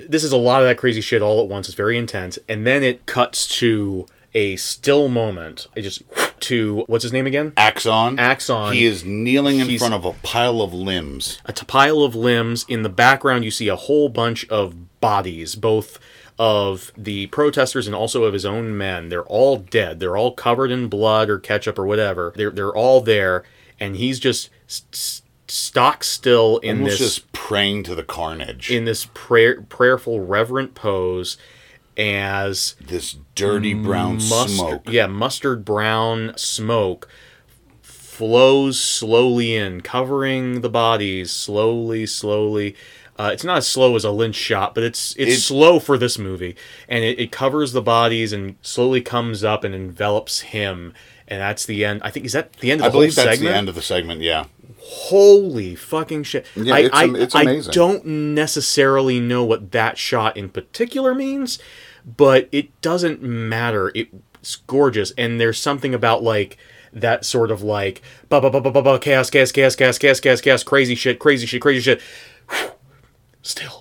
Speaker 5: this is a lot of that crazy shit all at once. It's very intense, and then it cuts to a still moment. I just to what's his name again?
Speaker 1: Axon.
Speaker 5: Axon.
Speaker 1: He is kneeling in
Speaker 5: He's-
Speaker 1: front of a pile of limbs.
Speaker 5: A t- pile of limbs. In the background, you see a whole bunch of bodies, both of the protesters and also of his own men. They're all dead. They're all covered in blood or ketchup or whatever. They're they're all there, and he's just s- s- stock still in
Speaker 1: Almost
Speaker 5: this
Speaker 1: just praying to the carnage.
Speaker 5: in this prayer prayerful reverent pose as
Speaker 1: this dirty brown
Speaker 5: mustard,
Speaker 1: smoke.
Speaker 5: Yeah, mustard brown smoke flows slowly in, covering the bodies slowly, slowly. Uh, it's not as slow as a lynch shot, but it's it's
Speaker 1: It-
Speaker 5: slow for this movie, and it, it covers the bodies and slowly comes up and envelops him. And that's the end. I think is that the end of the
Speaker 1: I
Speaker 5: whole
Speaker 1: believe that's
Speaker 5: segment.
Speaker 1: the end of the segment. Yeah.
Speaker 5: Holy fucking shit!
Speaker 1: Yeah,
Speaker 5: I,
Speaker 1: it's
Speaker 5: I,
Speaker 1: am- it's amazing.
Speaker 5: I don't necessarily know what that shot in particular means, but it doesn't matter. It's gorgeous, and there's something about like that sort of like ba ba ba ba ba ba chaos, chaos, chaos, chaos, chaos, chaos, chaos, crazy shit, crazy shit, crazy shit. Still.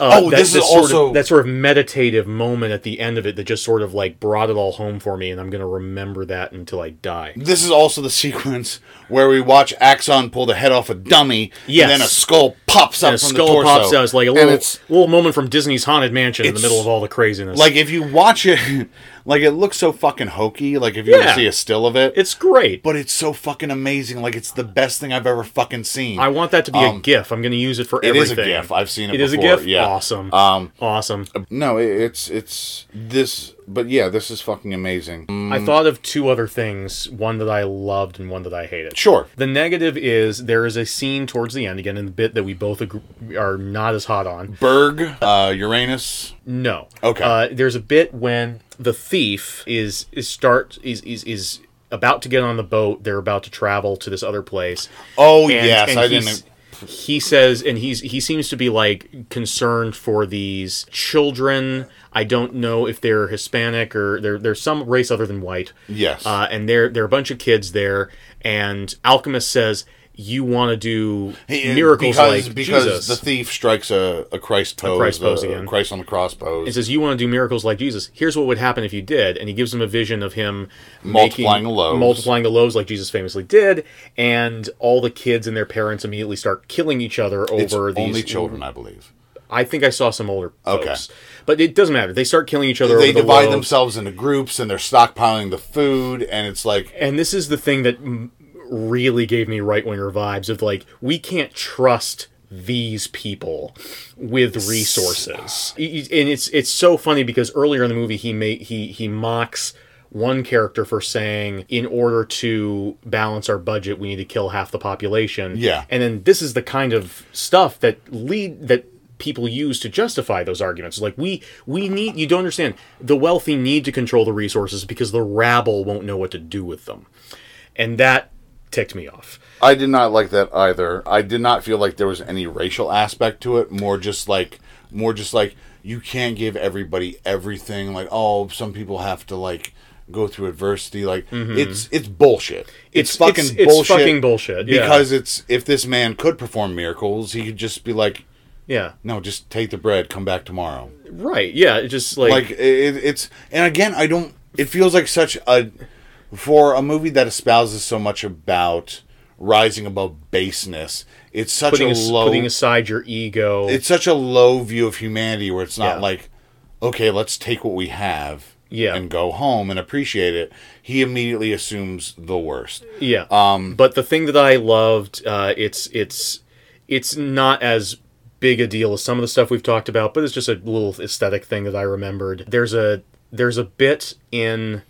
Speaker 5: Uh,
Speaker 1: Oh,
Speaker 5: that-
Speaker 1: this
Speaker 5: that
Speaker 1: is
Speaker 5: sort
Speaker 1: also-
Speaker 5: of, that sort of meditative moment at the end of it that just sort of like brought it all home for me, and I'm gonna remember that until I die.
Speaker 1: This is also the sequence where we watch Axon pull the head off a dummy,
Speaker 5: Yes.
Speaker 1: and then a skull pops up
Speaker 5: and a
Speaker 1: from
Speaker 5: skull
Speaker 1: the torso.
Speaker 5: pops out. It's like a little,
Speaker 1: and it's
Speaker 5: little moment from Disney's Haunted Mansion in the
Speaker 1: It's-
Speaker 5: middle of all the craziness.
Speaker 1: like if you watch it, like it looks so fucking hokey. Like if you ever
Speaker 5: Yeah.
Speaker 1: see a still of it,
Speaker 5: it's great.
Speaker 1: but it's so fucking amazing. Like it's the best thing I've ever fucking seen.
Speaker 5: I want that to be
Speaker 1: Um,
Speaker 5: a GIF. I'm going to use it for
Speaker 1: it is a
Speaker 5: everything.
Speaker 1: GIF. I've seen it
Speaker 5: It is
Speaker 1: before,
Speaker 5: a GIF.
Speaker 1: yeah.
Speaker 5: Awesome.
Speaker 1: Um,
Speaker 5: awesome.
Speaker 1: no, it, it's it's this, but yeah, this is fucking amazing. Mm,
Speaker 5: I thought of two other things: one that I loved and one that I hated.
Speaker 1: Sure.
Speaker 5: The negative is there is a scene towards the end again in the bit that we both agree, are not as hot on.
Speaker 1: Berg, uh, Uranus.
Speaker 5: No.
Speaker 1: Okay.
Speaker 5: Uh, there's a bit when the thief is is start is is is about to get on the boat. They're about to travel to this other place.
Speaker 1: Oh
Speaker 5: and-
Speaker 1: yes,
Speaker 5: and
Speaker 1: I
Speaker 5: he's-
Speaker 1: didn't.
Speaker 5: He says, and he's he seems to be like concerned for these children. I don't know if they're Hispanic or they're they're some race other than white.
Speaker 1: Yes.
Speaker 5: Uh, and they're they're a bunch of kids there. And Alchemist says, "You want to do miracles
Speaker 1: because,
Speaker 5: like
Speaker 1: because
Speaker 5: Jesus."
Speaker 1: the thief strikes a, a Christ pose, a Christ,
Speaker 5: Christ pose again.
Speaker 1: Christ on the cross pose,
Speaker 5: and says, "You want to do miracles like Jesus? Here's what would happen if you did." And he gives them a vision of him
Speaker 1: Multiplying the
Speaker 5: making-
Speaker 1: loaves.
Speaker 5: multiplying the loaves, like Jesus famously did. And all the kids and their parents immediately start killing each other over
Speaker 1: it's
Speaker 5: these
Speaker 1: only children, I believe.
Speaker 5: I think I saw some older
Speaker 1: Okay.
Speaker 5: folks, but it doesn't matter. They start killing each other.
Speaker 1: They
Speaker 5: over the
Speaker 1: divide
Speaker 5: loaves.
Speaker 1: themselves into groups and they're stockpiling the food, and it's like
Speaker 5: and this is the thing that m- really gave me right winger vibes of like we can't trust these people with resources Y- y- and it's it's so funny because earlier in the movie he may he he mocks one character for saying in order to balance our budget we need to kill half the population
Speaker 1: Yeah.
Speaker 5: and then this is the kind of stuff that lead that people use to justify those arguments like we we need you don't understand the wealthy need to control the resources because the rabble won't know what to do with them and that ticked me off
Speaker 1: I did not like that either. I did not feel like there was any racial aspect to it. More just like more just like you can't give everybody everything. Like oh, some people have to like go through adversity. Like it's it's bullshit. It's,
Speaker 5: Mm-hmm. It's-
Speaker 1: fucking
Speaker 5: it's- it's
Speaker 1: bullshit.
Speaker 5: fucking bullshit, yeah.
Speaker 1: Because it's if this man could perform miracles, he could just be like,
Speaker 5: yeah
Speaker 1: no, just take the bread, come back tomorrow.
Speaker 5: right yeah it just like,
Speaker 1: Like it, it's and again, I don't. It feels like such a for a movie that espouses so much about rising above baseness. It's such
Speaker 5: putting,
Speaker 1: a
Speaker 5: as-
Speaker 1: low.
Speaker 5: putting aside your ego
Speaker 1: it's such a low view of humanity where it's not
Speaker 5: Yeah.
Speaker 1: like, okay, let's take what we have.
Speaker 5: Yeah.
Speaker 1: and go home and appreciate it. He immediately assumes the worst.
Speaker 5: Yeah. Um, but the thing that I loved, uh, it's it's it's not as big a deal as some of the stuff we've talked about, but it's just a little aesthetic thing that I remembered. There's a there's a bit in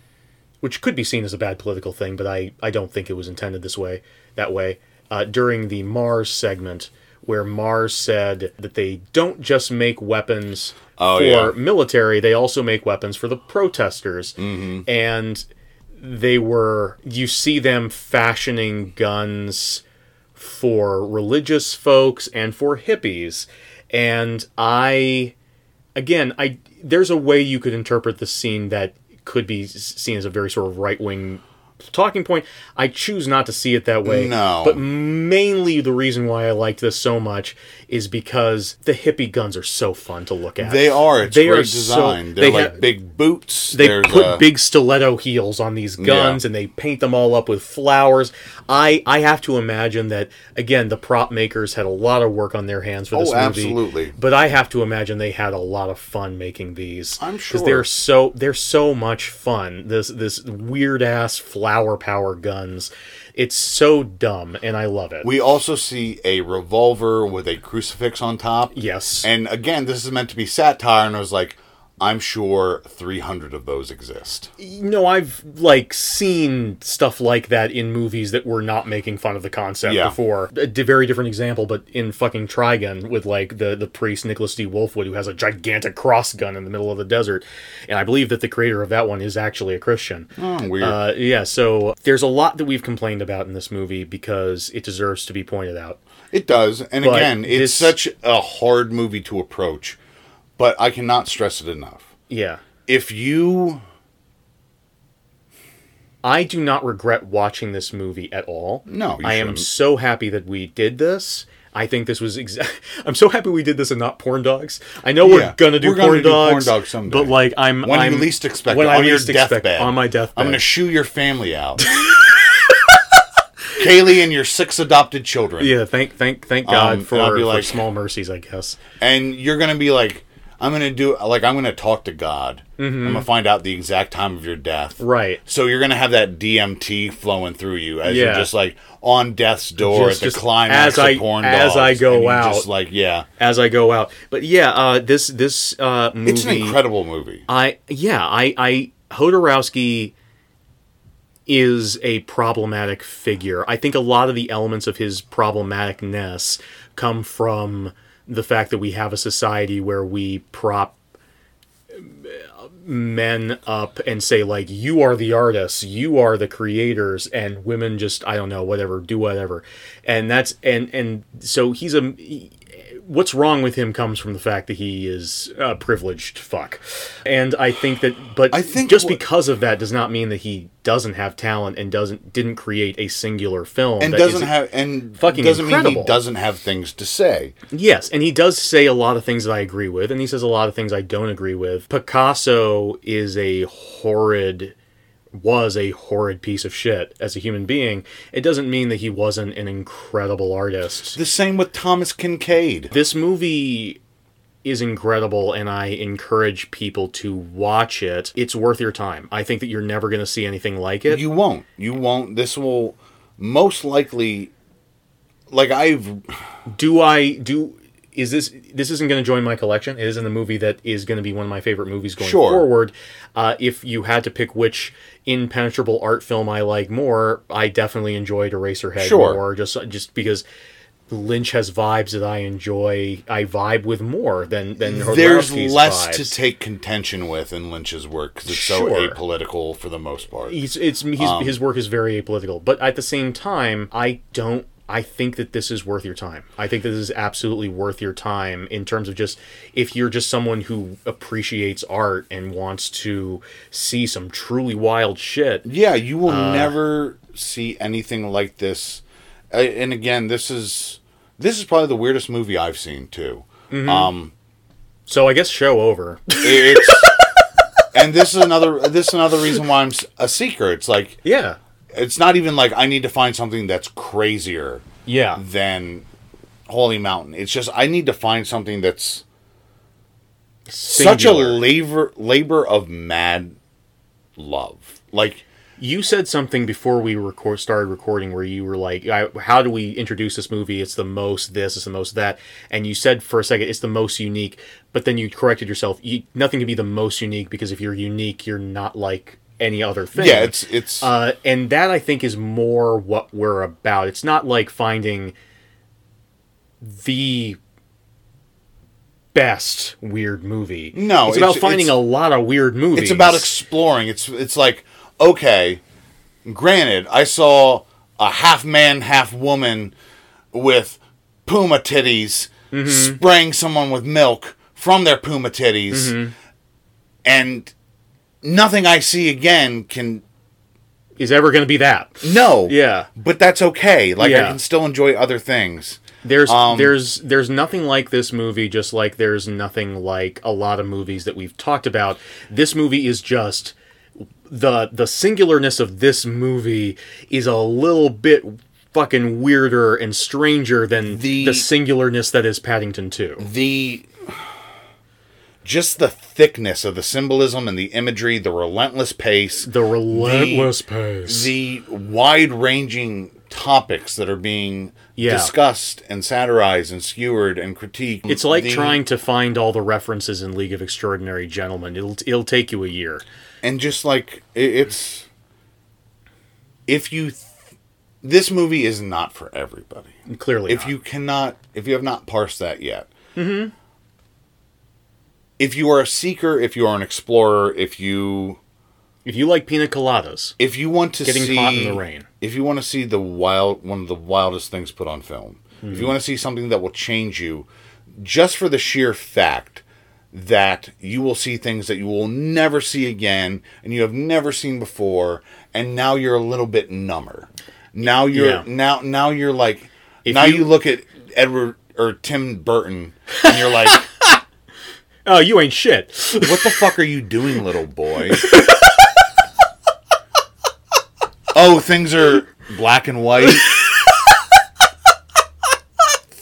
Speaker 5: which could be seen as a bad political thing, but I, I don't think it was intended this way that way uh, during the Mars segment where Mars said that they don't just make weapons
Speaker 1: Oh,
Speaker 5: for
Speaker 1: yeah.
Speaker 5: military, they also make weapons for the protesters,
Speaker 1: Mm-hmm.
Speaker 5: and they were you see them fashioning guns for religious folks and for hippies and i again i there's a way you could interpret the scene that could be s- seen as a very sort of right-wing talking point. I choose not to see it that way.
Speaker 1: No.
Speaker 5: But mainly the reason why I liked this so much is because the hippie guns are so fun to look at.
Speaker 1: They are. It's
Speaker 5: They
Speaker 1: great
Speaker 5: are so-
Speaker 1: design. They're
Speaker 5: they
Speaker 1: like
Speaker 5: ha-
Speaker 1: big boots.
Speaker 5: They
Speaker 1: There's
Speaker 5: put
Speaker 1: a-
Speaker 5: big stiletto heels on these guns
Speaker 1: Yeah.
Speaker 5: and they paint them all up with flowers. I I have to imagine that again the prop makers had a lot of work on their hands for
Speaker 1: Oh,
Speaker 5: this movie.
Speaker 1: absolutely.
Speaker 5: But I have to imagine they had a lot of fun making these.
Speaker 1: I'm sure.
Speaker 5: they're so they're so much fun. This this weird ass flower power guns. It's so dumb and I love it.
Speaker 1: We also see a revolver with a crucifix on top.
Speaker 5: yes.
Speaker 1: And again, this is meant to be satire, and I was like, I'm sure 300 of those exist.
Speaker 5: No, I've like seen stuff like that in movies that were not making fun of the concept
Speaker 1: Yeah.
Speaker 5: before. A d- very different example, but in fucking Trigun with like the the priest Nicholas D. Wolfwood who has a gigantic cross gun in the middle of the desert, and I believe that the creator of that one is actually a Christian.
Speaker 1: Oh, weird.
Speaker 5: Uh, yeah, so there's a lot that we've complained about in this movie because it deserves to be pointed out.
Speaker 1: It does. And
Speaker 5: But
Speaker 1: again, it's
Speaker 5: this-
Speaker 1: such a hard movie to approach, but I cannot stress it enough.
Speaker 5: Yeah.
Speaker 1: If you.
Speaker 5: I do not regret watching this movie at all.
Speaker 1: No, you
Speaker 5: I am
Speaker 1: shouldn't.
Speaker 5: so happy that we did this. I think this was exa- I'm so happy we did this and not porn dogs. I know
Speaker 1: Yeah,
Speaker 5: we're gonna do,
Speaker 1: we're gonna
Speaker 5: porn,
Speaker 1: do porn
Speaker 5: dogs,
Speaker 1: dogs someday.
Speaker 5: but like I'm
Speaker 1: When
Speaker 5: I'm,
Speaker 1: you least expect
Speaker 5: when
Speaker 1: it,
Speaker 5: I
Speaker 1: on your
Speaker 5: least expect-
Speaker 1: deathbed.
Speaker 5: on my deathbed.
Speaker 1: I'm going to shoo your family out. Kaylee and your six adopted children.
Speaker 5: yeah, thank thank thank God
Speaker 1: Um,
Speaker 5: for,
Speaker 1: and I'll be
Speaker 5: for
Speaker 1: like-
Speaker 5: small mercies, I guess.
Speaker 1: and you're gonna be like i'm gonna do like i'm gonna talk to god
Speaker 5: Mm-hmm.
Speaker 1: i'm gonna find out the exact time of your death
Speaker 5: Right.
Speaker 1: so you're gonna have that dmt flowing through you as you're
Speaker 5: Yeah.
Speaker 1: just like on death's door
Speaker 5: Just-
Speaker 1: at the
Speaker 5: just
Speaker 1: climax
Speaker 5: as I-
Speaker 1: of porn
Speaker 5: as
Speaker 1: dogs,
Speaker 5: I go
Speaker 1: and you
Speaker 5: out.
Speaker 1: just like yeah
Speaker 5: As I go out. But yeah, uh this this uh movie
Speaker 1: it's an incredible movie
Speaker 5: I yeah, I I Hodorowski is a problematic figure. I think a lot of the elements of his problematicness come from the fact that we have a society where we prop men up and say like you are the artists you are the creators and women just i don't know whatever do whatever and that's and and so he's a he- what's wrong with him comes from the fact that he is a privileged fuck and i think that but
Speaker 1: I think
Speaker 5: just
Speaker 1: what-
Speaker 5: because of that does not mean that he doesn't have talent and doesn't didn't create a singular film
Speaker 1: and
Speaker 5: that
Speaker 1: doesn't
Speaker 5: isn't-
Speaker 1: have and
Speaker 5: fucking
Speaker 1: doesn't mean
Speaker 5: incredible.
Speaker 1: he doesn't have things to say
Speaker 5: Yes, and he does say a lot of things that I agree with, and he says a lot of things I don't agree with. Picasso is a horrid, was a horrid piece of shit as a human being. It doesn't mean that he wasn't an incredible artist.
Speaker 1: the same with thomas kincaid
Speaker 5: This movie is incredible, and I encourage people to watch it. It's worth your time. I think that you're never going to see anything like it.
Speaker 1: You won't. You won't. This will most likely, like I've
Speaker 5: do I do is this this isn't going to join my collection? It isn't the movie that is going to be one of my favorite movies going
Speaker 1: Sure.
Speaker 5: forward. Uh, if you had to pick which impenetrable art film I like more, I definitely enjoyed Eraserhead
Speaker 1: Sure.
Speaker 5: more. Just just because Lynch has vibes that I enjoy, I vibe with more than than
Speaker 1: there's
Speaker 5: Jodorowsky's
Speaker 1: less
Speaker 5: vibes.
Speaker 1: to take contention with in Lynch's work because it's so
Speaker 5: Sure.
Speaker 1: apolitical for the most part.
Speaker 5: he's it's he's,
Speaker 1: Um,
Speaker 5: his work is very apolitical, but at the same time, I don't. I think that this is worth your time. I think that this is absolutely worth your time in terms of just if you're just someone who appreciates art and wants to see some truly wild shit.
Speaker 1: Yeah, you will
Speaker 5: Uh,
Speaker 1: never see anything like this. Uh, And again, this is this is probably the weirdest movie I've seen too. Um,
Speaker 5: So I guess show over.
Speaker 1: it's and this is another this is another reason why I'm s- a seeker. It's like
Speaker 5: yeah.
Speaker 1: it's not even like I need to find something that's crazier.
Speaker 5: Yeah.
Speaker 1: than Holy Mountain. It's just I need to find something that's such a
Speaker 5: Singular.
Speaker 1: labor labor of mad love. Like
Speaker 5: You said something before we record started recording where you were like, I, "How do we introduce this movie? It's the most this, it's the most that," and you said for a second it's the most unique, but then you corrected yourself. You, nothing can be the most unique because if you're unique, you're not like any other thing.
Speaker 1: yeah, it's it's
Speaker 5: Uh, and that I think is more what we're about. It's not like finding the best weird movie.
Speaker 1: No,
Speaker 5: it's about
Speaker 1: it's-
Speaker 5: finding
Speaker 1: it's-
Speaker 5: a lot of weird movies.
Speaker 1: it's about exploring. It's it's like okay, granted, I saw a half man, half woman with puma titties
Speaker 5: Mm-hmm.
Speaker 1: spraying someone with milk from their puma
Speaker 5: Mm-hmm.
Speaker 1: titties, and nothing I see again can
Speaker 5: is ever going to be that.
Speaker 1: No.
Speaker 5: Yeah.
Speaker 1: But that's okay. Like I
Speaker 5: Yeah.
Speaker 1: can still enjoy other things.
Speaker 5: There's
Speaker 1: Um,
Speaker 5: there's there's nothing like this movie. Just like there's nothing like a lot of movies that we've talked about. This movie is just the the singularness of this movie is a little bit fucking weirder and stranger than
Speaker 1: The-
Speaker 5: the, singularness that is Paddington Two.
Speaker 1: The just the thickness of the symbolism and the imagery, the relentless pace,
Speaker 5: The relentless pace.
Speaker 1: the wide-ranging topics that are being
Speaker 5: Yeah.
Speaker 1: discussed and satirized and skewered and critiqued.
Speaker 5: it's like
Speaker 1: The-
Speaker 5: trying to find all the references in League of Extraordinary Gentlemen. It'll it'll take you a year.
Speaker 1: and just like i- it's if you th- this movie is not for everybody
Speaker 5: Clearly,
Speaker 1: if
Speaker 5: not. Mm-hmm.
Speaker 1: you cannot if you have not parsed that yet if you are a seeker if you are an explorer if you
Speaker 5: if you like pina coladas,
Speaker 1: if you want to
Speaker 5: Getting
Speaker 1: see
Speaker 5: caught in the rain.
Speaker 1: if you want to see the wild one of the wildest things put on film if
Speaker 5: Hmm.
Speaker 1: you want to see something that will change you just for the sheer fact that you will see things that you will never see again and you have never seen before and now you're a little bit number now you're
Speaker 5: Yeah.
Speaker 1: now now you're like
Speaker 5: If
Speaker 1: now you,
Speaker 5: you-
Speaker 1: look at edward or tim burton and you're like
Speaker 5: oh, you ain't shit.
Speaker 1: what the fuck are you doing, little boy? oh, things are black and white.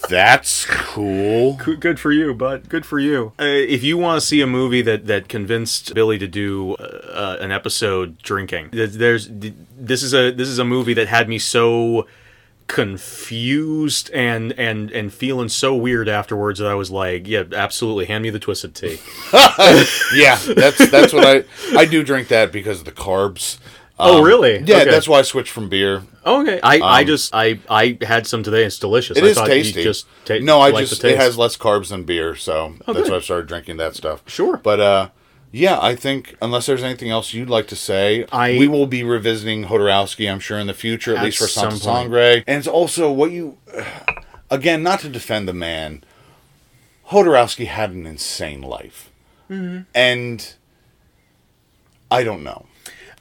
Speaker 1: That's cool.
Speaker 5: Good- good for you, bud. Good for you. Uh, if you want to see a movie that that convinced Billy to do uh, uh, an episode drinking, th- there's th- this is a this is a movie that had me so confused and and and feeling so weird afterwards that I was like, yeah, absolutely, hand me the twisted tea.
Speaker 1: Yeah, that's that's what I I do drink that because of the carbs.
Speaker 5: Oh,
Speaker 1: Um,
Speaker 5: really?
Speaker 1: Yeah,
Speaker 5: Okay.
Speaker 1: that's why I switched from beer.
Speaker 5: Okay, Um, I, I just I I had some today. It's delicious.
Speaker 1: It
Speaker 5: I
Speaker 1: is
Speaker 5: thought you
Speaker 1: tasty.
Speaker 5: Just ta-
Speaker 1: no, I
Speaker 5: like the
Speaker 1: just it
Speaker 5: taste. Oh,
Speaker 1: has less carbs than beer, so that's
Speaker 5: good.
Speaker 1: why I started drinking that stuff.
Speaker 5: Sure.
Speaker 1: but uh, yeah, I think unless there's anything else you'd like to say,
Speaker 5: I-
Speaker 1: we will be revisiting Hodorowski, I'm sure, in the future, at,
Speaker 5: At
Speaker 1: least for
Speaker 5: some
Speaker 1: Santa
Speaker 5: point.
Speaker 1: Sangre, and it's also what you again not to defend the man. Hodorowski had an insane life,
Speaker 5: Mm-hmm.
Speaker 1: and I don't know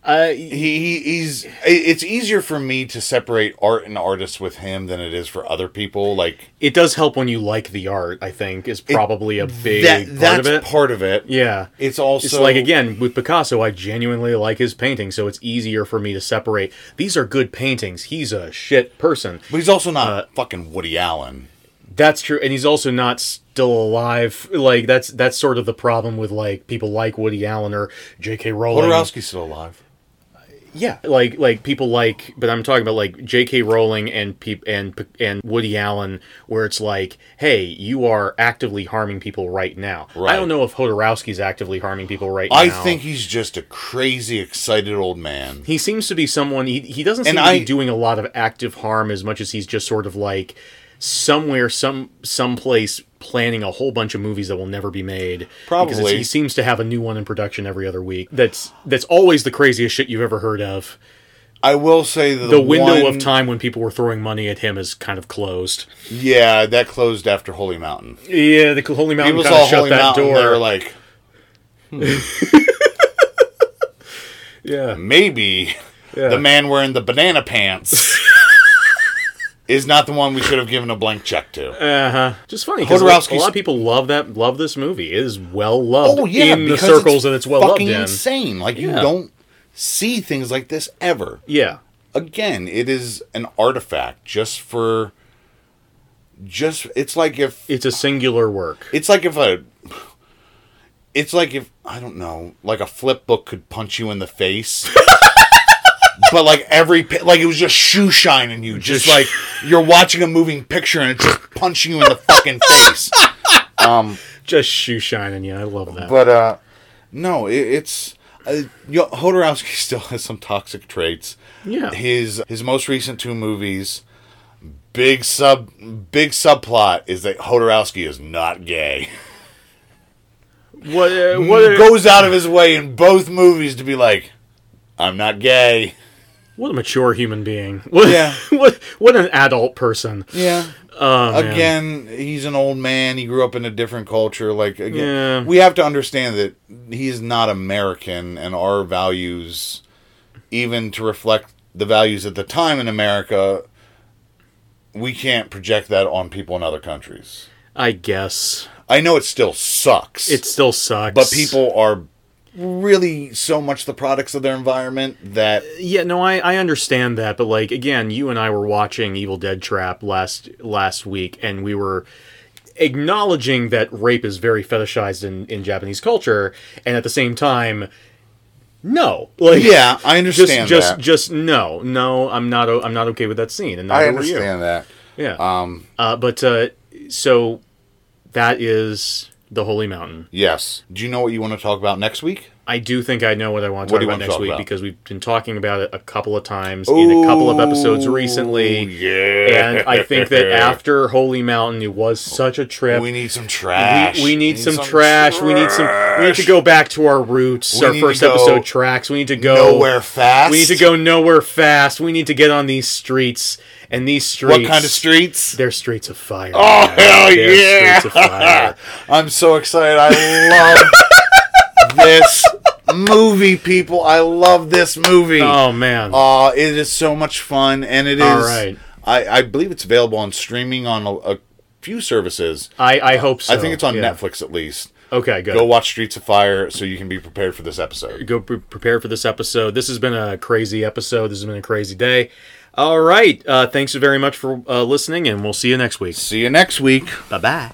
Speaker 5: I-
Speaker 1: he, he he's it- it's easier for me to separate art and artists with him than it is for other people like
Speaker 5: it does help when you like the art. I think is probably a big
Speaker 1: that
Speaker 5: part
Speaker 1: that's
Speaker 5: of it.
Speaker 1: part of it
Speaker 5: yeah,
Speaker 1: it's also
Speaker 5: It's like again with Picasso, I genuinely like his paintings, so it's easier for me to separate. These are good paintings. He's a shit person.
Speaker 1: but he's also not
Speaker 5: uh,
Speaker 1: fucking woody allen
Speaker 5: That's true, and he's also not still alive. Like that's that's sort of the problem with like people like Woody Allen or J.K. Rowling.
Speaker 1: Hodorowski's still alive
Speaker 5: Yeah, like like people like, but I'm talking about like J.K. Rowling and peop- and P- and Woody Allen, where it's like, hey, you are actively harming people right now.
Speaker 1: Right.
Speaker 5: I don't know if Hodorowski's actively harming people right
Speaker 1: i
Speaker 5: now.
Speaker 1: think he's just a crazy excited old man
Speaker 5: he seems to be someone he, he doesn't
Speaker 1: And
Speaker 5: seem to
Speaker 1: I-
Speaker 5: be doing a lot of active harm as much as he's just sort of like somewhere some someplace planning a whole bunch of movies that will never be made Because it's-
Speaker 1: Probably.
Speaker 5: he seems to have a new one in production every other week that's that's always the craziest shit you've ever heard of
Speaker 1: i will say that
Speaker 5: the, window
Speaker 1: one-
Speaker 5: of time when people were throwing money at him is kind of closed
Speaker 1: yeah that closed after holy mountain
Speaker 5: yeah the holy mountain
Speaker 1: people
Speaker 5: kind
Speaker 1: saw
Speaker 5: of shut
Speaker 1: holy
Speaker 5: that
Speaker 1: mountain
Speaker 5: door Hmm.
Speaker 1: they were like
Speaker 5: yeah
Speaker 1: maybe
Speaker 5: Yeah.
Speaker 1: the man wearing the banana pants is not the one we should have given a blank check to
Speaker 5: just funny because a
Speaker 1: Hodorowski's-
Speaker 5: lot of people love that love this movie it is well loved
Speaker 1: Oh yeah,
Speaker 5: in the
Speaker 1: because
Speaker 5: circles and it's well loved
Speaker 1: fucking
Speaker 5: in
Speaker 1: insane. Like you
Speaker 5: Yeah.
Speaker 1: don't see things like this ever.
Speaker 5: yeah
Speaker 1: Again, it is an artifact just for just it's like if
Speaker 5: it's a singular work
Speaker 1: it's like if a it's like if I don't know, like a flip book could punch you in the face. but like every pi- like it was just shoe shining you, just,
Speaker 5: Just-
Speaker 1: like you're watching a moving picture and it's just punching you in the fucking face.
Speaker 5: just shoe shining you. I love that.
Speaker 1: But uh, no, it, it's uh, yo, Hodorowski still has some toxic traits.
Speaker 5: Yeah.
Speaker 1: his his most recent two movies, big sub big subplot is that Hodorowski is not gay.
Speaker 5: what? Uh,
Speaker 1: Mm,
Speaker 5: what? a-
Speaker 1: Goes out of his way in both movies to be like, I'm not gay.
Speaker 5: what a mature human being. What,
Speaker 1: Yeah.
Speaker 5: What? What an adult person.
Speaker 1: Yeah.
Speaker 5: Oh, man.
Speaker 1: again, he's an old man. He grew up in a different culture. Like again,
Speaker 5: Yeah.
Speaker 1: we have to understand that he is not American, and our values even to reflect the values at the time in America, we can't project that on people in other countries.
Speaker 5: I guess
Speaker 1: I know it still sucks.
Speaker 5: it still sucks.
Speaker 1: but people are really so much the products of their environment that
Speaker 5: Yeah, no, I, I understand that, but like again, you and I were watching Evil Dead Trap last last week, and we were acknowledging that rape is very fetishized in, in Japanese culture, and at the same time, no, like
Speaker 1: yeah, I
Speaker 5: just
Speaker 1: understand
Speaker 5: just
Speaker 1: that.
Speaker 5: just no, no, I'm not o- I'm not okay with that scene, and neither
Speaker 1: I
Speaker 5: were you.
Speaker 1: understand that.
Speaker 5: Yeah, um, uh, but uh, so that is the Holy Mountain.
Speaker 1: Yes. Do you know what you want to talk about next week?
Speaker 5: I do think I know what I want to
Speaker 1: What
Speaker 5: talk
Speaker 1: do you
Speaker 5: about
Speaker 1: want to
Speaker 5: next
Speaker 1: talk
Speaker 5: week
Speaker 1: about?
Speaker 5: because we've been talking about it a couple of times in a couple of episodes recently.
Speaker 1: Yeah.
Speaker 5: And I think that after Holy Mountain, it was such a trip.
Speaker 1: we need some
Speaker 5: We-
Speaker 1: trash.
Speaker 5: we need some, trash. We need some. We need to go back to our roots.
Speaker 1: We
Speaker 5: our
Speaker 1: need to
Speaker 5: first
Speaker 1: go
Speaker 5: episode tracks. We need to go
Speaker 1: nowhere fast.
Speaker 5: We need to go nowhere fast. We need to get on these streets and these streets.
Speaker 1: What kind of streets?
Speaker 5: They're streets of fire.
Speaker 1: Oh hell
Speaker 5: They're
Speaker 1: yeah!
Speaker 5: Streets of fire.
Speaker 1: I'm so excited. I love this movie, people. I love this movie.
Speaker 5: Oh man.
Speaker 1: Uh, it is so much fun, and it is.
Speaker 5: All right.
Speaker 1: I, I believe it's available on streaming on a, a few services.
Speaker 5: I, I hope so.
Speaker 1: I think it's on
Speaker 5: Yeah.
Speaker 1: Netflix at least.
Speaker 5: Okay, good.
Speaker 1: Go watch Streets of Fire so you can be prepared for this episode.
Speaker 5: go pre- prepare for this episode. This has been a crazy episode. This has been a crazy day. All right. Uh, thanks very much for uh, listening, and we'll see you next week.
Speaker 1: See you next week.
Speaker 5: Bye bye.